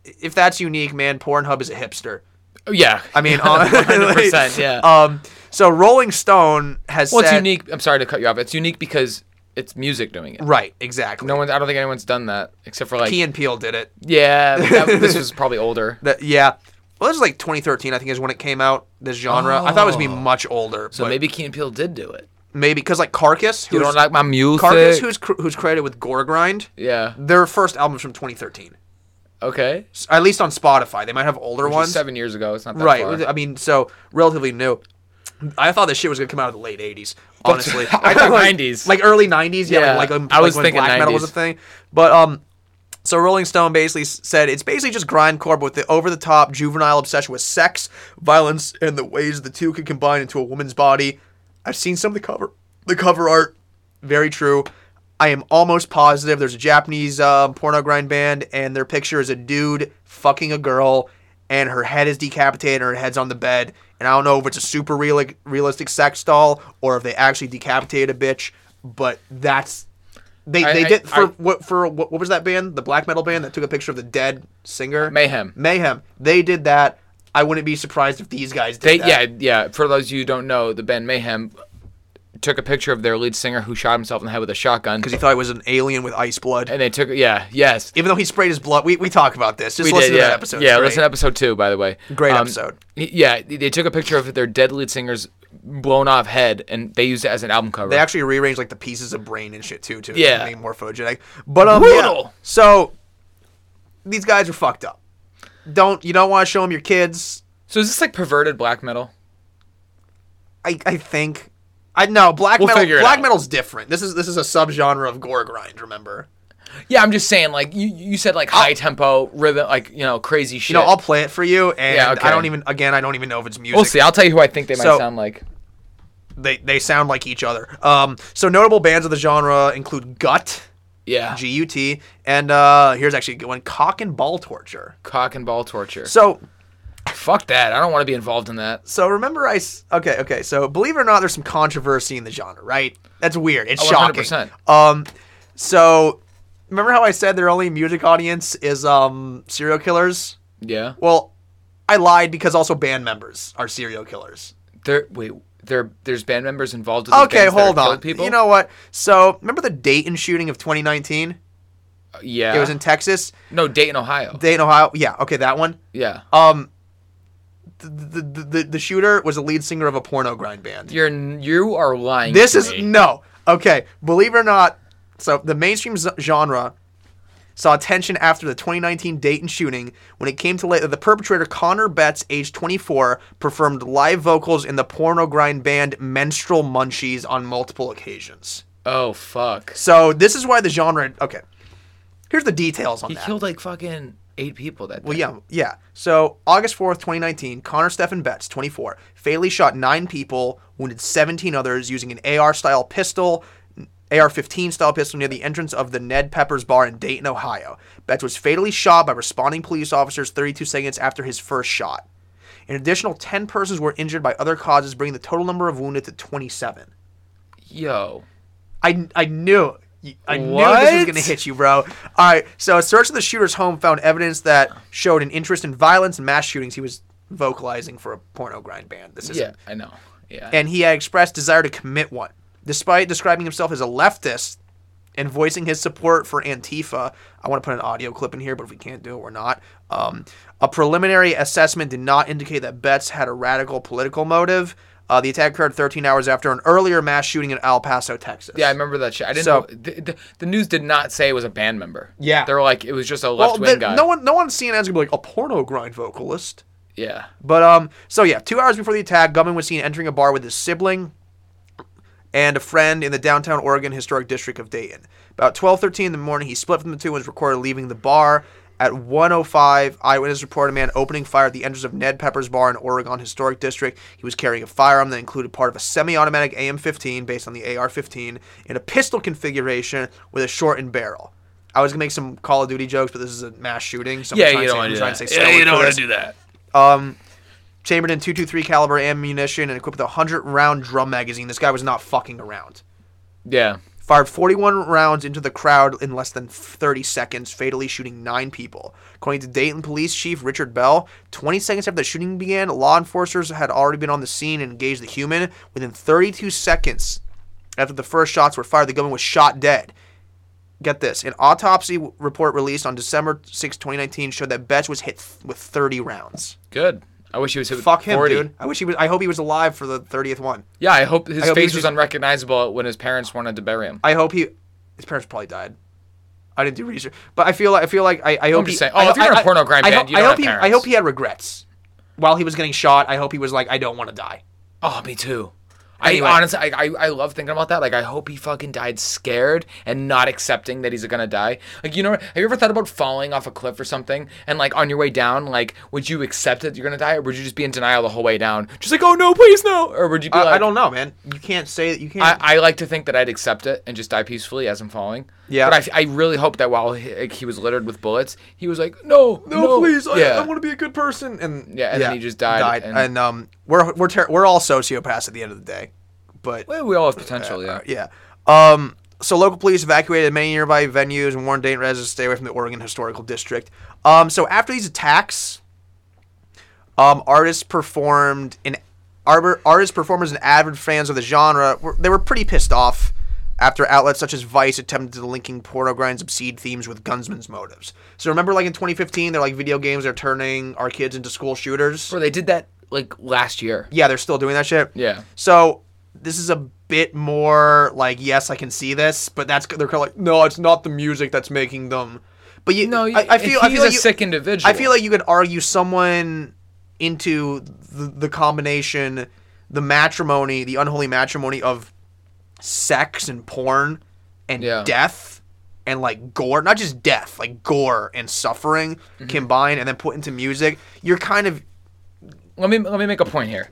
Speaker 1: If that's unique, man, Pornhub is a hipster.
Speaker 2: Oh, Yeah.
Speaker 1: I
Speaker 2: [LAUGHS]
Speaker 1: mean, [LAUGHS] on,
Speaker 2: 100%, yeah.
Speaker 1: Um, so Rolling Stone has
Speaker 2: well, it's
Speaker 1: said
Speaker 2: unique. I'm sorry to cut you off. It's unique because it's music doing it.
Speaker 1: right, exactly.
Speaker 2: No one. I don't think anyone's done that except for like.
Speaker 1: Key and Peele did it.
Speaker 2: yeah. but that-
Speaker 1: [LAUGHS]
Speaker 2: this was probably older.
Speaker 1: That yeah. Well, this is
Speaker 2: Oh.
Speaker 1: like 2013, I think, is when it came out. This genre. I thought it was gonna be much older.
Speaker 2: So maybe Key and Peele did do it.
Speaker 1: maybe because like Carcass,
Speaker 2: You
Speaker 1: who's
Speaker 2: don't like my music?
Speaker 1: Carcass, who's cr- who's credited with Gore Grind,
Speaker 2: yeah.
Speaker 1: their first album's from 2013,
Speaker 2: Okay.
Speaker 1: S- at least on Spotify. They might have older
Speaker 2: Which is
Speaker 1: ones,
Speaker 2: seven years ago. It's not that
Speaker 1: right?
Speaker 2: far.
Speaker 1: I mean, so relatively new. I thought this shit was gonna come out of the late 80s. Honestly,
Speaker 2: [LAUGHS] I
Speaker 1: [LAUGHS]
Speaker 2: thought
Speaker 1: like-
Speaker 2: 90s.
Speaker 1: like early 90s. Yeah,
Speaker 2: Yeah,
Speaker 1: like, like, um,
Speaker 2: I was
Speaker 1: like when
Speaker 2: thinking
Speaker 1: black metal was a
Speaker 2: 90s.
Speaker 1: thing. But um, so Rolling Stone basically s- said it's basically just grindcore, but with the over the top juvenile obsession with sex, violence, and the ways the two can combine into a woman's body. I've seen some of the cover, the cover art, very true. I am almost positive there's a Japanese um, porno grind band, and their picture is a dude fucking a girl, and her head is decapitated, and her head's on the bed. And I don't know if it's a super real, realistic sex doll or if they actually decapitated a bitch, but that's they,
Speaker 2: I-
Speaker 1: they
Speaker 2: I-
Speaker 1: did for
Speaker 2: I-
Speaker 1: what for what, what was that band? The black metal band that took a picture of the dead singer.
Speaker 2: Mayhem.
Speaker 1: Mayhem. They did that. I wouldn't be surprised if these guys
Speaker 2: They,
Speaker 1: did that.
Speaker 2: yeah, yeah. For those of you who don't know, the band Mayhem took a picture of their lead singer who shot himself in the head with a shotgun.
Speaker 1: because he thought he was an alien with ice blood.
Speaker 2: And they took, yeah, yes.
Speaker 1: Even though he sprayed his blood, we, we talk about this. Just
Speaker 2: We
Speaker 1: listen
Speaker 2: did,
Speaker 1: to
Speaker 2: yeah.
Speaker 1: that episode.
Speaker 2: Yeah,
Speaker 1: It's great.
Speaker 2: listen to episode two, by the way.
Speaker 1: Great episode.
Speaker 2: y- Yeah, they they took a picture of their dead lead singer's blown off head and they used it as an album cover.
Speaker 1: They actually rearranged like the pieces of brain and shit too to
Speaker 2: Yeah.
Speaker 1: make it more photogenic. But um, yeah.
Speaker 2: Brutal.
Speaker 1: So these guys are fucked up. Don't you don't want to show them your kids?
Speaker 2: so is this like perverted black metal?
Speaker 1: I I think I know black
Speaker 2: We'll figure
Speaker 1: metal.
Speaker 2: it
Speaker 1: Black
Speaker 2: out.
Speaker 1: metal's different. This is this is a subgenre of gore grind. Remember.
Speaker 2: Yeah, I'm just saying, like you, you said, like high tempo rhythm, like you know, crazy shit.
Speaker 1: You know, I'll play it for you, and
Speaker 2: Yeah, okay.
Speaker 1: I don't even. Again, I don't even know if it's music.
Speaker 2: we'll see. I'll tell you who I think they might
Speaker 1: So-
Speaker 2: sound like.
Speaker 1: They they sound like each other. Um, so notable bands of the genre include Gut,
Speaker 2: Yeah,
Speaker 1: G U T, and uh, here's actually a good one: Cock and Ball Torture.
Speaker 2: cock and ball torture.
Speaker 1: So
Speaker 2: Fuck that. I don't want to be involved in that.
Speaker 1: so remember I s- okay okay. So believe it or not, there's some controversy in the genre, right? That's weird. It's
Speaker 2: Oh,
Speaker 1: shocking.
Speaker 2: 100%.
Speaker 1: Um, so remember how I said their only music audience is um serial killers?
Speaker 2: Yeah.
Speaker 1: Well, I lied because also band members are serial killers.
Speaker 2: There. Wait. There. There's band members involved. In
Speaker 1: Okay, hold on.
Speaker 2: People.
Speaker 1: You know what? So remember the Dayton shooting of 2019?
Speaker 2: Yeah.
Speaker 1: It was in Texas,
Speaker 2: no Dayton, Ohio.
Speaker 1: Dayton, Ohio. Yeah, okay, that one.
Speaker 2: yeah.
Speaker 1: Um, the the, the, the, the shooter was the lead singer of a porno grind band.
Speaker 2: You're. n- You are lying.
Speaker 1: this
Speaker 2: to
Speaker 1: is
Speaker 2: me.
Speaker 1: no okay. Believe it or not, so the mainstream z- genre saw attention after the 2019 Dayton shooting when it came to light that the perpetrator Connor Betts, age 24, performed live vocals in the porno grind band Menstrual Munchies on multiple occasions.
Speaker 2: Oh fuck.
Speaker 1: So this is why the genre. Okay, here's the details on
Speaker 2: He
Speaker 1: that.
Speaker 2: killed like fucking eight people that.
Speaker 1: well,
Speaker 2: day.
Speaker 1: yeah, yeah. So August fourth, twenty nineteen, Connor Stephen Betts, twenty four, fatally shot nine people, wounded seventeen others using an AR style pistol. AR-15 style pistol near the entrance of the Ned Pepper's bar in Dayton, Ohio. Betts was fatally shot by responding police officers 32 seconds after his first shot. An additional 10 persons were injured by other causes, bringing the total number of wounded to 27.
Speaker 2: Yo.
Speaker 1: I, I knew I knew this was
Speaker 2: What?
Speaker 1: gonna hit you, bro. All right, so a search of the shooter's home found evidence that showed an interest in violence and mass shootings. He was vocalizing for a porno grind band. This is
Speaker 2: Yeah. I know. Yeah.
Speaker 1: and he had expressed desire to commit one. Despite describing himself as a leftist and voicing his support for Antifa, I want to put an audio clip in here, but if we can't do it, we're not. Um, a preliminary assessment did not indicate that Betts had a radical political motive. Uh, the attack occurred 13 hours after an earlier mass shooting in El Paso, Texas.
Speaker 2: yeah, I remember that shit. I didn't
Speaker 1: So-
Speaker 2: know. The, the, the news did not say it was a band member.
Speaker 1: Yeah.
Speaker 2: They were like, it was just a
Speaker 1: well,
Speaker 2: left wing
Speaker 1: the,
Speaker 2: guy.
Speaker 1: no one, no one on CNN's gonna be like a porno grind vocalist.
Speaker 2: yeah.
Speaker 1: But um, so yeah, two hours before the attack, Gumman was seen entering a bar with his sibling and a friend in the downtown Oregon historic district of Dayton. About 12:13 in the morning, he split from the two and was recorded leaving the bar. At 1:05, eyewitness reported a man opening fire at the entrance of Ned Pepper's bar in Oregon historic district. He was carrying a firearm that included part of a semi-automatic AM-15 based on the AR-15 in a pistol configuration with a shortened barrel. I was gonna make some Call of Duty jokes, but this is a mass shooting. So I'm
Speaker 2: Yeah,
Speaker 1: trying
Speaker 2: you
Speaker 1: say-
Speaker 2: don't
Speaker 1: I'm
Speaker 2: want to do
Speaker 1: trying
Speaker 2: that.
Speaker 1: say
Speaker 2: yeah,
Speaker 1: stealth
Speaker 2: you don't want
Speaker 1: first
Speaker 2: to do that.
Speaker 1: chambered in 223 caliber ammunition and equipped with a 100 round drum magazine. This guy was not fucking around.
Speaker 2: Yeah.
Speaker 1: Fired 41 rounds into the crowd in less than 30 seconds, fatally shooting nine people. According to Dayton Police Chief Richard Bell, 20 seconds after the shooting began, law enforcers had already been on the scene and engaged the human. Within 32 seconds after the first shots were fired, the gunman was shot dead get this an autopsy w- report released on december 6 2019 showed that betts was hit th- with 30 rounds
Speaker 2: Good. I wish he was hit with
Speaker 1: Fuck him,
Speaker 2: 40.
Speaker 1: dude. I wish he was. I hope he was alive for the thirtieth one.
Speaker 2: Yeah, I hope his
Speaker 1: I hope
Speaker 2: face
Speaker 1: he's
Speaker 2: was
Speaker 1: just-
Speaker 2: unrecognizable when his parents wanted to bury him.
Speaker 1: I hope he. His parents probably died. I didn't do research, but I feel like I feel like I. I hope
Speaker 2: just
Speaker 1: he,
Speaker 2: saying- oh,
Speaker 1: I,
Speaker 2: if you're
Speaker 1: I-
Speaker 2: in a
Speaker 1: I-
Speaker 2: porno crime
Speaker 1: I
Speaker 2: band,
Speaker 1: hope-
Speaker 2: you don't
Speaker 1: I hope
Speaker 2: have
Speaker 1: he, I
Speaker 2: parents.
Speaker 1: hope he had regrets while he was getting shot. I hope he was like, I don't want to die.
Speaker 2: Oh, me too. I
Speaker 1: Anyway.
Speaker 2: honestly, I, I, I love thinking about that. Like, I hope he fucking died scared and not accepting that he's gonna die. Like, you know, have you ever thought about falling off a cliff or something? And like on your way down, like, would you accept that you're gonna die, or would you just be in denial the whole way down? Just like, oh no, please no, or would you be
Speaker 1: I,
Speaker 2: like,
Speaker 1: I don't know, man. You can't say that. You can't.
Speaker 2: Uh, I, I like to think that I'd accept it and just die peacefully as I'm falling.
Speaker 1: Yeah.
Speaker 2: But I f- I, really hope that while he, like, he was littered with bullets, he was like, no, no,
Speaker 1: no, please, I,
Speaker 2: yeah.
Speaker 1: I want to be a good person. And
Speaker 2: Yeah, and then he just died,
Speaker 1: And,
Speaker 2: and-
Speaker 1: um, we're we're ter- we're all sociopaths at the end of the day, but
Speaker 2: Well, we all have potential, yeah.
Speaker 1: yeah. Um, so local police evacuated many nearby venues and warned Dayton residents to stay away from the Oregon Historical District. Um, so after these attacks, um, artists performed in arbor, artists, performers, and avid fans of the genre were, they were pretty pissed off after outlets such as Vice attempted to linking porno grind's obscene themes with gunsmen's motives. So remember, like in 2015, they're like video games are turning our kids into school shooters.
Speaker 2: Bro, they did that like last year.
Speaker 1: Yeah, they're still doing that shit.
Speaker 2: Yeah.
Speaker 1: So this is a bit more like yes, I can see this, but that's they're kind of like no, it's not the music that's making them. But you
Speaker 2: No,
Speaker 1: know, I, I feel I
Speaker 2: he's
Speaker 1: feel
Speaker 2: a
Speaker 1: like you,
Speaker 2: sick individual.
Speaker 1: I feel like you could argue someone into the, the combination, the matrimony, the unholy matrimony of sex and porn and
Speaker 2: Yeah.
Speaker 1: death and like gore, not just death, like gore and suffering
Speaker 2: Mm-hmm.
Speaker 1: combined and then put into music. You're kind of
Speaker 2: let me let me make a point here.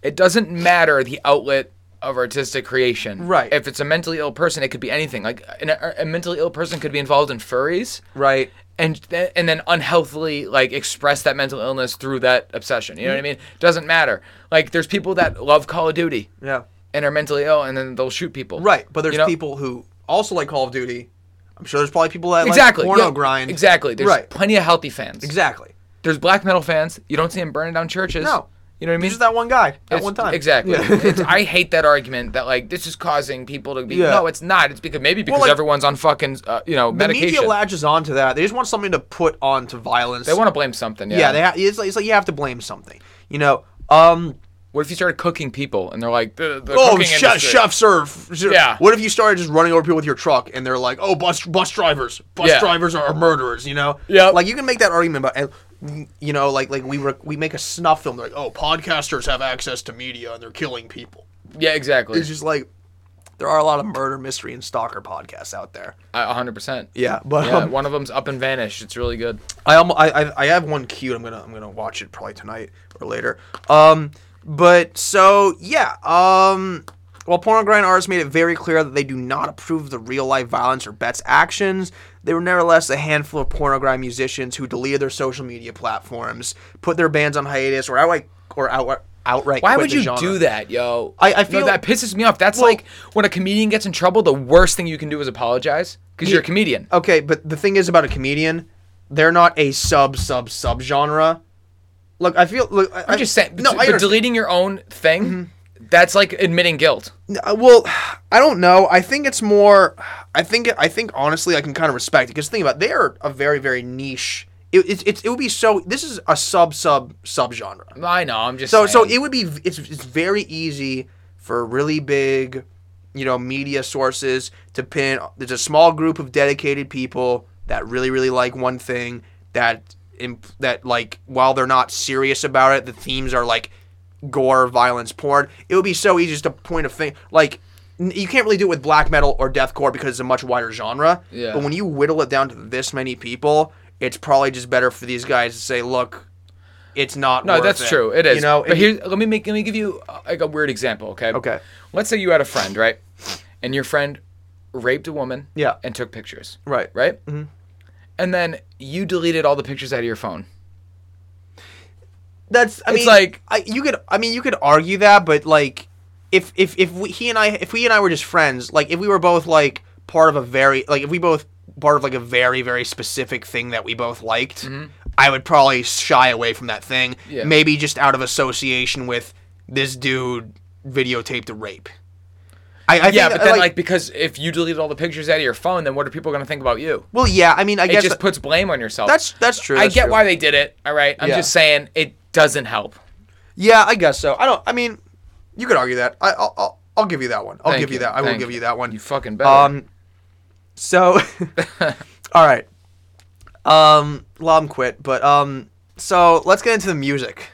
Speaker 2: It doesn't matter the outlet of artistic creation.
Speaker 1: Right.
Speaker 2: If it's a mentally ill person, it could be anything. Like an, a, a mentally ill person could be involved in furries.
Speaker 1: right.
Speaker 2: And th- and then unhealthily like express that mental illness through that obsession. You know what
Speaker 1: Mm.
Speaker 2: I mean? Doesn't matter. Like there's people that love Call of Duty.
Speaker 1: Yeah.
Speaker 2: And are mentally ill, and then they'll shoot people.
Speaker 1: Right, but there's
Speaker 2: You know?
Speaker 1: people who also like Call of Duty. I'm sure there's probably people that
Speaker 2: Exactly.
Speaker 1: like porno
Speaker 2: yeah,
Speaker 1: grind.
Speaker 2: Exactly. There's
Speaker 1: Right.
Speaker 2: plenty of healthy fans.
Speaker 1: Exactly.
Speaker 2: There's black metal fans. You don't see them burning down churches.
Speaker 1: No.
Speaker 2: You know what I mean?
Speaker 1: Just that one guy at
Speaker 2: It's-
Speaker 1: one time.
Speaker 2: Exactly.
Speaker 1: Yeah.
Speaker 2: it's, I hate that argument that like this is causing people to be.
Speaker 1: Yeah.
Speaker 2: No, it's not. It's because maybe because
Speaker 1: like,
Speaker 2: everyone's on fucking uh, you know
Speaker 1: The media
Speaker 2: medication.
Speaker 1: latches onto that. They just want something to put onto violence.
Speaker 2: they want to blame something. Yeah.
Speaker 1: yeah. they ha- it's, like, it's like you have to blame something. You know. Um.
Speaker 2: what if you started cooking people and they're like the, the
Speaker 1: Oh,
Speaker 2: cooking
Speaker 1: chef,
Speaker 2: industry.
Speaker 1: chef, serve.
Speaker 2: Yeah.
Speaker 1: What if you started just running over people with your truck, and they're like, "Oh, bus, bus drivers, bus
Speaker 2: Yeah.
Speaker 1: drivers are murderers," you know?
Speaker 2: Yep.
Speaker 1: Like you can make that argument, but and, you know, like like we rec- we make a snuff film, they're like, "Oh, podcasters have access to media, and they're killing people."
Speaker 2: Yeah, exactly.
Speaker 1: It's just like there are a lot of murder, mystery, and stalker podcasts out there.
Speaker 2: A hundred percent.
Speaker 1: Yeah, but
Speaker 2: Yeah,
Speaker 1: um,
Speaker 2: one of them's up and vanished. It's really good.
Speaker 1: I, almo- I I I have one queued. I'm gonna I'm gonna watch it probably tonight or later. Um, but so yeah. Um, while porno grind artists made it very clear that they do not approve of the real life violence or Bet's actions, they were nevertheless a handful of porno grind musicians who deleted their social media platforms, put their bands on hiatus, or outright or outright outright.
Speaker 2: Why
Speaker 1: quit
Speaker 2: would
Speaker 1: the
Speaker 2: you
Speaker 1: genre.
Speaker 2: do that, yo?
Speaker 1: I- I
Speaker 2: No,
Speaker 1: feel-
Speaker 2: that pisses me off. That's
Speaker 1: Well-
Speaker 2: like when a comedian gets in trouble. The worst thing you can do is apologize because you're a comedian.
Speaker 1: Okay, but the thing is about a comedian, they're not a sub sub sub genre. Look, I feel. Look, I,
Speaker 2: I'm just saying.
Speaker 1: No,
Speaker 2: but
Speaker 1: I understand. Mm-hmm.
Speaker 2: deleting your own thing. That's like admitting guilt.
Speaker 1: Uh, Well, I don't know. I think it's more. I think. I think honestly, I can kind of respect it because think about it, they are a very very niche. It, it's it's it would be so. This is a sub sub sub genre.
Speaker 2: I know. I'm just
Speaker 1: So so
Speaker 2: saying.
Speaker 1: it would be it's it's very easy for really big, you know, media sources to pin. There's a small group of dedicated people that really really like one thing that imp- that like while they're not serious about it, the themes are like gore, violence, porn. It would be so easy just to point a thing like. n- You can't really do it with black metal or deathcore because it's a much wider genre.
Speaker 2: Yeah.
Speaker 1: But when you whittle it down to this many people, it's probably just better for these guys to say, "Look, it's not."
Speaker 2: No,
Speaker 1: worth
Speaker 2: that's
Speaker 1: it.
Speaker 2: true. It is.
Speaker 1: You know,
Speaker 2: but
Speaker 1: if-
Speaker 2: here, let me make let me give you uh, like a weird example. Okay.
Speaker 1: Okay.
Speaker 2: Let's say you had a friend, right? And your friend raped a woman.
Speaker 1: Yeah.
Speaker 2: And took pictures.
Speaker 1: Right.
Speaker 2: Right. Mm-hmm. And then you deleted all the pictures out of your phone.
Speaker 1: That's. I
Speaker 2: It's
Speaker 1: mean,
Speaker 2: like-
Speaker 1: I, you could. I mean, you could argue that, but like, if if if we, he and I, if we and I were just friends, like if we were both like part of a very, like if we both part of like a very very specific thing that we both liked, I would probably shy away from that thing.
Speaker 2: Mm-hmm. Yeah.
Speaker 1: Maybe just out of association with this dude videotaped a rape. I, I
Speaker 2: Yeah,
Speaker 1: think,
Speaker 2: but then
Speaker 1: like,
Speaker 2: like, because if you deleted all the pictures out of your phone, then what are people gonna think about you?
Speaker 1: well, yeah. I mean, I
Speaker 2: It
Speaker 1: guess
Speaker 2: just puts blame on yourself.
Speaker 1: that's that's true.
Speaker 2: I
Speaker 1: that's
Speaker 2: get
Speaker 1: true.
Speaker 2: why they did it. All right. I'm
Speaker 1: Yeah.
Speaker 2: just saying it doesn't help.
Speaker 1: Yeah, I guess so. I don't. I mean, you could argue that. I, I'll, I'll, I'll give you that one. I'll
Speaker 2: Thank
Speaker 1: give you, that. I will
Speaker 2: Thank
Speaker 1: give you that one.
Speaker 2: You fucking better.
Speaker 1: Um, so, [LAUGHS] all right. Um, Lom quit, but um, so let's get into the music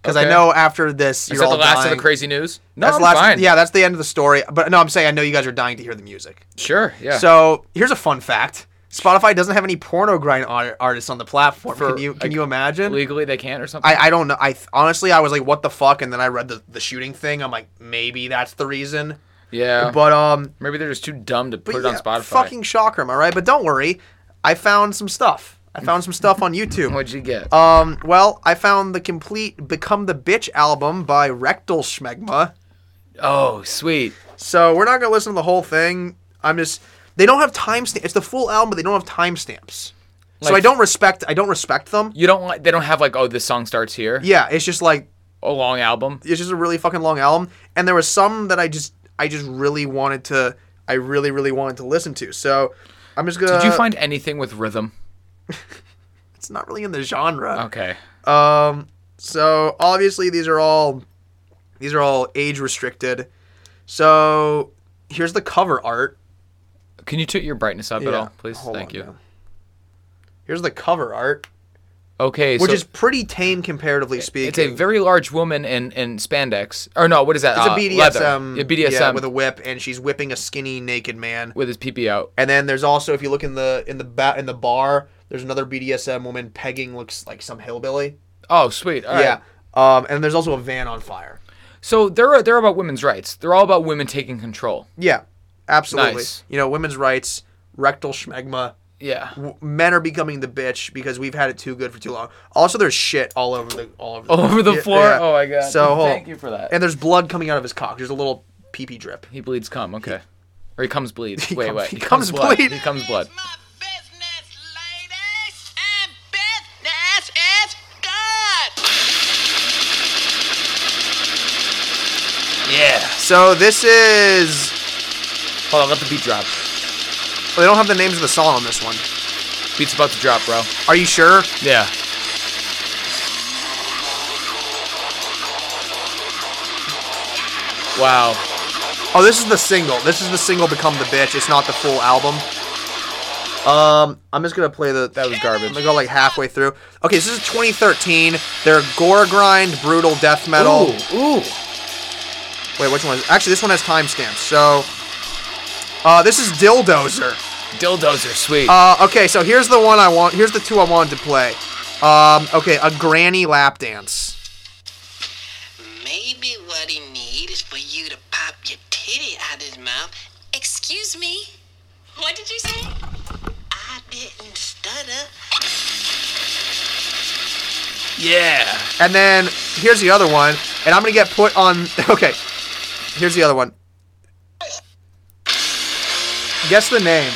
Speaker 1: because I
Speaker 2: Okay.
Speaker 1: know after this you're
Speaker 2: Is that
Speaker 1: all
Speaker 2: the last
Speaker 1: dying.
Speaker 2: of the crazy news? No,
Speaker 1: That's
Speaker 2: I'm
Speaker 1: the last.
Speaker 2: fine.
Speaker 1: Yeah, that's the end of the story. But no, I'm saying I know you guys are dying to hear the music.
Speaker 2: Sure. Yeah.
Speaker 1: So here's a fun fact: Spotify doesn't have any porno grind ar- artists on the platform.
Speaker 2: For,
Speaker 1: can you can
Speaker 2: like,
Speaker 1: you imagine?
Speaker 2: legally they can't or something.
Speaker 1: I, I don't know. I th- honestly I was like, what the fuck? And then I read the, the shooting thing. I'm like, maybe that's the reason.
Speaker 2: yeah.
Speaker 1: But um,
Speaker 2: Maybe they're just too dumb to put
Speaker 1: but
Speaker 2: it on
Speaker 1: yeah,
Speaker 2: Spotify.
Speaker 1: Fucking shocker, am I right? But don't worry, I found some stuff. I found some stuff on YouTube.
Speaker 2: What'd you get?
Speaker 1: Um, well, I found the complete "Become the Bitch" album by Rectal Schmegma.
Speaker 2: oh, sweet.
Speaker 1: So we're not gonna listen to the whole thing. I'm just they don't have timestamps. It's the full album, but they don't have timestamps. so
Speaker 2: Like-
Speaker 1: I don't respect. I don't respect them.
Speaker 2: You don't like? They don't have like, oh, this song starts here.
Speaker 1: Yeah, it's just like
Speaker 2: A long album.
Speaker 1: it's just a really fucking long album and there was some that i just i just really wanted to i really really wanted to listen to so i'm just gonna
Speaker 2: Did you find anything with rhythm?
Speaker 1: it's not really in the genre
Speaker 2: Okay.
Speaker 1: um so obviously these are all these are all age restricted so here's the cover art
Speaker 2: Can you turn your brightness up at
Speaker 1: Yeah.
Speaker 2: all, please?
Speaker 1: Hold
Speaker 2: Thank
Speaker 1: on
Speaker 2: you.
Speaker 1: now. here's the cover art
Speaker 2: Okay.
Speaker 1: which
Speaker 2: so
Speaker 1: is pretty tame comparatively speaking
Speaker 2: it's a very large woman in in spandex. Or no, what is that?
Speaker 1: it's a
Speaker 2: Uh, leather.
Speaker 1: BDSM,
Speaker 2: Yeah, BDSM
Speaker 1: yeah,
Speaker 2: with,
Speaker 1: with a whip, and she's whipping a skinny naked man.
Speaker 2: his peepee out.
Speaker 1: And then there's also if you look in the in the ba- in the bar, there's another BDSM woman pegging looks like some hillbilly.
Speaker 2: Oh, sweet. All right.
Speaker 1: yeah. Um, and there's also a van on fire.
Speaker 2: So they're they're about women's rights. They're all about women taking control.
Speaker 1: Yeah. Absolutely.
Speaker 2: Nice.
Speaker 1: You know, women's rights, rectal schmegma.
Speaker 2: Yeah. [LAUGHS]
Speaker 1: W- men are becoming the bitch because we've had it too good for too long. Also, there's shit all over the all over the,
Speaker 2: All over the
Speaker 1: [LAUGHS] Yeah,
Speaker 2: floor.
Speaker 1: yeah.
Speaker 2: Oh my god.
Speaker 1: So hold-
Speaker 2: thank you for that.
Speaker 1: And there's blood coming out of his cock. There's a little pee pee drip.
Speaker 2: He bleeds cum, okay. Or he comes bleed. wait,
Speaker 1: comes-
Speaker 2: wait.
Speaker 1: [LAUGHS] he comes
Speaker 2: blood.
Speaker 1: bleed.
Speaker 2: He comes blood.
Speaker 3: It's my business, ladies, and business is good.
Speaker 2: Yeah.
Speaker 1: So this is
Speaker 2: Hold on, let the beat drop.
Speaker 1: they don't have the names of the song on this one.
Speaker 2: Beat's about to drop, bro.
Speaker 1: Are you sure?
Speaker 2: Yeah. Wow.
Speaker 1: Oh, this is the single. This is the single "Become the Bitch." It's not the full album. Um, I'm just gonna play the. That was garbage. I'm gonna go like halfway through. Okay, so this is 2013. They're gore grind, brutal death metal.
Speaker 2: Ooh.
Speaker 1: Wait, which one? Is, actually, this one has timestamps. So, uh, this is Dildozer.
Speaker 2: Dildos are sweet.
Speaker 1: Uh, okay, so here's the one I want. Here's the two I wanted to play. Um, okay, a granny lap dance.
Speaker 3: Maybe what he need is for you to pop your titty out his mouth.
Speaker 4: Excuse me. What did you say?
Speaker 3: I didn't stutter.
Speaker 2: yeah.
Speaker 1: And then here's the other one, and I'm gonna get put on. [LAUGHS] Okay, here's the other one. Guess the name.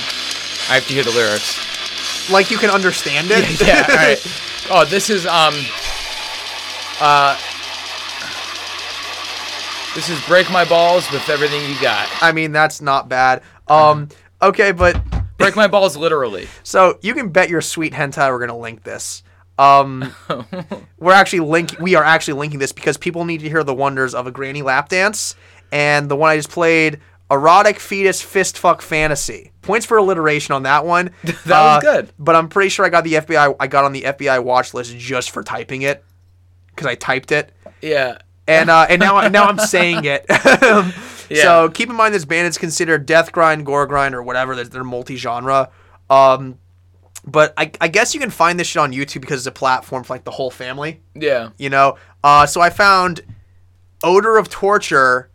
Speaker 2: I have to hear the lyrics.
Speaker 1: Like you can understand it.
Speaker 2: [LAUGHS] yeah, all right. Oh, this is um uh This is break my balls with everything you got.
Speaker 1: [LAUGHS] I mean, that's not bad. Um, okay, but
Speaker 2: Break my balls literally.
Speaker 1: so you can bet your sweet hentai we're gonna link this.
Speaker 2: [LAUGHS]
Speaker 1: Um, we're actually link. We are actually linking this because people need to hear the wonders of a granny lap dance and the one I just played, erotic fetus fist fuck fantasy. Points for alliteration on that
Speaker 2: [LAUGHS]
Speaker 1: one. that
Speaker 2: was good.
Speaker 1: But I'm pretty sure I got the FBI. I got on the FBI watch list just for typing it because I typed it.
Speaker 2: Yeah.
Speaker 1: and uh, and now now I'm saying it. [LAUGHS]
Speaker 2: Yeah.
Speaker 1: So keep in mind this band is considered death grind, gore grind, or whatever. They're, they're multi-genre. Um, but I, I guess you can find this shit on YouTube because it's a platform for like the whole family.
Speaker 2: Yeah.
Speaker 1: You know. Uh, so I found "Odor of Torture,"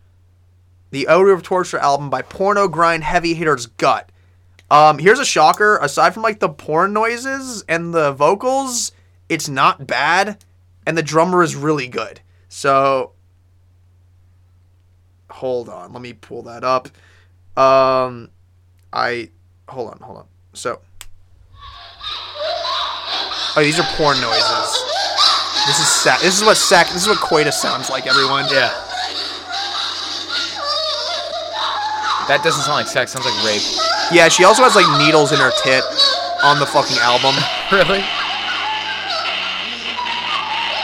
Speaker 1: the "Odor of Torture" album by Porno Grind Heavy Hitters Gut. Um, here's a shocker. Aside from like the porn noises and the vocals, it's not bad, and the drummer is really good. So, hold on, let me pull that up. Um, I hold on, hold on. So, oh, these are porn noises. This is sac. This is what sac. This is what coitus sounds like. Everyone.
Speaker 2: Yeah. That doesn't sound like sex, sounds like rape. [LAUGHS]
Speaker 1: Yeah. She also has like needles in her tit on the fucking album.
Speaker 2: Really?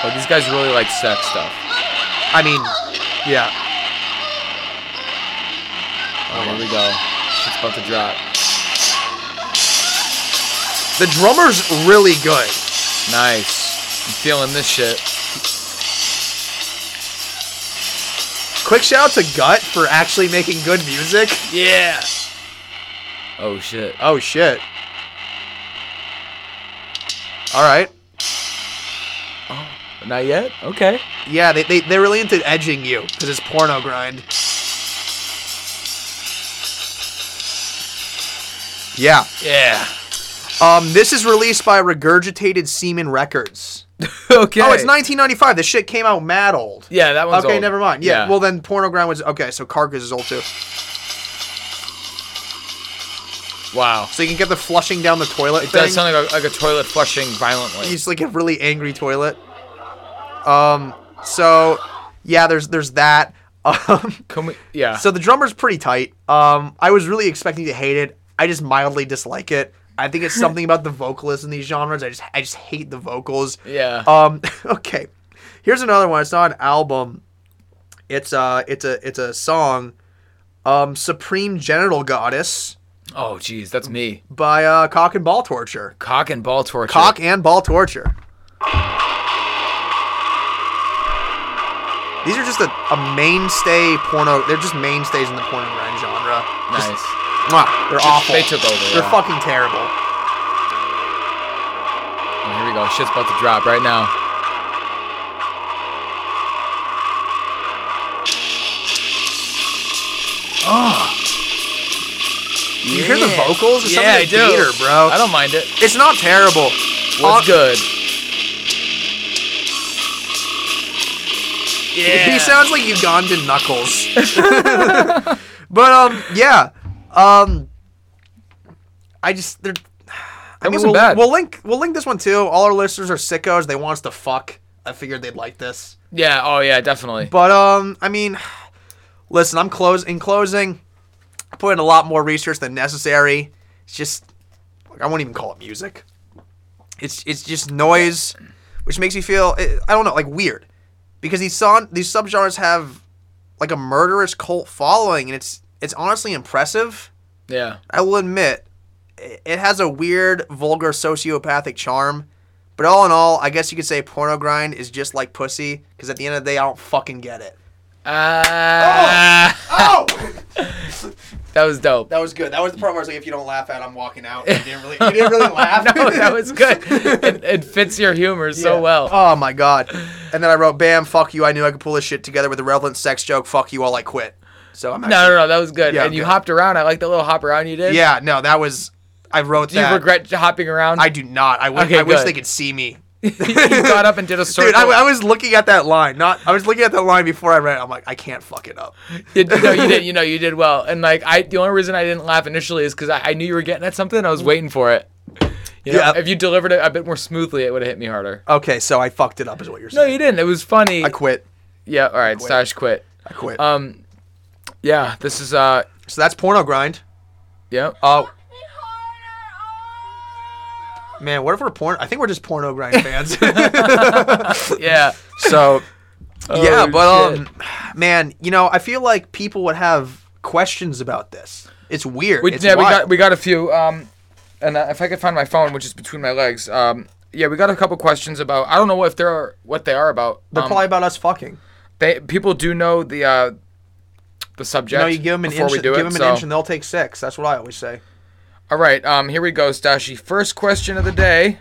Speaker 2: But these guys really like sex stuff.
Speaker 1: I mean, yeah.
Speaker 2: Oh, here we go. It's about to drop.
Speaker 1: The drummer's really good.
Speaker 2: Nice. I'm feeling this shit.
Speaker 1: Quick shout out to Gut for actually making good music.
Speaker 2: Yeah. Oh shit.
Speaker 1: Oh shit. All right.
Speaker 2: Uh, Not yet. Okay.
Speaker 1: Yeah, they, they they're really into edging you because it's porno grind. Yeah.
Speaker 2: Yeah.
Speaker 1: Um, this is released by Regurgitated Semen Records.
Speaker 2: [LAUGHS] okay.
Speaker 1: Oh, it's 1995. This shit came out mad old.
Speaker 2: Yeah, that one's
Speaker 1: okay,
Speaker 2: old.
Speaker 1: never mind. Yeah, Well, then Pornogram was okay. So Carcass is old too.
Speaker 2: wow.
Speaker 1: So you can get the flushing down the toilet.
Speaker 2: It does
Speaker 1: thing.
Speaker 2: sound like a, like a toilet flushing violently.
Speaker 1: He's like a really angry toilet. Um. So, yeah. There's there's that. [LAUGHS] Um.
Speaker 2: Can we? Yeah.
Speaker 1: So the drummer's pretty tight. Um. I was really expecting to hate it. I just mildly dislike it. I think
Speaker 2: [LAUGHS]
Speaker 1: it's something about the vocalists in these genres. I just I just hate the vocals.
Speaker 2: yeah.
Speaker 1: Um. [LAUGHS] Okay. Here's another one. It's not an album. It's uh. It's a it's a song. Um. Supreme Genital Goddess
Speaker 2: oh jeez, that's me.
Speaker 1: by uh, Cock and Ball Torture.
Speaker 2: Cock and ball torture.
Speaker 1: Cock and ball torture. These are just a, a mainstay porno. They're just mainstays in the porno grind genre. Just-
Speaker 2: Nice.
Speaker 1: mwah, they're
Speaker 2: Just-
Speaker 1: awful.
Speaker 2: they took over,
Speaker 1: They're
Speaker 2: yeah.
Speaker 1: fucking terrible.
Speaker 2: Oh, here we go. Shit's about to drop right now.
Speaker 1: Ah. You hear the
Speaker 2: Yeah.
Speaker 1: vocals? It's
Speaker 2: yeah, I
Speaker 1: something to
Speaker 2: do.
Speaker 1: theater, bro.
Speaker 2: I don't mind it.
Speaker 1: It's not terrible.
Speaker 2: What's
Speaker 1: Uh,
Speaker 2: good? Yeah.
Speaker 1: He sounds like Ugandan knuckles.
Speaker 2: [LAUGHS]
Speaker 1: [LAUGHS] but um, yeah, um, I just they're. I mean,
Speaker 2: wasn't
Speaker 1: we'll,
Speaker 2: bad.
Speaker 1: We'll link we'll link this one too. All our listeners are sickos. They want us to fuck. I figured they'd like this.
Speaker 2: Yeah. Oh yeah, definitely.
Speaker 1: But um, I mean, [SIGHS] listen, I'm close. In closing, I put in a lot more research than necessary. It's just, I won't even call it music. It's it's just noise, which makes me feel eh, I I don't know, like weird, because these son these subgenres have like a murderous cult following, and it's it's honestly impressive.
Speaker 2: Yeah.
Speaker 1: I will admit, i- it has a weird, vulgar, sociopathic charm. But all in all, I guess you could say porno grind is just like pussy, because at the end of the day, I don't fucking get it.
Speaker 2: Ah.
Speaker 1: Oh!
Speaker 2: That was
Speaker 1: [LAUGHS]
Speaker 2: dope.
Speaker 1: That was good. That was the part where I was like, if you don't laugh at, I'm walking out. You didn't really, you didn't
Speaker 2: [LAUGHS]
Speaker 1: really laugh.
Speaker 2: no, that
Speaker 1: [LAUGHS]
Speaker 2: was good. It, it fits your humor so
Speaker 1: Yeah.
Speaker 2: well.
Speaker 1: Oh my god. And then I wrote, "Bam, fuck you. I knew I could pull this shit together with a relevant sex joke. Fuck you all. I quit." So I'm.
Speaker 2: No, no, no, that was good.
Speaker 1: Yeah,
Speaker 2: and you
Speaker 1: good.
Speaker 2: hopped around. I like the little hop around you did.
Speaker 1: Yeah, no, that was. I wrote
Speaker 2: Do you
Speaker 1: that.
Speaker 2: regret hopping around?
Speaker 1: I do not. I, wish-
Speaker 2: Okay,
Speaker 1: I wish
Speaker 2: good.
Speaker 1: they could see me.
Speaker 2: you got up and did a circle.
Speaker 1: [LAUGHS] Dude, I, I was looking at that line. Not. I was looking at that line before I read. it. I'm like, I can't fuck it up.
Speaker 2: You- no, you did. You know, you did well. And like, I the only reason I didn't laugh initially is because I, I knew you were getting at something. and I was waiting for it. You know,
Speaker 1: Yeah.
Speaker 2: If you delivered it a bit more smoothly, it would have hit me harder.
Speaker 1: Okay, so I fucked it up, is what you're
Speaker 2: No,
Speaker 1: saying.
Speaker 2: you didn't. It was funny.
Speaker 1: I quit.
Speaker 2: yeah. All right. Stash quit.
Speaker 1: I quit.
Speaker 2: Um. Yeah. This is uh.
Speaker 1: so that's porno grind.
Speaker 2: Yeah.
Speaker 1: Uh, man, what if we're porn? I think we're just porno grind fans.
Speaker 2: [LAUGHS]
Speaker 1: [LAUGHS]
Speaker 2: Yeah.
Speaker 1: so [LAUGHS] yeah,
Speaker 2: Oh,
Speaker 1: but
Speaker 2: shit.
Speaker 1: um, man, you know, I feel like people would have questions about this. It's weird.
Speaker 2: We,
Speaker 1: it's
Speaker 2: yeah, we
Speaker 1: wild.
Speaker 2: got we got a few. Um, and uh, if I could find my phone, which is between my legs. Um, yeah, we got a couple questions about. I don't know if there are what they are about.
Speaker 1: They're
Speaker 2: Um,
Speaker 1: probably about us fucking.
Speaker 2: they people do know the uh, the subject.
Speaker 1: You know, you give them an
Speaker 2: before
Speaker 1: inch,
Speaker 2: we do
Speaker 1: give
Speaker 2: it.
Speaker 1: them an
Speaker 2: so.
Speaker 1: inch, and they'll take six. That's what I always say.
Speaker 2: All right. Um, here we go, Stashi. First question of the day.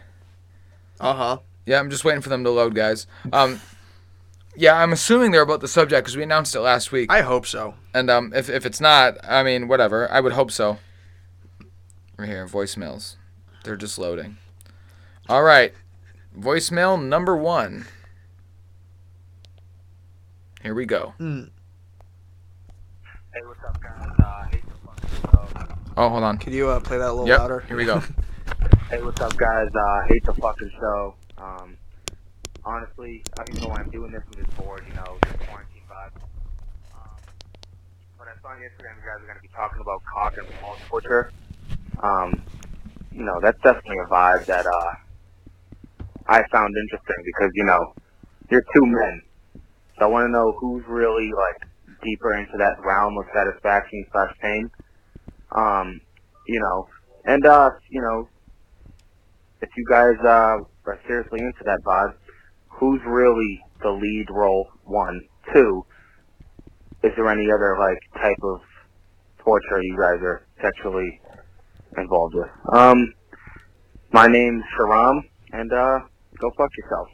Speaker 1: Uh huh.
Speaker 2: Yeah, I'm just waiting for them to load, guys. Um, yeah, I'm assuming they're about the subject because we announced it last week.
Speaker 1: I hope so.
Speaker 2: And um, if, if it's not, I mean, whatever. I would hope so. Right here, voicemails. They're just loading. All right. Voicemail number one. Here we go.
Speaker 1: Hmm.
Speaker 5: Hey, what's up, guys? Uh, um, hey, fucking
Speaker 2: Oh, hold on.
Speaker 1: Could you uh, play that a little
Speaker 2: Yep,
Speaker 1: louder? [LAUGHS]
Speaker 2: here we go.
Speaker 5: hey, what's up, guys? Uh, hate the fucking show. Um, honestly, I don't even know why I'm doing this. I'm just bored, you know, just quarantine vibes. Um, but I saw on Instagram you guys are going to be talking about cock and ball torture. Um, you know, that's definitely a vibe that uh, I found interesting because, you know, you're two men. So I want to know who's really like deeper into that realm of satisfaction slash pain. Um, you know, and uh, you know, if you guys uh, are seriously into that vibe, who's really the lead role? One, two. Is there any other like type of torture you guys are sexually involved with? Um, my name's Sharam, and uh, go fuck yourself.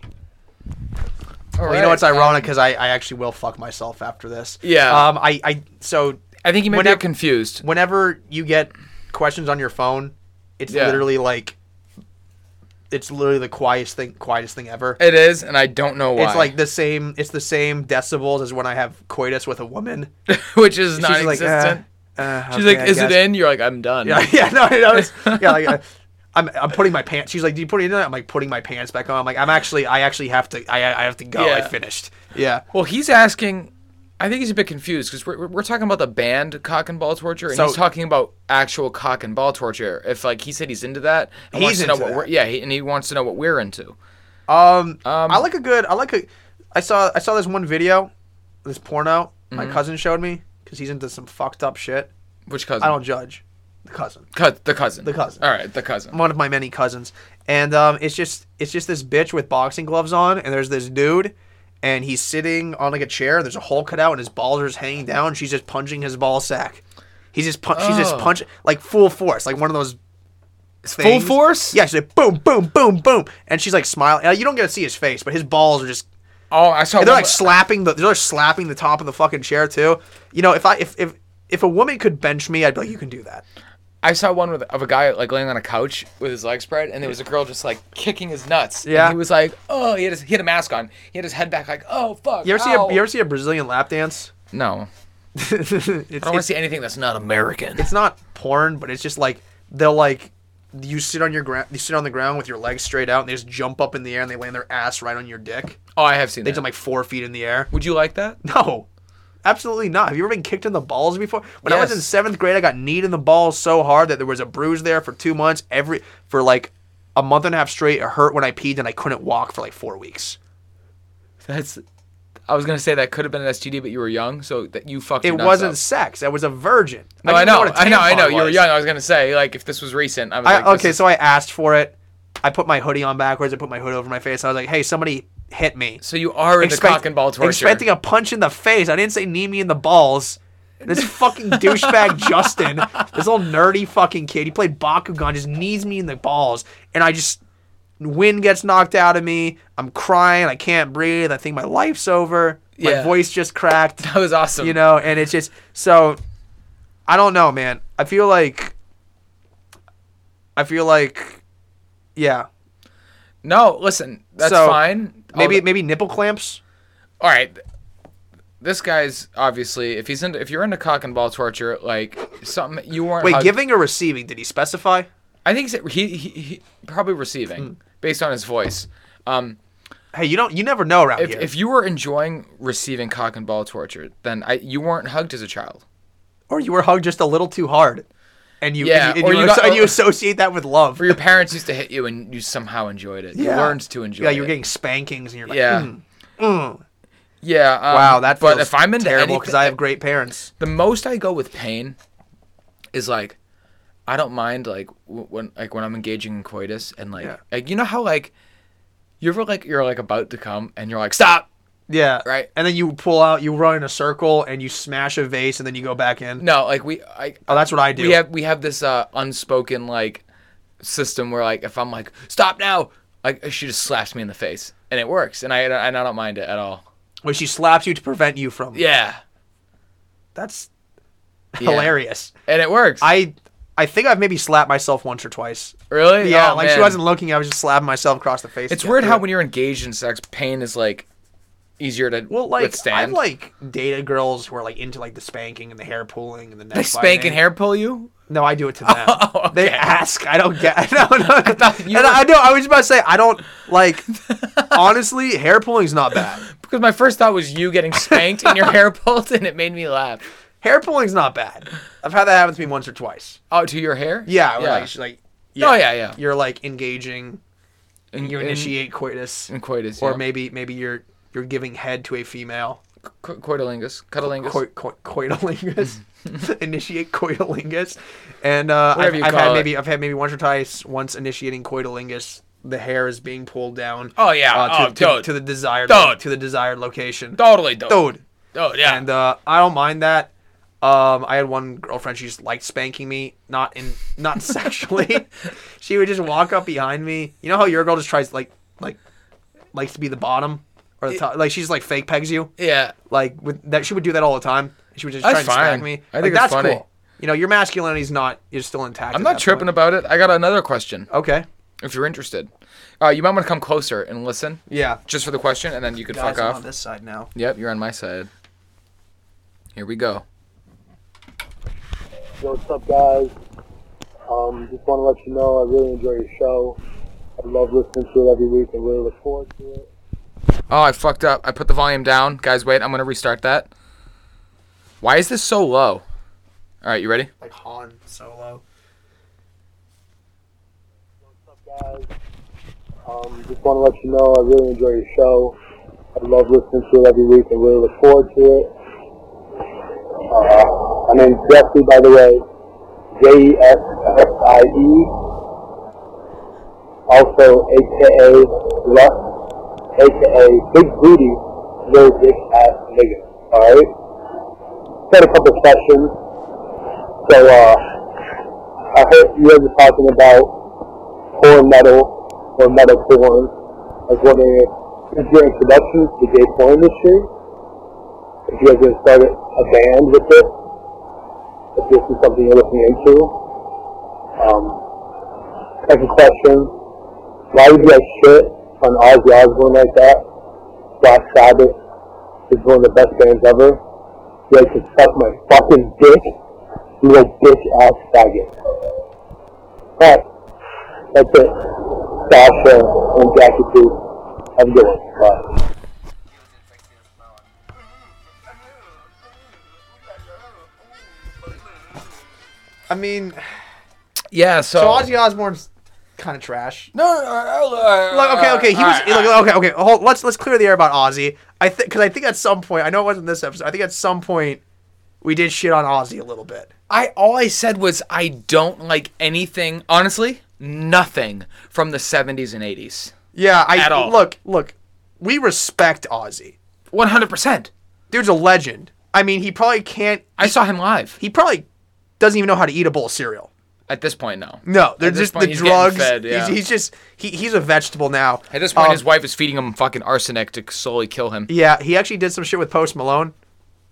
Speaker 2: All
Speaker 1: Well, you know what's
Speaker 2: um,
Speaker 1: ironic because I, I actually will fuck myself after this.
Speaker 2: Yeah.
Speaker 1: Um. I, I so
Speaker 2: I think you may
Speaker 1: whenever-
Speaker 2: get confused.
Speaker 1: whenever you get questions on your phone, it's
Speaker 2: Yeah.
Speaker 1: literally like it's literally the quietest thing quietest thing ever.
Speaker 2: It is, and I don't know why.
Speaker 1: It's like the same it's the same decibels as when I have coitus with a woman.
Speaker 2: [LAUGHS] which is
Speaker 1: She's like,
Speaker 2: non-existent.
Speaker 1: "Uh, uh,
Speaker 2: She's
Speaker 1: okay,
Speaker 2: like,
Speaker 1: I
Speaker 2: "Is it
Speaker 1: guess."
Speaker 2: in?" You're like, "I'm done."
Speaker 1: Yeah, [LAUGHS] yeah, no, I
Speaker 2: [LAUGHS]
Speaker 1: know. It's, yeah, like, uh, I'm, I'm putting my pants. She's like, "Do you put it in?" I'm like, putting my pants back on. I'm like, I'm actually, I actually have to, I, I have to go. I
Speaker 2: Yeah.
Speaker 1: finished. Yeah.
Speaker 2: Well, he's asking. I think he's a bit confused because we're, we're talking about the band cock and ball torture, and
Speaker 1: So-
Speaker 2: he's talking about actual cock and ball torture. If like he said he's into that, and
Speaker 1: He's
Speaker 2: wants to know
Speaker 1: into
Speaker 2: what
Speaker 1: that.
Speaker 2: we're yeah, he, and he wants to know what we're into.
Speaker 1: Um,
Speaker 2: Um,
Speaker 1: I like a good. I like a. I saw. I saw this one video, this porno.
Speaker 2: Mm-hmm.
Speaker 1: My cousin showed me because he's into some fucked up shit.
Speaker 2: Which cousin?
Speaker 1: I don't judge. The cousin.
Speaker 2: Cous- the cousin.
Speaker 1: The cousin.
Speaker 2: All right, the cousin.
Speaker 1: One of my many cousins, and um, it's just it's just this bitch with boxing gloves on, and there's this dude, and he's sitting on like a chair. There's a hole cut out, and his balls are just hanging down. And she's just punching his ball sack. He's just punch. She's just
Speaker 2: Oh.
Speaker 1: punching like full force, like one of those.
Speaker 2: Full
Speaker 1: things.
Speaker 2: force.
Speaker 1: Yeah, she's like boom, boom, boom, boom, and she's like smiling. Uh, You don't get to see his face, but his balls are just
Speaker 2: Oh, I saw.
Speaker 1: and they're
Speaker 2: one-
Speaker 1: like slapping the they're like slapping the top of the fucking chair too. You know, if I if if if a woman could bench me, I'd be like, you can do that.
Speaker 2: I saw one with of a guy like laying on a couch with his legs spread, and there was a girl just like kicking his nuts.
Speaker 1: Yeah.
Speaker 2: And he was like, "Oh," he had his, he had a mask on. He had his head back, like, "Oh fuck."
Speaker 1: You ever see
Speaker 2: ow."
Speaker 1: a you ever see a Brazilian lap dance? [LAUGHS]
Speaker 2: No,
Speaker 1: it's,
Speaker 2: I don't want to
Speaker 1: it's,
Speaker 2: see anything that's not American.
Speaker 1: it's not porn, but it's just like they'll like you sit on your ground you sit on the ground with your legs straight out and they just jump up in the air and they land their ass right on your dick.
Speaker 2: Oh, I have seen
Speaker 1: They
Speaker 2: that.
Speaker 1: jump like four feet in the air.
Speaker 2: Would you like that?
Speaker 1: No. Absolutely not. Have you ever been kicked in the balls before? When I was in
Speaker 2: Yes.
Speaker 1: seventh grade, I got kneed in the balls so hard that there was a bruise there for two months. Every for like a month and a half straight, it hurt when I peed, and I couldn't walk for like four weeks.
Speaker 2: That's. I was gonna say that could have been an STD, but you were young, so that you fucked.
Speaker 1: It
Speaker 2: your nuts
Speaker 1: wasn't
Speaker 2: up.
Speaker 1: sex. I was a virgin.
Speaker 2: No, I
Speaker 1: didn't
Speaker 2: know,
Speaker 1: what a
Speaker 2: I know, I
Speaker 1: tampon
Speaker 2: know. You were
Speaker 1: was.
Speaker 2: young. I was gonna say, like, if this was recent, I was
Speaker 1: I,
Speaker 2: like, this
Speaker 1: okay,
Speaker 2: is-
Speaker 1: so I asked for it. I put my hoodie on backwards. I put my hood over my face. I was like, "Hey, somebody hit me."
Speaker 2: so you are into
Speaker 1: Expect-
Speaker 2: cock and ball torture.
Speaker 1: Expecting a punch in the face. I didn't say knee me in the balls. This
Speaker 2: [LAUGHS]
Speaker 1: fucking douchebag Justin, this little nerdy fucking kid, he played Bakugan, just knees me in the balls, and I just wind gets knocked out of me. I'm crying. I can't breathe. I think my life's over. My
Speaker 2: Yeah.
Speaker 1: voice just
Speaker 2: [LAUGHS]
Speaker 1: cracked.
Speaker 2: [LAUGHS] that was awesome.
Speaker 1: You know, and it's just so. I don't know, man. I feel like. I feel like, yeah.
Speaker 2: No, listen, that's
Speaker 1: So,
Speaker 2: fine. All
Speaker 1: Maybe
Speaker 2: the-
Speaker 1: maybe nipple clamps.
Speaker 2: all right this guy's obviously if he's into if you're into cock and ball torture like something you weren't
Speaker 1: Wait,
Speaker 2: hugged-
Speaker 1: giving or receiving? Did he specify?
Speaker 2: i think he's- he, he, he probably
Speaker 1: Hmm.
Speaker 2: receiving based on his voice um
Speaker 1: Hey, you don't. You never know around
Speaker 2: if,
Speaker 1: here.
Speaker 2: if you were enjoying receiving cock and ball torture then i you weren't hugged as a child
Speaker 1: or you were hugged just a little too hard, and you
Speaker 2: Yeah,
Speaker 1: and you,
Speaker 2: or
Speaker 1: and you,
Speaker 2: you got-
Speaker 1: and you associate that with love.
Speaker 2: for your parents used to hit you and you somehow enjoyed it you
Speaker 1: Yeah.
Speaker 2: learned to enjoy
Speaker 1: yeah,
Speaker 2: it
Speaker 1: you're getting spankings, and you're like,
Speaker 2: yeah
Speaker 1: "Mm,
Speaker 2: yeah um,
Speaker 1: wow, that.
Speaker 2: but
Speaker 1: feels
Speaker 2: if i'm into
Speaker 1: terrible
Speaker 2: anything- eh,
Speaker 1: because I have great parents.
Speaker 2: the most I go with pain is like I don't mind like w- when like when I'm engaging in coitus and like
Speaker 1: Yeah.
Speaker 2: like you know how like you ever like you're like about to come and you're like stop
Speaker 1: Yeah,
Speaker 2: Right.
Speaker 1: And then you pull out, you run in a circle, and you smash a vase, and then you go back in.
Speaker 2: no like we I
Speaker 1: Oh, that's what I do.
Speaker 2: we have we have this uh unspoken like system where like if I'm like stop now like she just slaps me in the face and it works and I and I don't mind it at all
Speaker 1: When she slaps you to prevent you from. [LAUGHS]
Speaker 2: yeah
Speaker 1: that's
Speaker 2: Yeah.
Speaker 1: hilarious.
Speaker 2: and it works
Speaker 1: I. I think I've maybe slapped myself once or twice.
Speaker 2: really
Speaker 1: Yeah,
Speaker 2: Oh,
Speaker 1: like she
Speaker 2: man.
Speaker 1: wasn't looking. I was just slapping myself across the face.
Speaker 2: it's
Speaker 1: to get
Speaker 2: weird
Speaker 1: through
Speaker 2: how
Speaker 1: it.
Speaker 2: when you're engaged in sex pain is like easier to
Speaker 1: Well, like
Speaker 2: withstand
Speaker 1: I've like dated girls who are like into like the spanking and the hair pulling and the neck.
Speaker 2: They spank and hair pull you?
Speaker 1: No, I
Speaker 2: [LAUGHS]
Speaker 1: do it to them.
Speaker 2: Oh,
Speaker 1: They
Speaker 2: okay.
Speaker 1: ask. I don't get. [LAUGHS] No, no. I,
Speaker 2: thought you
Speaker 1: and
Speaker 2: were-
Speaker 1: I know. I was about to say I don't
Speaker 2: [LAUGHS]
Speaker 1: like. honestly, hair pulling's not bad.
Speaker 2: Because my first thought was you getting spanked
Speaker 1: [LAUGHS]
Speaker 2: and your hair pulled, and it made me laugh.
Speaker 1: Hair pulling's not bad. I've had that happen to me once or twice.
Speaker 2: Oh, to your hair?
Speaker 1: Yeah, where, like she's like.
Speaker 2: Oh, yeah, yeah.
Speaker 1: You're like engaging.
Speaker 2: And
Speaker 1: You initiate coitus,
Speaker 2: in coitus,
Speaker 1: or
Speaker 2: yeah.
Speaker 1: maybe maybe you're you're giving head to a female.
Speaker 2: Co- coitolingus, coitolingus.
Speaker 1: Coi- coi-
Speaker 2: [LAUGHS]
Speaker 1: coitolingus. [LAUGHS] Initiate coitolingus, and uh, I've,
Speaker 2: Whatever you
Speaker 1: I've
Speaker 2: call
Speaker 1: had
Speaker 2: it.
Speaker 1: maybe I've had maybe once or twice. Once initiating coitolingus, the hair is being pulled down.
Speaker 2: Oh, yeah.
Speaker 1: uh, to,
Speaker 2: Oh,
Speaker 1: to,
Speaker 2: dude.
Speaker 1: to the desired
Speaker 2: Dude.
Speaker 1: to the desired location.
Speaker 2: totally, dude.
Speaker 1: Dude.
Speaker 2: Dude, yeah.
Speaker 1: And uh, I don't mind that. Um, I had one girlfriend. She just liked spanking me, not in, not [LAUGHS] sexually. she would just walk up behind me. You know how your girl just tries like, like, likes to be the bottom or the top. Like she's like fake pegs you.
Speaker 2: yeah.
Speaker 1: Like with that, she would do that all the time. She would just
Speaker 2: That's
Speaker 1: try and smack
Speaker 2: fine.
Speaker 1: me.
Speaker 2: I
Speaker 1: Like,
Speaker 2: think it's
Speaker 1: that's
Speaker 2: funny.
Speaker 1: cool. You know, your masculinity's not. You're still intact.
Speaker 2: I'm not tripping about it. I got another question.
Speaker 1: Okay.
Speaker 2: If you're interested, uh, you might want to come closer and listen,
Speaker 1: Yeah.
Speaker 2: just for the question, and then you could fuck
Speaker 1: I'm
Speaker 2: off.
Speaker 1: on this side now.
Speaker 2: Yep, you're on my side. Here we go.
Speaker 6: Yo, what's up, guys? Um, just want to let you know I really enjoy your show. I love listening to it every week. I really look forward to it.
Speaker 2: Oh, I fucked up. I put the volume down. Guys, wait. I'm gonna restart that. Why is this so low? All right, you ready?
Speaker 1: Like Han Solo.
Speaker 6: Yo, what's up, guys? Um, just want to let you know I really enjoy your show. I love listening to it every week. I really look forward to it. Uh, my name's Jesse, by the way. J E S S I E. Also, AKA Russ, AKA Big Booty, Little Dick Ass Nigga. Alright? Got a couple questions. So, uh, I heard you guys were talking about porn metal or metal porn. I was wondering if is your introduction to the gay porn industry? If you guys are going to start a a band with this? If this is something you're looking into? Um, second question, why would you guys shit on Ozzy Osbourne like that? Black Sabbath is one of the best bands ever. You guys can suck my fucking dick, you little bitch ass faggot. Alright. That's it. Sasha and Jackie P. Have a good one. Bye.
Speaker 1: I [SIGHS] mean,
Speaker 2: Yeah. So.
Speaker 1: so Ozzy Osbourne's kind of trash.
Speaker 2: no, no, no, no, no,
Speaker 1: Look, okay, okay, he
Speaker 2: all
Speaker 1: was
Speaker 2: right, all
Speaker 1: look,
Speaker 2: right.
Speaker 1: okay, okay. Hold, let's let's clear the air about Ozzy. I think because I think at some point, I know it wasn't this episode. I think at some point we did shit on Ozzy a little bit.
Speaker 2: I all I said was I don't like anything. Honestly, nothing from the 70s and 80s.
Speaker 1: Yeah, I
Speaker 2: At all.
Speaker 1: look, look. We respect Ozzy.
Speaker 2: 100. percent
Speaker 1: Dude's a legend. I mean, he probably can't.
Speaker 2: I saw him live.
Speaker 1: He probably doesn't even know how to eat a bowl of cereal.
Speaker 2: At this point, no.
Speaker 1: No, they're
Speaker 2: At this
Speaker 1: just
Speaker 2: point,
Speaker 1: the
Speaker 2: he's getting
Speaker 1: drugs.
Speaker 2: fed, yeah.
Speaker 1: he's, he's just he, he's a vegetable now.
Speaker 2: At this point,
Speaker 1: Um,
Speaker 2: his wife is feeding him fucking arsenic to slowly kill him.
Speaker 1: yeah, he actually did some shit with Post Malone.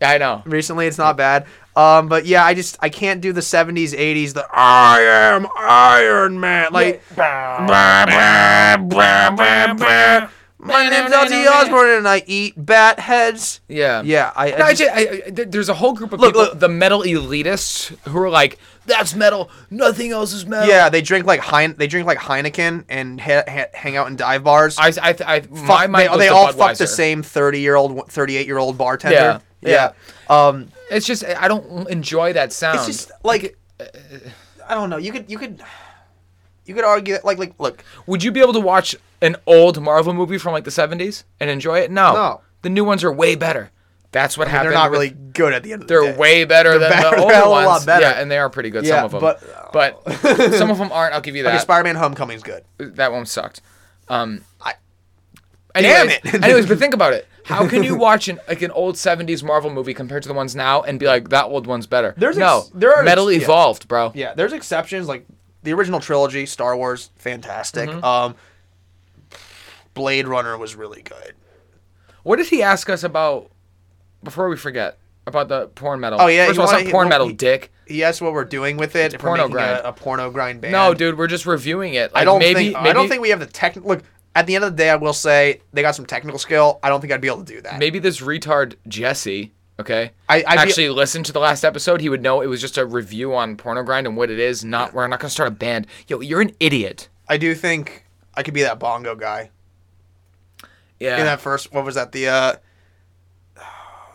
Speaker 2: I know.
Speaker 1: recently. It's not bad. Um, but yeah, I just I can't do the '70s, '80s. The I am Iron Man. Like, Bah, bah, bah, bah, bah. my name's Ozzy Osbourne, and I eat bat heads.
Speaker 2: Yeah.
Speaker 1: Yeah, I, I
Speaker 2: No, I
Speaker 1: just-
Speaker 2: ju- I- I- th- there's a whole group of
Speaker 1: Look,
Speaker 2: people,
Speaker 1: look.
Speaker 2: the metal elitists, who are like, "That's metal. Nothing else is metal."
Speaker 1: yeah. They drink like Hein. They drink like Heineken and ha- ha- hang out in dive bars.
Speaker 2: I, I, I
Speaker 1: Fuck-
Speaker 2: my mind
Speaker 1: they
Speaker 2: goes
Speaker 1: they
Speaker 2: to
Speaker 1: all fuck the
Speaker 2: Budweiser.
Speaker 1: same thirty-year-old, thirty-eight-year-old bartender.
Speaker 2: Yeah, yeah.
Speaker 1: yeah. Um,
Speaker 2: It's just I don't enjoy that sound.
Speaker 1: it's just like I don't know. You could you could you could argue that like like look.
Speaker 2: Would you be able to watch an old Marvel movie from like the 70s and enjoy it? No.
Speaker 1: No.
Speaker 2: The new ones are way better. That's what happened.
Speaker 1: They're not
Speaker 2: with-
Speaker 1: really good at the end of the
Speaker 2: They're
Speaker 1: day.
Speaker 2: way better than
Speaker 1: better- [LAUGHS]
Speaker 2: the
Speaker 1: they're
Speaker 2: old
Speaker 1: a
Speaker 2: ones.
Speaker 1: lot better.
Speaker 2: Yeah, and they are pretty good.
Speaker 1: Yeah,
Speaker 2: some of them,
Speaker 1: but- uh, [LAUGHS]
Speaker 2: but some of them aren't. I'll give you
Speaker 1: Okay,
Speaker 2: that.
Speaker 1: Spider-Man: Homecoming's good.
Speaker 2: that one sucked. Um,
Speaker 1: I- Damn
Speaker 2: anyways,
Speaker 1: it. [LAUGHS]
Speaker 2: anyways, but think about it. How can you watch an like an old '70s Marvel movie compared to the ones now and be like that old one's better?
Speaker 1: There's
Speaker 2: no,
Speaker 1: ex- there are
Speaker 2: metal
Speaker 1: ex- yeah.
Speaker 2: evolved, bro.
Speaker 1: Yeah, there's exceptions like the original trilogy, Star Wars, fantastic. Um, Blade Runner was really good.
Speaker 2: What did he ask us about before we forget about the porn metal?
Speaker 1: Oh, yeah,
Speaker 2: first of
Speaker 1: he
Speaker 2: all, it's
Speaker 1: wanted-
Speaker 2: not porn
Speaker 1: he-
Speaker 2: metal,
Speaker 1: he-
Speaker 2: dick.
Speaker 1: He asked what we're doing with it. if we're
Speaker 2: porno
Speaker 1: making
Speaker 2: grind.
Speaker 1: A, a porno grind band.
Speaker 2: No, dude, we're just reviewing it. Like,
Speaker 1: I don't
Speaker 2: maybe,
Speaker 1: think
Speaker 2: maybe,
Speaker 1: I don't think we have the technical look. At the end of the day, I will say they got some technical skill. I don't think I'd be able to do that.
Speaker 2: maybe this retard Jesse. Okay,
Speaker 1: I- I'd be-
Speaker 2: actually listened to the last episode. He would know it was just a review on porno grind and what it is. Not we're not gonna start a band. Yo, you're an idiot.
Speaker 1: I do think I could be that bongo guy
Speaker 2: Yeah,
Speaker 1: in that first. What was that? The uh,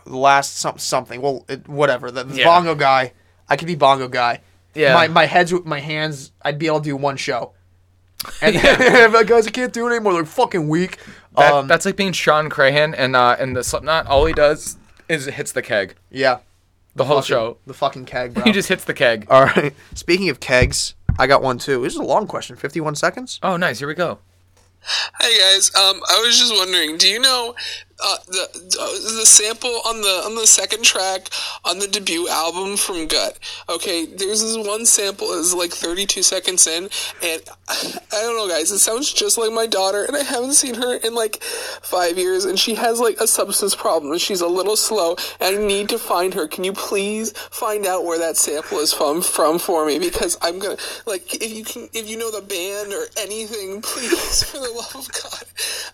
Speaker 1: the last some, something. Well, it, whatever. The, the
Speaker 2: Yeah.
Speaker 1: bongo guy. I could be bongo guy.
Speaker 2: yeah.
Speaker 1: My my heads with my [LAUGHS]
Speaker 2: [LAUGHS]
Speaker 1: hands, I'd be able to do one show. And like, guys, I can't do it anymore. They're fucking weak.
Speaker 2: That,
Speaker 1: Um,
Speaker 2: that's like being Sean Crahan and uh and the Slipknot. All he does is hits the keg
Speaker 1: Yeah.
Speaker 2: the whole
Speaker 1: Fucking-
Speaker 2: show.
Speaker 1: The fucking
Speaker 2: [LAUGHS]
Speaker 1: keg, bro.
Speaker 2: He just hits the keg.
Speaker 1: All right. Speaking of kegs, I got one too. This is a long question. 51 seconds?
Speaker 2: Oh, nice. Here we go.
Speaker 7: Hi guys, um, I was just wondering, do you know uh, the the sample on the on the second track on the debut album from Gut? Okay, there's this one sample is like 32 seconds in, and [SIGHS] I don't know, guys, it sounds just like my daughter, and I haven't seen her in like five years, and she has like a substance problem, and she's a little slow, and I need to find her. Can you please find out where that sample is from from for me? Because I'm gonna like if you can if you know the band or anything, [LAUGHS] please for the love of God,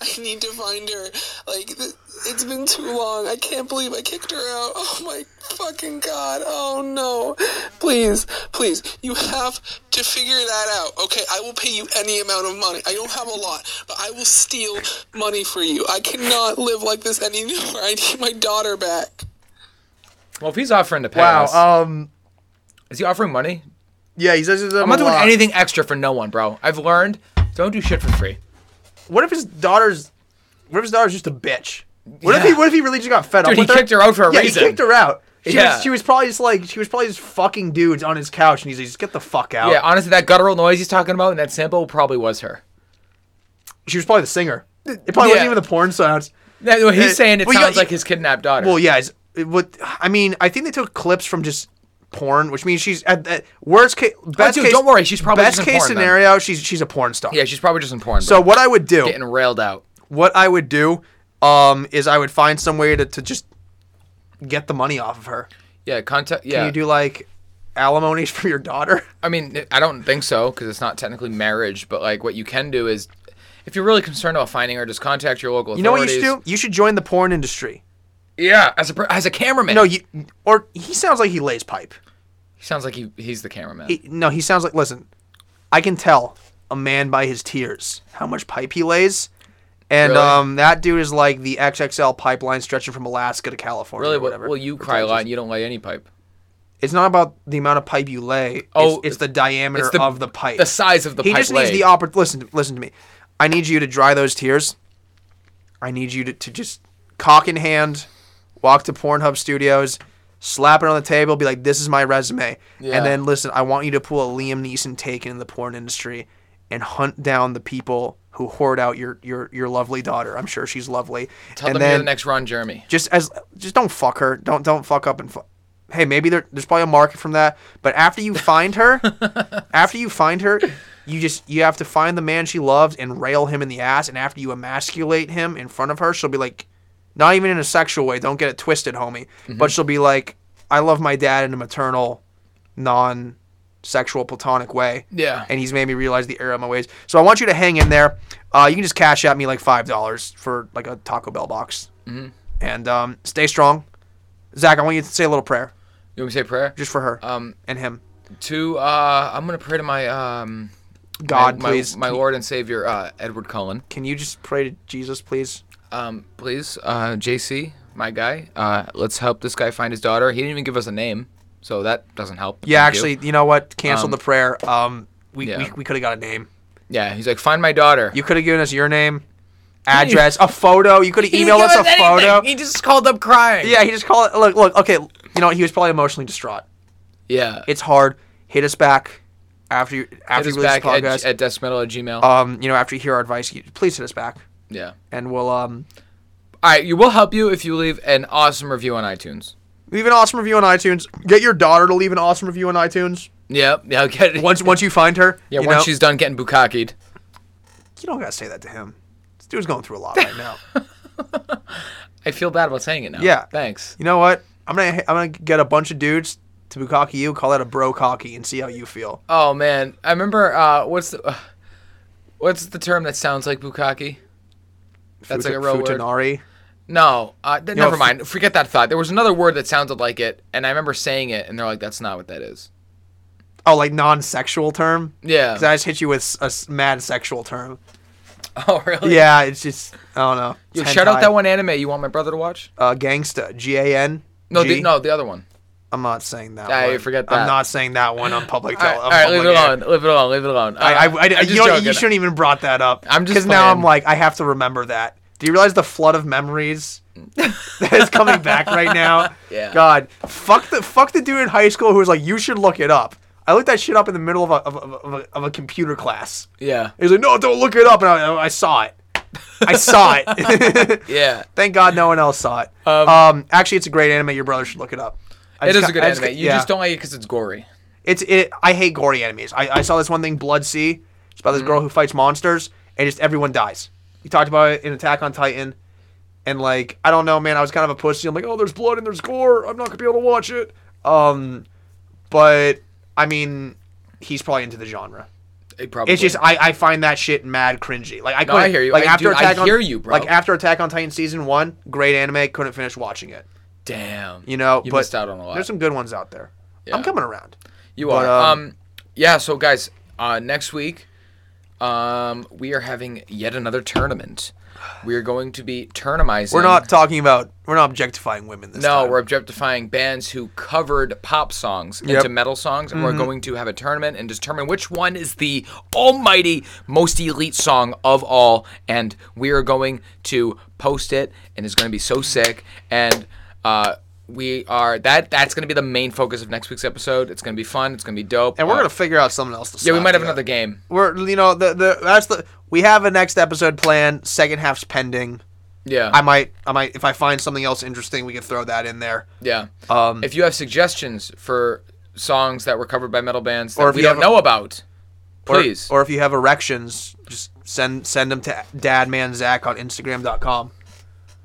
Speaker 7: I need to find her. Like th- it's been too long. I can't believe I kicked her out. [LAUGHS] Oh my fucking god. Oh no. Please, please, you have to figure that out. Okay, I will pay you any amount of money. I don't have a lot, but I will steal money for you. I cannot live like this anymore. [LAUGHS] I need my daughter back.
Speaker 2: Well, if he's offering to pay us,
Speaker 1: Wow. Um.
Speaker 2: is he offering money?
Speaker 1: Yeah, he says he's
Speaker 2: I'm not doing anything extra for no one, bro. I've learned don't do shit for free.
Speaker 1: What if his daughter's? What if his daughter's just a bitch? What if
Speaker 2: Yeah.
Speaker 1: he? What if he really just got fed
Speaker 2: Dude,
Speaker 1: up?
Speaker 2: he
Speaker 1: with her?
Speaker 2: kicked her out for a
Speaker 1: Uh, yeah,
Speaker 2: reason.
Speaker 1: he kicked her out. She
Speaker 2: Yeah.
Speaker 1: was, she was probably just like she was probably just fucking dudes on his couch, and he's like, just get the fuck out.
Speaker 2: Yeah, honestly, that guttural noise he's talking about and that sample probably was her.
Speaker 1: she was probably the singer. It probably
Speaker 2: Yeah.
Speaker 1: wasn't even the porn sounds.
Speaker 2: That- what he's
Speaker 1: Uh,
Speaker 2: saying it
Speaker 1: well, yeah,
Speaker 2: sounds
Speaker 1: you-
Speaker 2: like his kidnapped daughter.
Speaker 1: Well, yeah, it's, it, what I mean, I think they took clips from just porn, which means she's at, at worst case. Best
Speaker 2: Oh, dude,
Speaker 1: case,
Speaker 2: don't worry, she's probably
Speaker 1: best
Speaker 2: just in
Speaker 1: case
Speaker 2: porn then.
Speaker 1: scenario. She's she's a porn star.
Speaker 2: yeah, she's probably just in porn.
Speaker 1: So
Speaker 2: So
Speaker 1: what I would do,
Speaker 2: getting railed out.
Speaker 1: what I would do, um, is I would find some way to, to just get the money off of her.
Speaker 2: Yeah, contact. Yeah,
Speaker 1: Can you do like alimonies [LAUGHS] for your daughter?
Speaker 2: I mean, I don't think so because it's not technically marriage. But like, what you can do is, if you're really concerned about finding her, just contact your local.
Speaker 1: You know what you should do? You should join the porn industry.
Speaker 2: Yeah, as a pr- as a cameraman.
Speaker 1: No, you or he sounds like he lays pipe.
Speaker 2: he sounds like he he's the cameraman.
Speaker 1: He- no, he sounds like listen. I can tell a man by his tears how much pipe he lays. And
Speaker 2: Really?
Speaker 1: um, that dude is like the XXL pipeline stretching from Alaska to California.
Speaker 2: really?
Speaker 1: or
Speaker 2: What,
Speaker 1: whatever.
Speaker 2: well, you
Speaker 1: Or
Speaker 2: cry a lot
Speaker 1: Texas.
Speaker 2: and you don't lay any pipe.
Speaker 1: It's not about the amount of pipe you lay.
Speaker 2: Oh,
Speaker 1: Oh, it's, it's the diameter
Speaker 2: it's the-
Speaker 1: of the pipe,
Speaker 2: the size of the
Speaker 1: he
Speaker 2: pipe
Speaker 1: just needs
Speaker 2: laid.
Speaker 1: the oppor- Listen, to- listen to me. I need you to dry those tears. I need you to, to just cock in hand, walk to Pornhub Studios, slap it on the table, be like, "This is my resume,"
Speaker 2: Yeah.
Speaker 1: and then listen. I want you to pull a Liam Neeson take in the porn industry, and hunt down the people who hoard out your your your lovely daughter. I'm sure she's lovely.
Speaker 2: Tell
Speaker 1: and
Speaker 2: them you're
Speaker 1: then
Speaker 2: the next Ron Jeremy.
Speaker 1: just as just don't fuck her. Don't don't fuck up and fuck. Hey, maybe there, there's probably a market from that. But after you find her, after you find her, you just you have to find the man she loves and rail him in the ass. And after you emasculate him in front of her, she'll be like, not even in a sexual way. Don't get it twisted, homie. But she'll be like, I love my dad in a maternal, non. Sexual platonic way,
Speaker 2: Yeah.
Speaker 1: and he's made me realize the error of my ways. So I want you to hang in there. Uh, you can just cash out me like five dollars for like a Taco Bell box
Speaker 2: Mm-hmm.
Speaker 1: and um, stay strong. Zach, I want you to say a little prayer
Speaker 2: You want me to say prayer?
Speaker 1: just for her
Speaker 2: Um,
Speaker 1: and him.
Speaker 2: to uh, I'm gonna pray to my um,
Speaker 1: God,
Speaker 2: my,
Speaker 1: please.
Speaker 2: my, my Lord and Savior uh, Edward Cullen.
Speaker 1: Can you just pray to Jesus, please?
Speaker 2: Um, please, uh, JC, my guy, uh, let's help this guy find his daughter. He didn't even give us a name, so that doesn't help.
Speaker 1: Yeah,
Speaker 2: Thank
Speaker 1: actually,
Speaker 2: you.
Speaker 1: you. know what? Cancel
Speaker 2: Um,
Speaker 1: the prayer. Um, we
Speaker 2: yeah.
Speaker 1: we, we could have got a name.
Speaker 2: Yeah, he's like, find my daughter.
Speaker 1: You could have given us your
Speaker 2: [LAUGHS]
Speaker 1: name, address, a photo. You could have
Speaker 2: He
Speaker 1: emailed
Speaker 2: didn't
Speaker 1: us
Speaker 2: give
Speaker 1: a photo.
Speaker 2: anything. He just called up crying.
Speaker 1: yeah, he just called it. Look, look. Okay, you know what? he was probably emotionally distraught.
Speaker 2: yeah.
Speaker 1: It's hard. Hit us back after you
Speaker 2: Hit
Speaker 1: after
Speaker 2: us
Speaker 1: you release the
Speaker 2: back at,
Speaker 1: podcast.
Speaker 2: at deathmetal at gmail.
Speaker 1: um, you know, after you hear our advice, you, please hit us back,
Speaker 2: yeah.
Speaker 1: and we'll um
Speaker 2: All right, you will help you if you leave an awesome review on iTunes.
Speaker 1: leave an awesome review on iTunes. Get your daughter to leave an awesome review on iTunes.
Speaker 2: Yeah, yeah, I'll get it.
Speaker 1: once once you find her,
Speaker 2: [LAUGHS] yeah,
Speaker 1: you
Speaker 2: once
Speaker 1: know,
Speaker 2: she's done getting bukakied.
Speaker 1: you don't gotta say that to him. This dude's going through a lot right
Speaker 2: [LAUGHS]
Speaker 1: now.
Speaker 2: I feel bad about saying it now.
Speaker 1: Yeah.
Speaker 2: Thanks.
Speaker 1: you know what? I'm gonna I'm gonna get a bunch of dudes to bukkake you, call that a bro cocky, and see how you feel.
Speaker 2: Oh man, I remember. Uh, what's the [SIGHS] uh, what's the term that sounds like bukaki? That's like a real word.
Speaker 1: futanari.
Speaker 2: No, uh, th-
Speaker 1: No,
Speaker 2: never
Speaker 1: f-
Speaker 2: mind. Forget that thought. There was another word that sounded like it, and I remember saying it, and they're like, "That's not what that is."
Speaker 1: Oh, like non-sexual term.
Speaker 2: Yeah.
Speaker 1: 'Cause I just hit you with s- a s- mad sexual term.
Speaker 2: [LAUGHS] oh really?
Speaker 1: Yeah, it's just I don't know.
Speaker 2: Yo,
Speaker 1: It's
Speaker 2: shout out
Speaker 1: hentai.
Speaker 2: that one anime you want my brother to watch?
Speaker 1: Uh, gangsta. G A N.
Speaker 2: No,
Speaker 1: G?
Speaker 2: the, no, the other one.
Speaker 1: I'm not saying that.
Speaker 2: I
Speaker 1: one.
Speaker 2: forget that.
Speaker 1: I'm not saying that one on public.
Speaker 2: All
Speaker 1: Tele-
Speaker 2: right,
Speaker 1: on
Speaker 2: all right, leave it
Speaker 1: public air.
Speaker 2: alone. Leave it alone. Leave it alone.
Speaker 1: I, I, I,
Speaker 2: I'm
Speaker 1: you,
Speaker 2: just
Speaker 1: know,
Speaker 2: joking.
Speaker 1: you shouldn't even brought that up.
Speaker 2: I'm just
Speaker 1: because now I'm
Speaker 2: playing.
Speaker 1: like I have to remember that Do you realize the flood of memories [LAUGHS] that is coming back right now?
Speaker 2: [LAUGHS] Yeah.
Speaker 1: God, fuck the fuck the dude in high school who was like, "You should look it up." I looked that shit up in the middle of a of, a- of, a, of a computer class. [LAUGHS]
Speaker 2: Yeah.
Speaker 1: He was like, "No, don't look it up," and I, I saw it. I saw
Speaker 2: [LAUGHS]
Speaker 1: it. [LAUGHS]
Speaker 2: Yeah.
Speaker 1: Thank God no one else saw it. Um,
Speaker 2: Um,
Speaker 1: actually, it's a great anime. Your brother should look it up. I
Speaker 2: It
Speaker 1: just
Speaker 2: is
Speaker 1: ca-
Speaker 2: a good
Speaker 1: I
Speaker 2: anime.
Speaker 1: ca-
Speaker 2: you
Speaker 1: yeah.
Speaker 2: just don't like it because it's gory.
Speaker 1: It's it. I hate gory animes. I, I saw this one thing, Blood Sea. It's about this
Speaker 2: Mm-hmm.
Speaker 1: girl who fights monsters, and just everyone dies. You talked about it in Attack on Titan, and like I don't know, man. I was kind of a pussy. I'm like, oh, there's blood and there's gore. I'm not gonna be able to watch it. Um, but I mean, he's probably into the genre.
Speaker 2: It probably.
Speaker 1: It's just I, I find that shit mad cringy. Like I
Speaker 2: I
Speaker 1: couldn't,
Speaker 2: hear you.
Speaker 1: Like
Speaker 2: I do- I
Speaker 1: on,
Speaker 2: hear you, bro.
Speaker 1: Like after Attack on Titan season one, great anime. Couldn't finish watching it.
Speaker 2: damn.
Speaker 1: You know,
Speaker 2: you
Speaker 1: but
Speaker 2: missed out on a lot.
Speaker 1: There's some good ones out there.
Speaker 2: Yeah.
Speaker 1: I'm coming around.
Speaker 2: You
Speaker 1: But,
Speaker 2: are.
Speaker 1: um,
Speaker 2: um, yeah. So guys, uh, next week, um, we are having yet another tournament. We are going to be tournamizing.
Speaker 1: We're not talking about. We're not objectifying women this
Speaker 2: No,
Speaker 1: time.
Speaker 2: we're objectifying bands who covered pop songs into metal songs, and
Speaker 1: Mm-hmm.
Speaker 2: we're going to have a tournament and determine which one is the almighty, most elite song of all. And we are going to post it, and it's going to be so sick. And uh, we are that that's going to be the main focus of next week's episode. It's going to be fun. It's going to be dope.
Speaker 1: and we're
Speaker 2: Uh,
Speaker 1: gonna figure out something else. To
Speaker 2: yeah, we
Speaker 1: slap
Speaker 2: might have
Speaker 1: you.
Speaker 2: another game.
Speaker 1: We're you know the the that's the we have a next episode planned. Second half's pending.
Speaker 2: Yeah,
Speaker 1: I might I might if I find something else interesting, we could throw that in there.
Speaker 2: yeah.
Speaker 1: Um,
Speaker 2: if you have suggestions for songs that were covered by metal bands that
Speaker 1: Or if
Speaker 2: we
Speaker 1: you
Speaker 2: don't
Speaker 1: have a-
Speaker 2: know about,
Speaker 1: Or-
Speaker 2: please.
Speaker 1: Or, if you have erections, just send send them to dadmanzach on Instagram.com.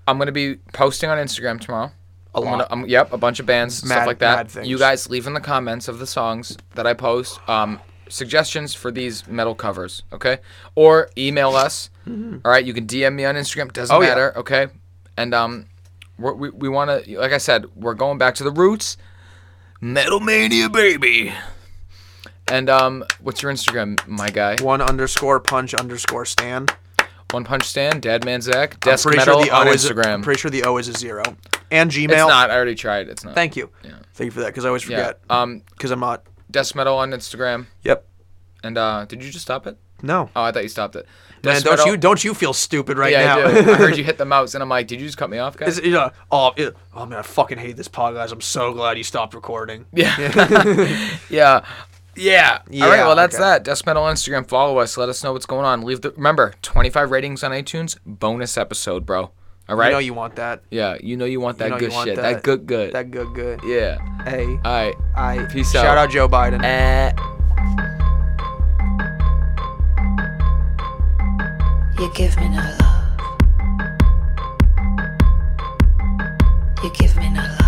Speaker 2: I'm gonna be posting on Instagram tomorrow.
Speaker 1: A
Speaker 2: I'm
Speaker 1: lot.
Speaker 2: gonna, I'm, yep, a bunch of bands,
Speaker 1: Mad-
Speaker 2: stuff like
Speaker 1: mad
Speaker 2: that.
Speaker 1: things.
Speaker 2: You guys leave in the comments of the songs that I post um, suggestions for these metal covers, okay? Or email us. All right, you can DM me on Instagram. Doesn't
Speaker 1: Mm-hmm. Oh, yeah.
Speaker 2: matter, okay? And um, we're, we we want to, like I said, we're going back to the roots. Metal mania, baby. And um, what's your Instagram, my guy?
Speaker 1: One underscore punch underscore stand.
Speaker 2: One Punch Stand, Deadman Zach,
Speaker 1: I'm
Speaker 2: Desk Metal on
Speaker 1: is a-
Speaker 2: Instagram.
Speaker 1: I'm pretty sure the O is a zero. And Gmail.
Speaker 2: it's not. I already tried. It's not.
Speaker 1: Thank you. Thank you for that because I always
Speaker 2: yeah.
Speaker 1: forget.
Speaker 2: Um,
Speaker 1: Because I'm not.
Speaker 2: Death Metal on Instagram.
Speaker 1: Yep.
Speaker 2: And uh, did you just stop it?
Speaker 1: No.
Speaker 2: Oh, I thought you stopped it.
Speaker 1: Man,
Speaker 2: Death
Speaker 1: don't
Speaker 2: Metal-
Speaker 1: you don't you feel stupid right
Speaker 2: yeah,
Speaker 1: now?
Speaker 2: I, do. [LAUGHS] I
Speaker 1: [LAUGHS]
Speaker 2: heard you hit the mouse, and I'm like, did you just cut me off, guys?
Speaker 1: It's-
Speaker 2: [LAUGHS]
Speaker 1: you know, oh, it- oh man, I fucking hate this podcast. I'm so glad you stopped recording.
Speaker 2: yeah. [LAUGHS] yeah. Yeah. All right.
Speaker 1: Yeah,
Speaker 2: Well, that's
Speaker 1: okay.
Speaker 2: that. Death Metal on Instagram. Follow us. Let us know what's going on. Leave the remember 25 ratings on iTunes. Bonus episode, bro. All right.
Speaker 1: You know you want that.
Speaker 2: yeah. You know you want that
Speaker 1: know you
Speaker 2: good
Speaker 1: want
Speaker 2: shit. That,
Speaker 1: that-
Speaker 2: good good.
Speaker 1: That good, good.
Speaker 2: yeah.
Speaker 1: Hey,
Speaker 2: All right.
Speaker 1: I
Speaker 2: Peace
Speaker 1: Shout
Speaker 2: out.
Speaker 1: out Joe Biden.
Speaker 2: Eh.
Speaker 8: You give me no love. You give me no love.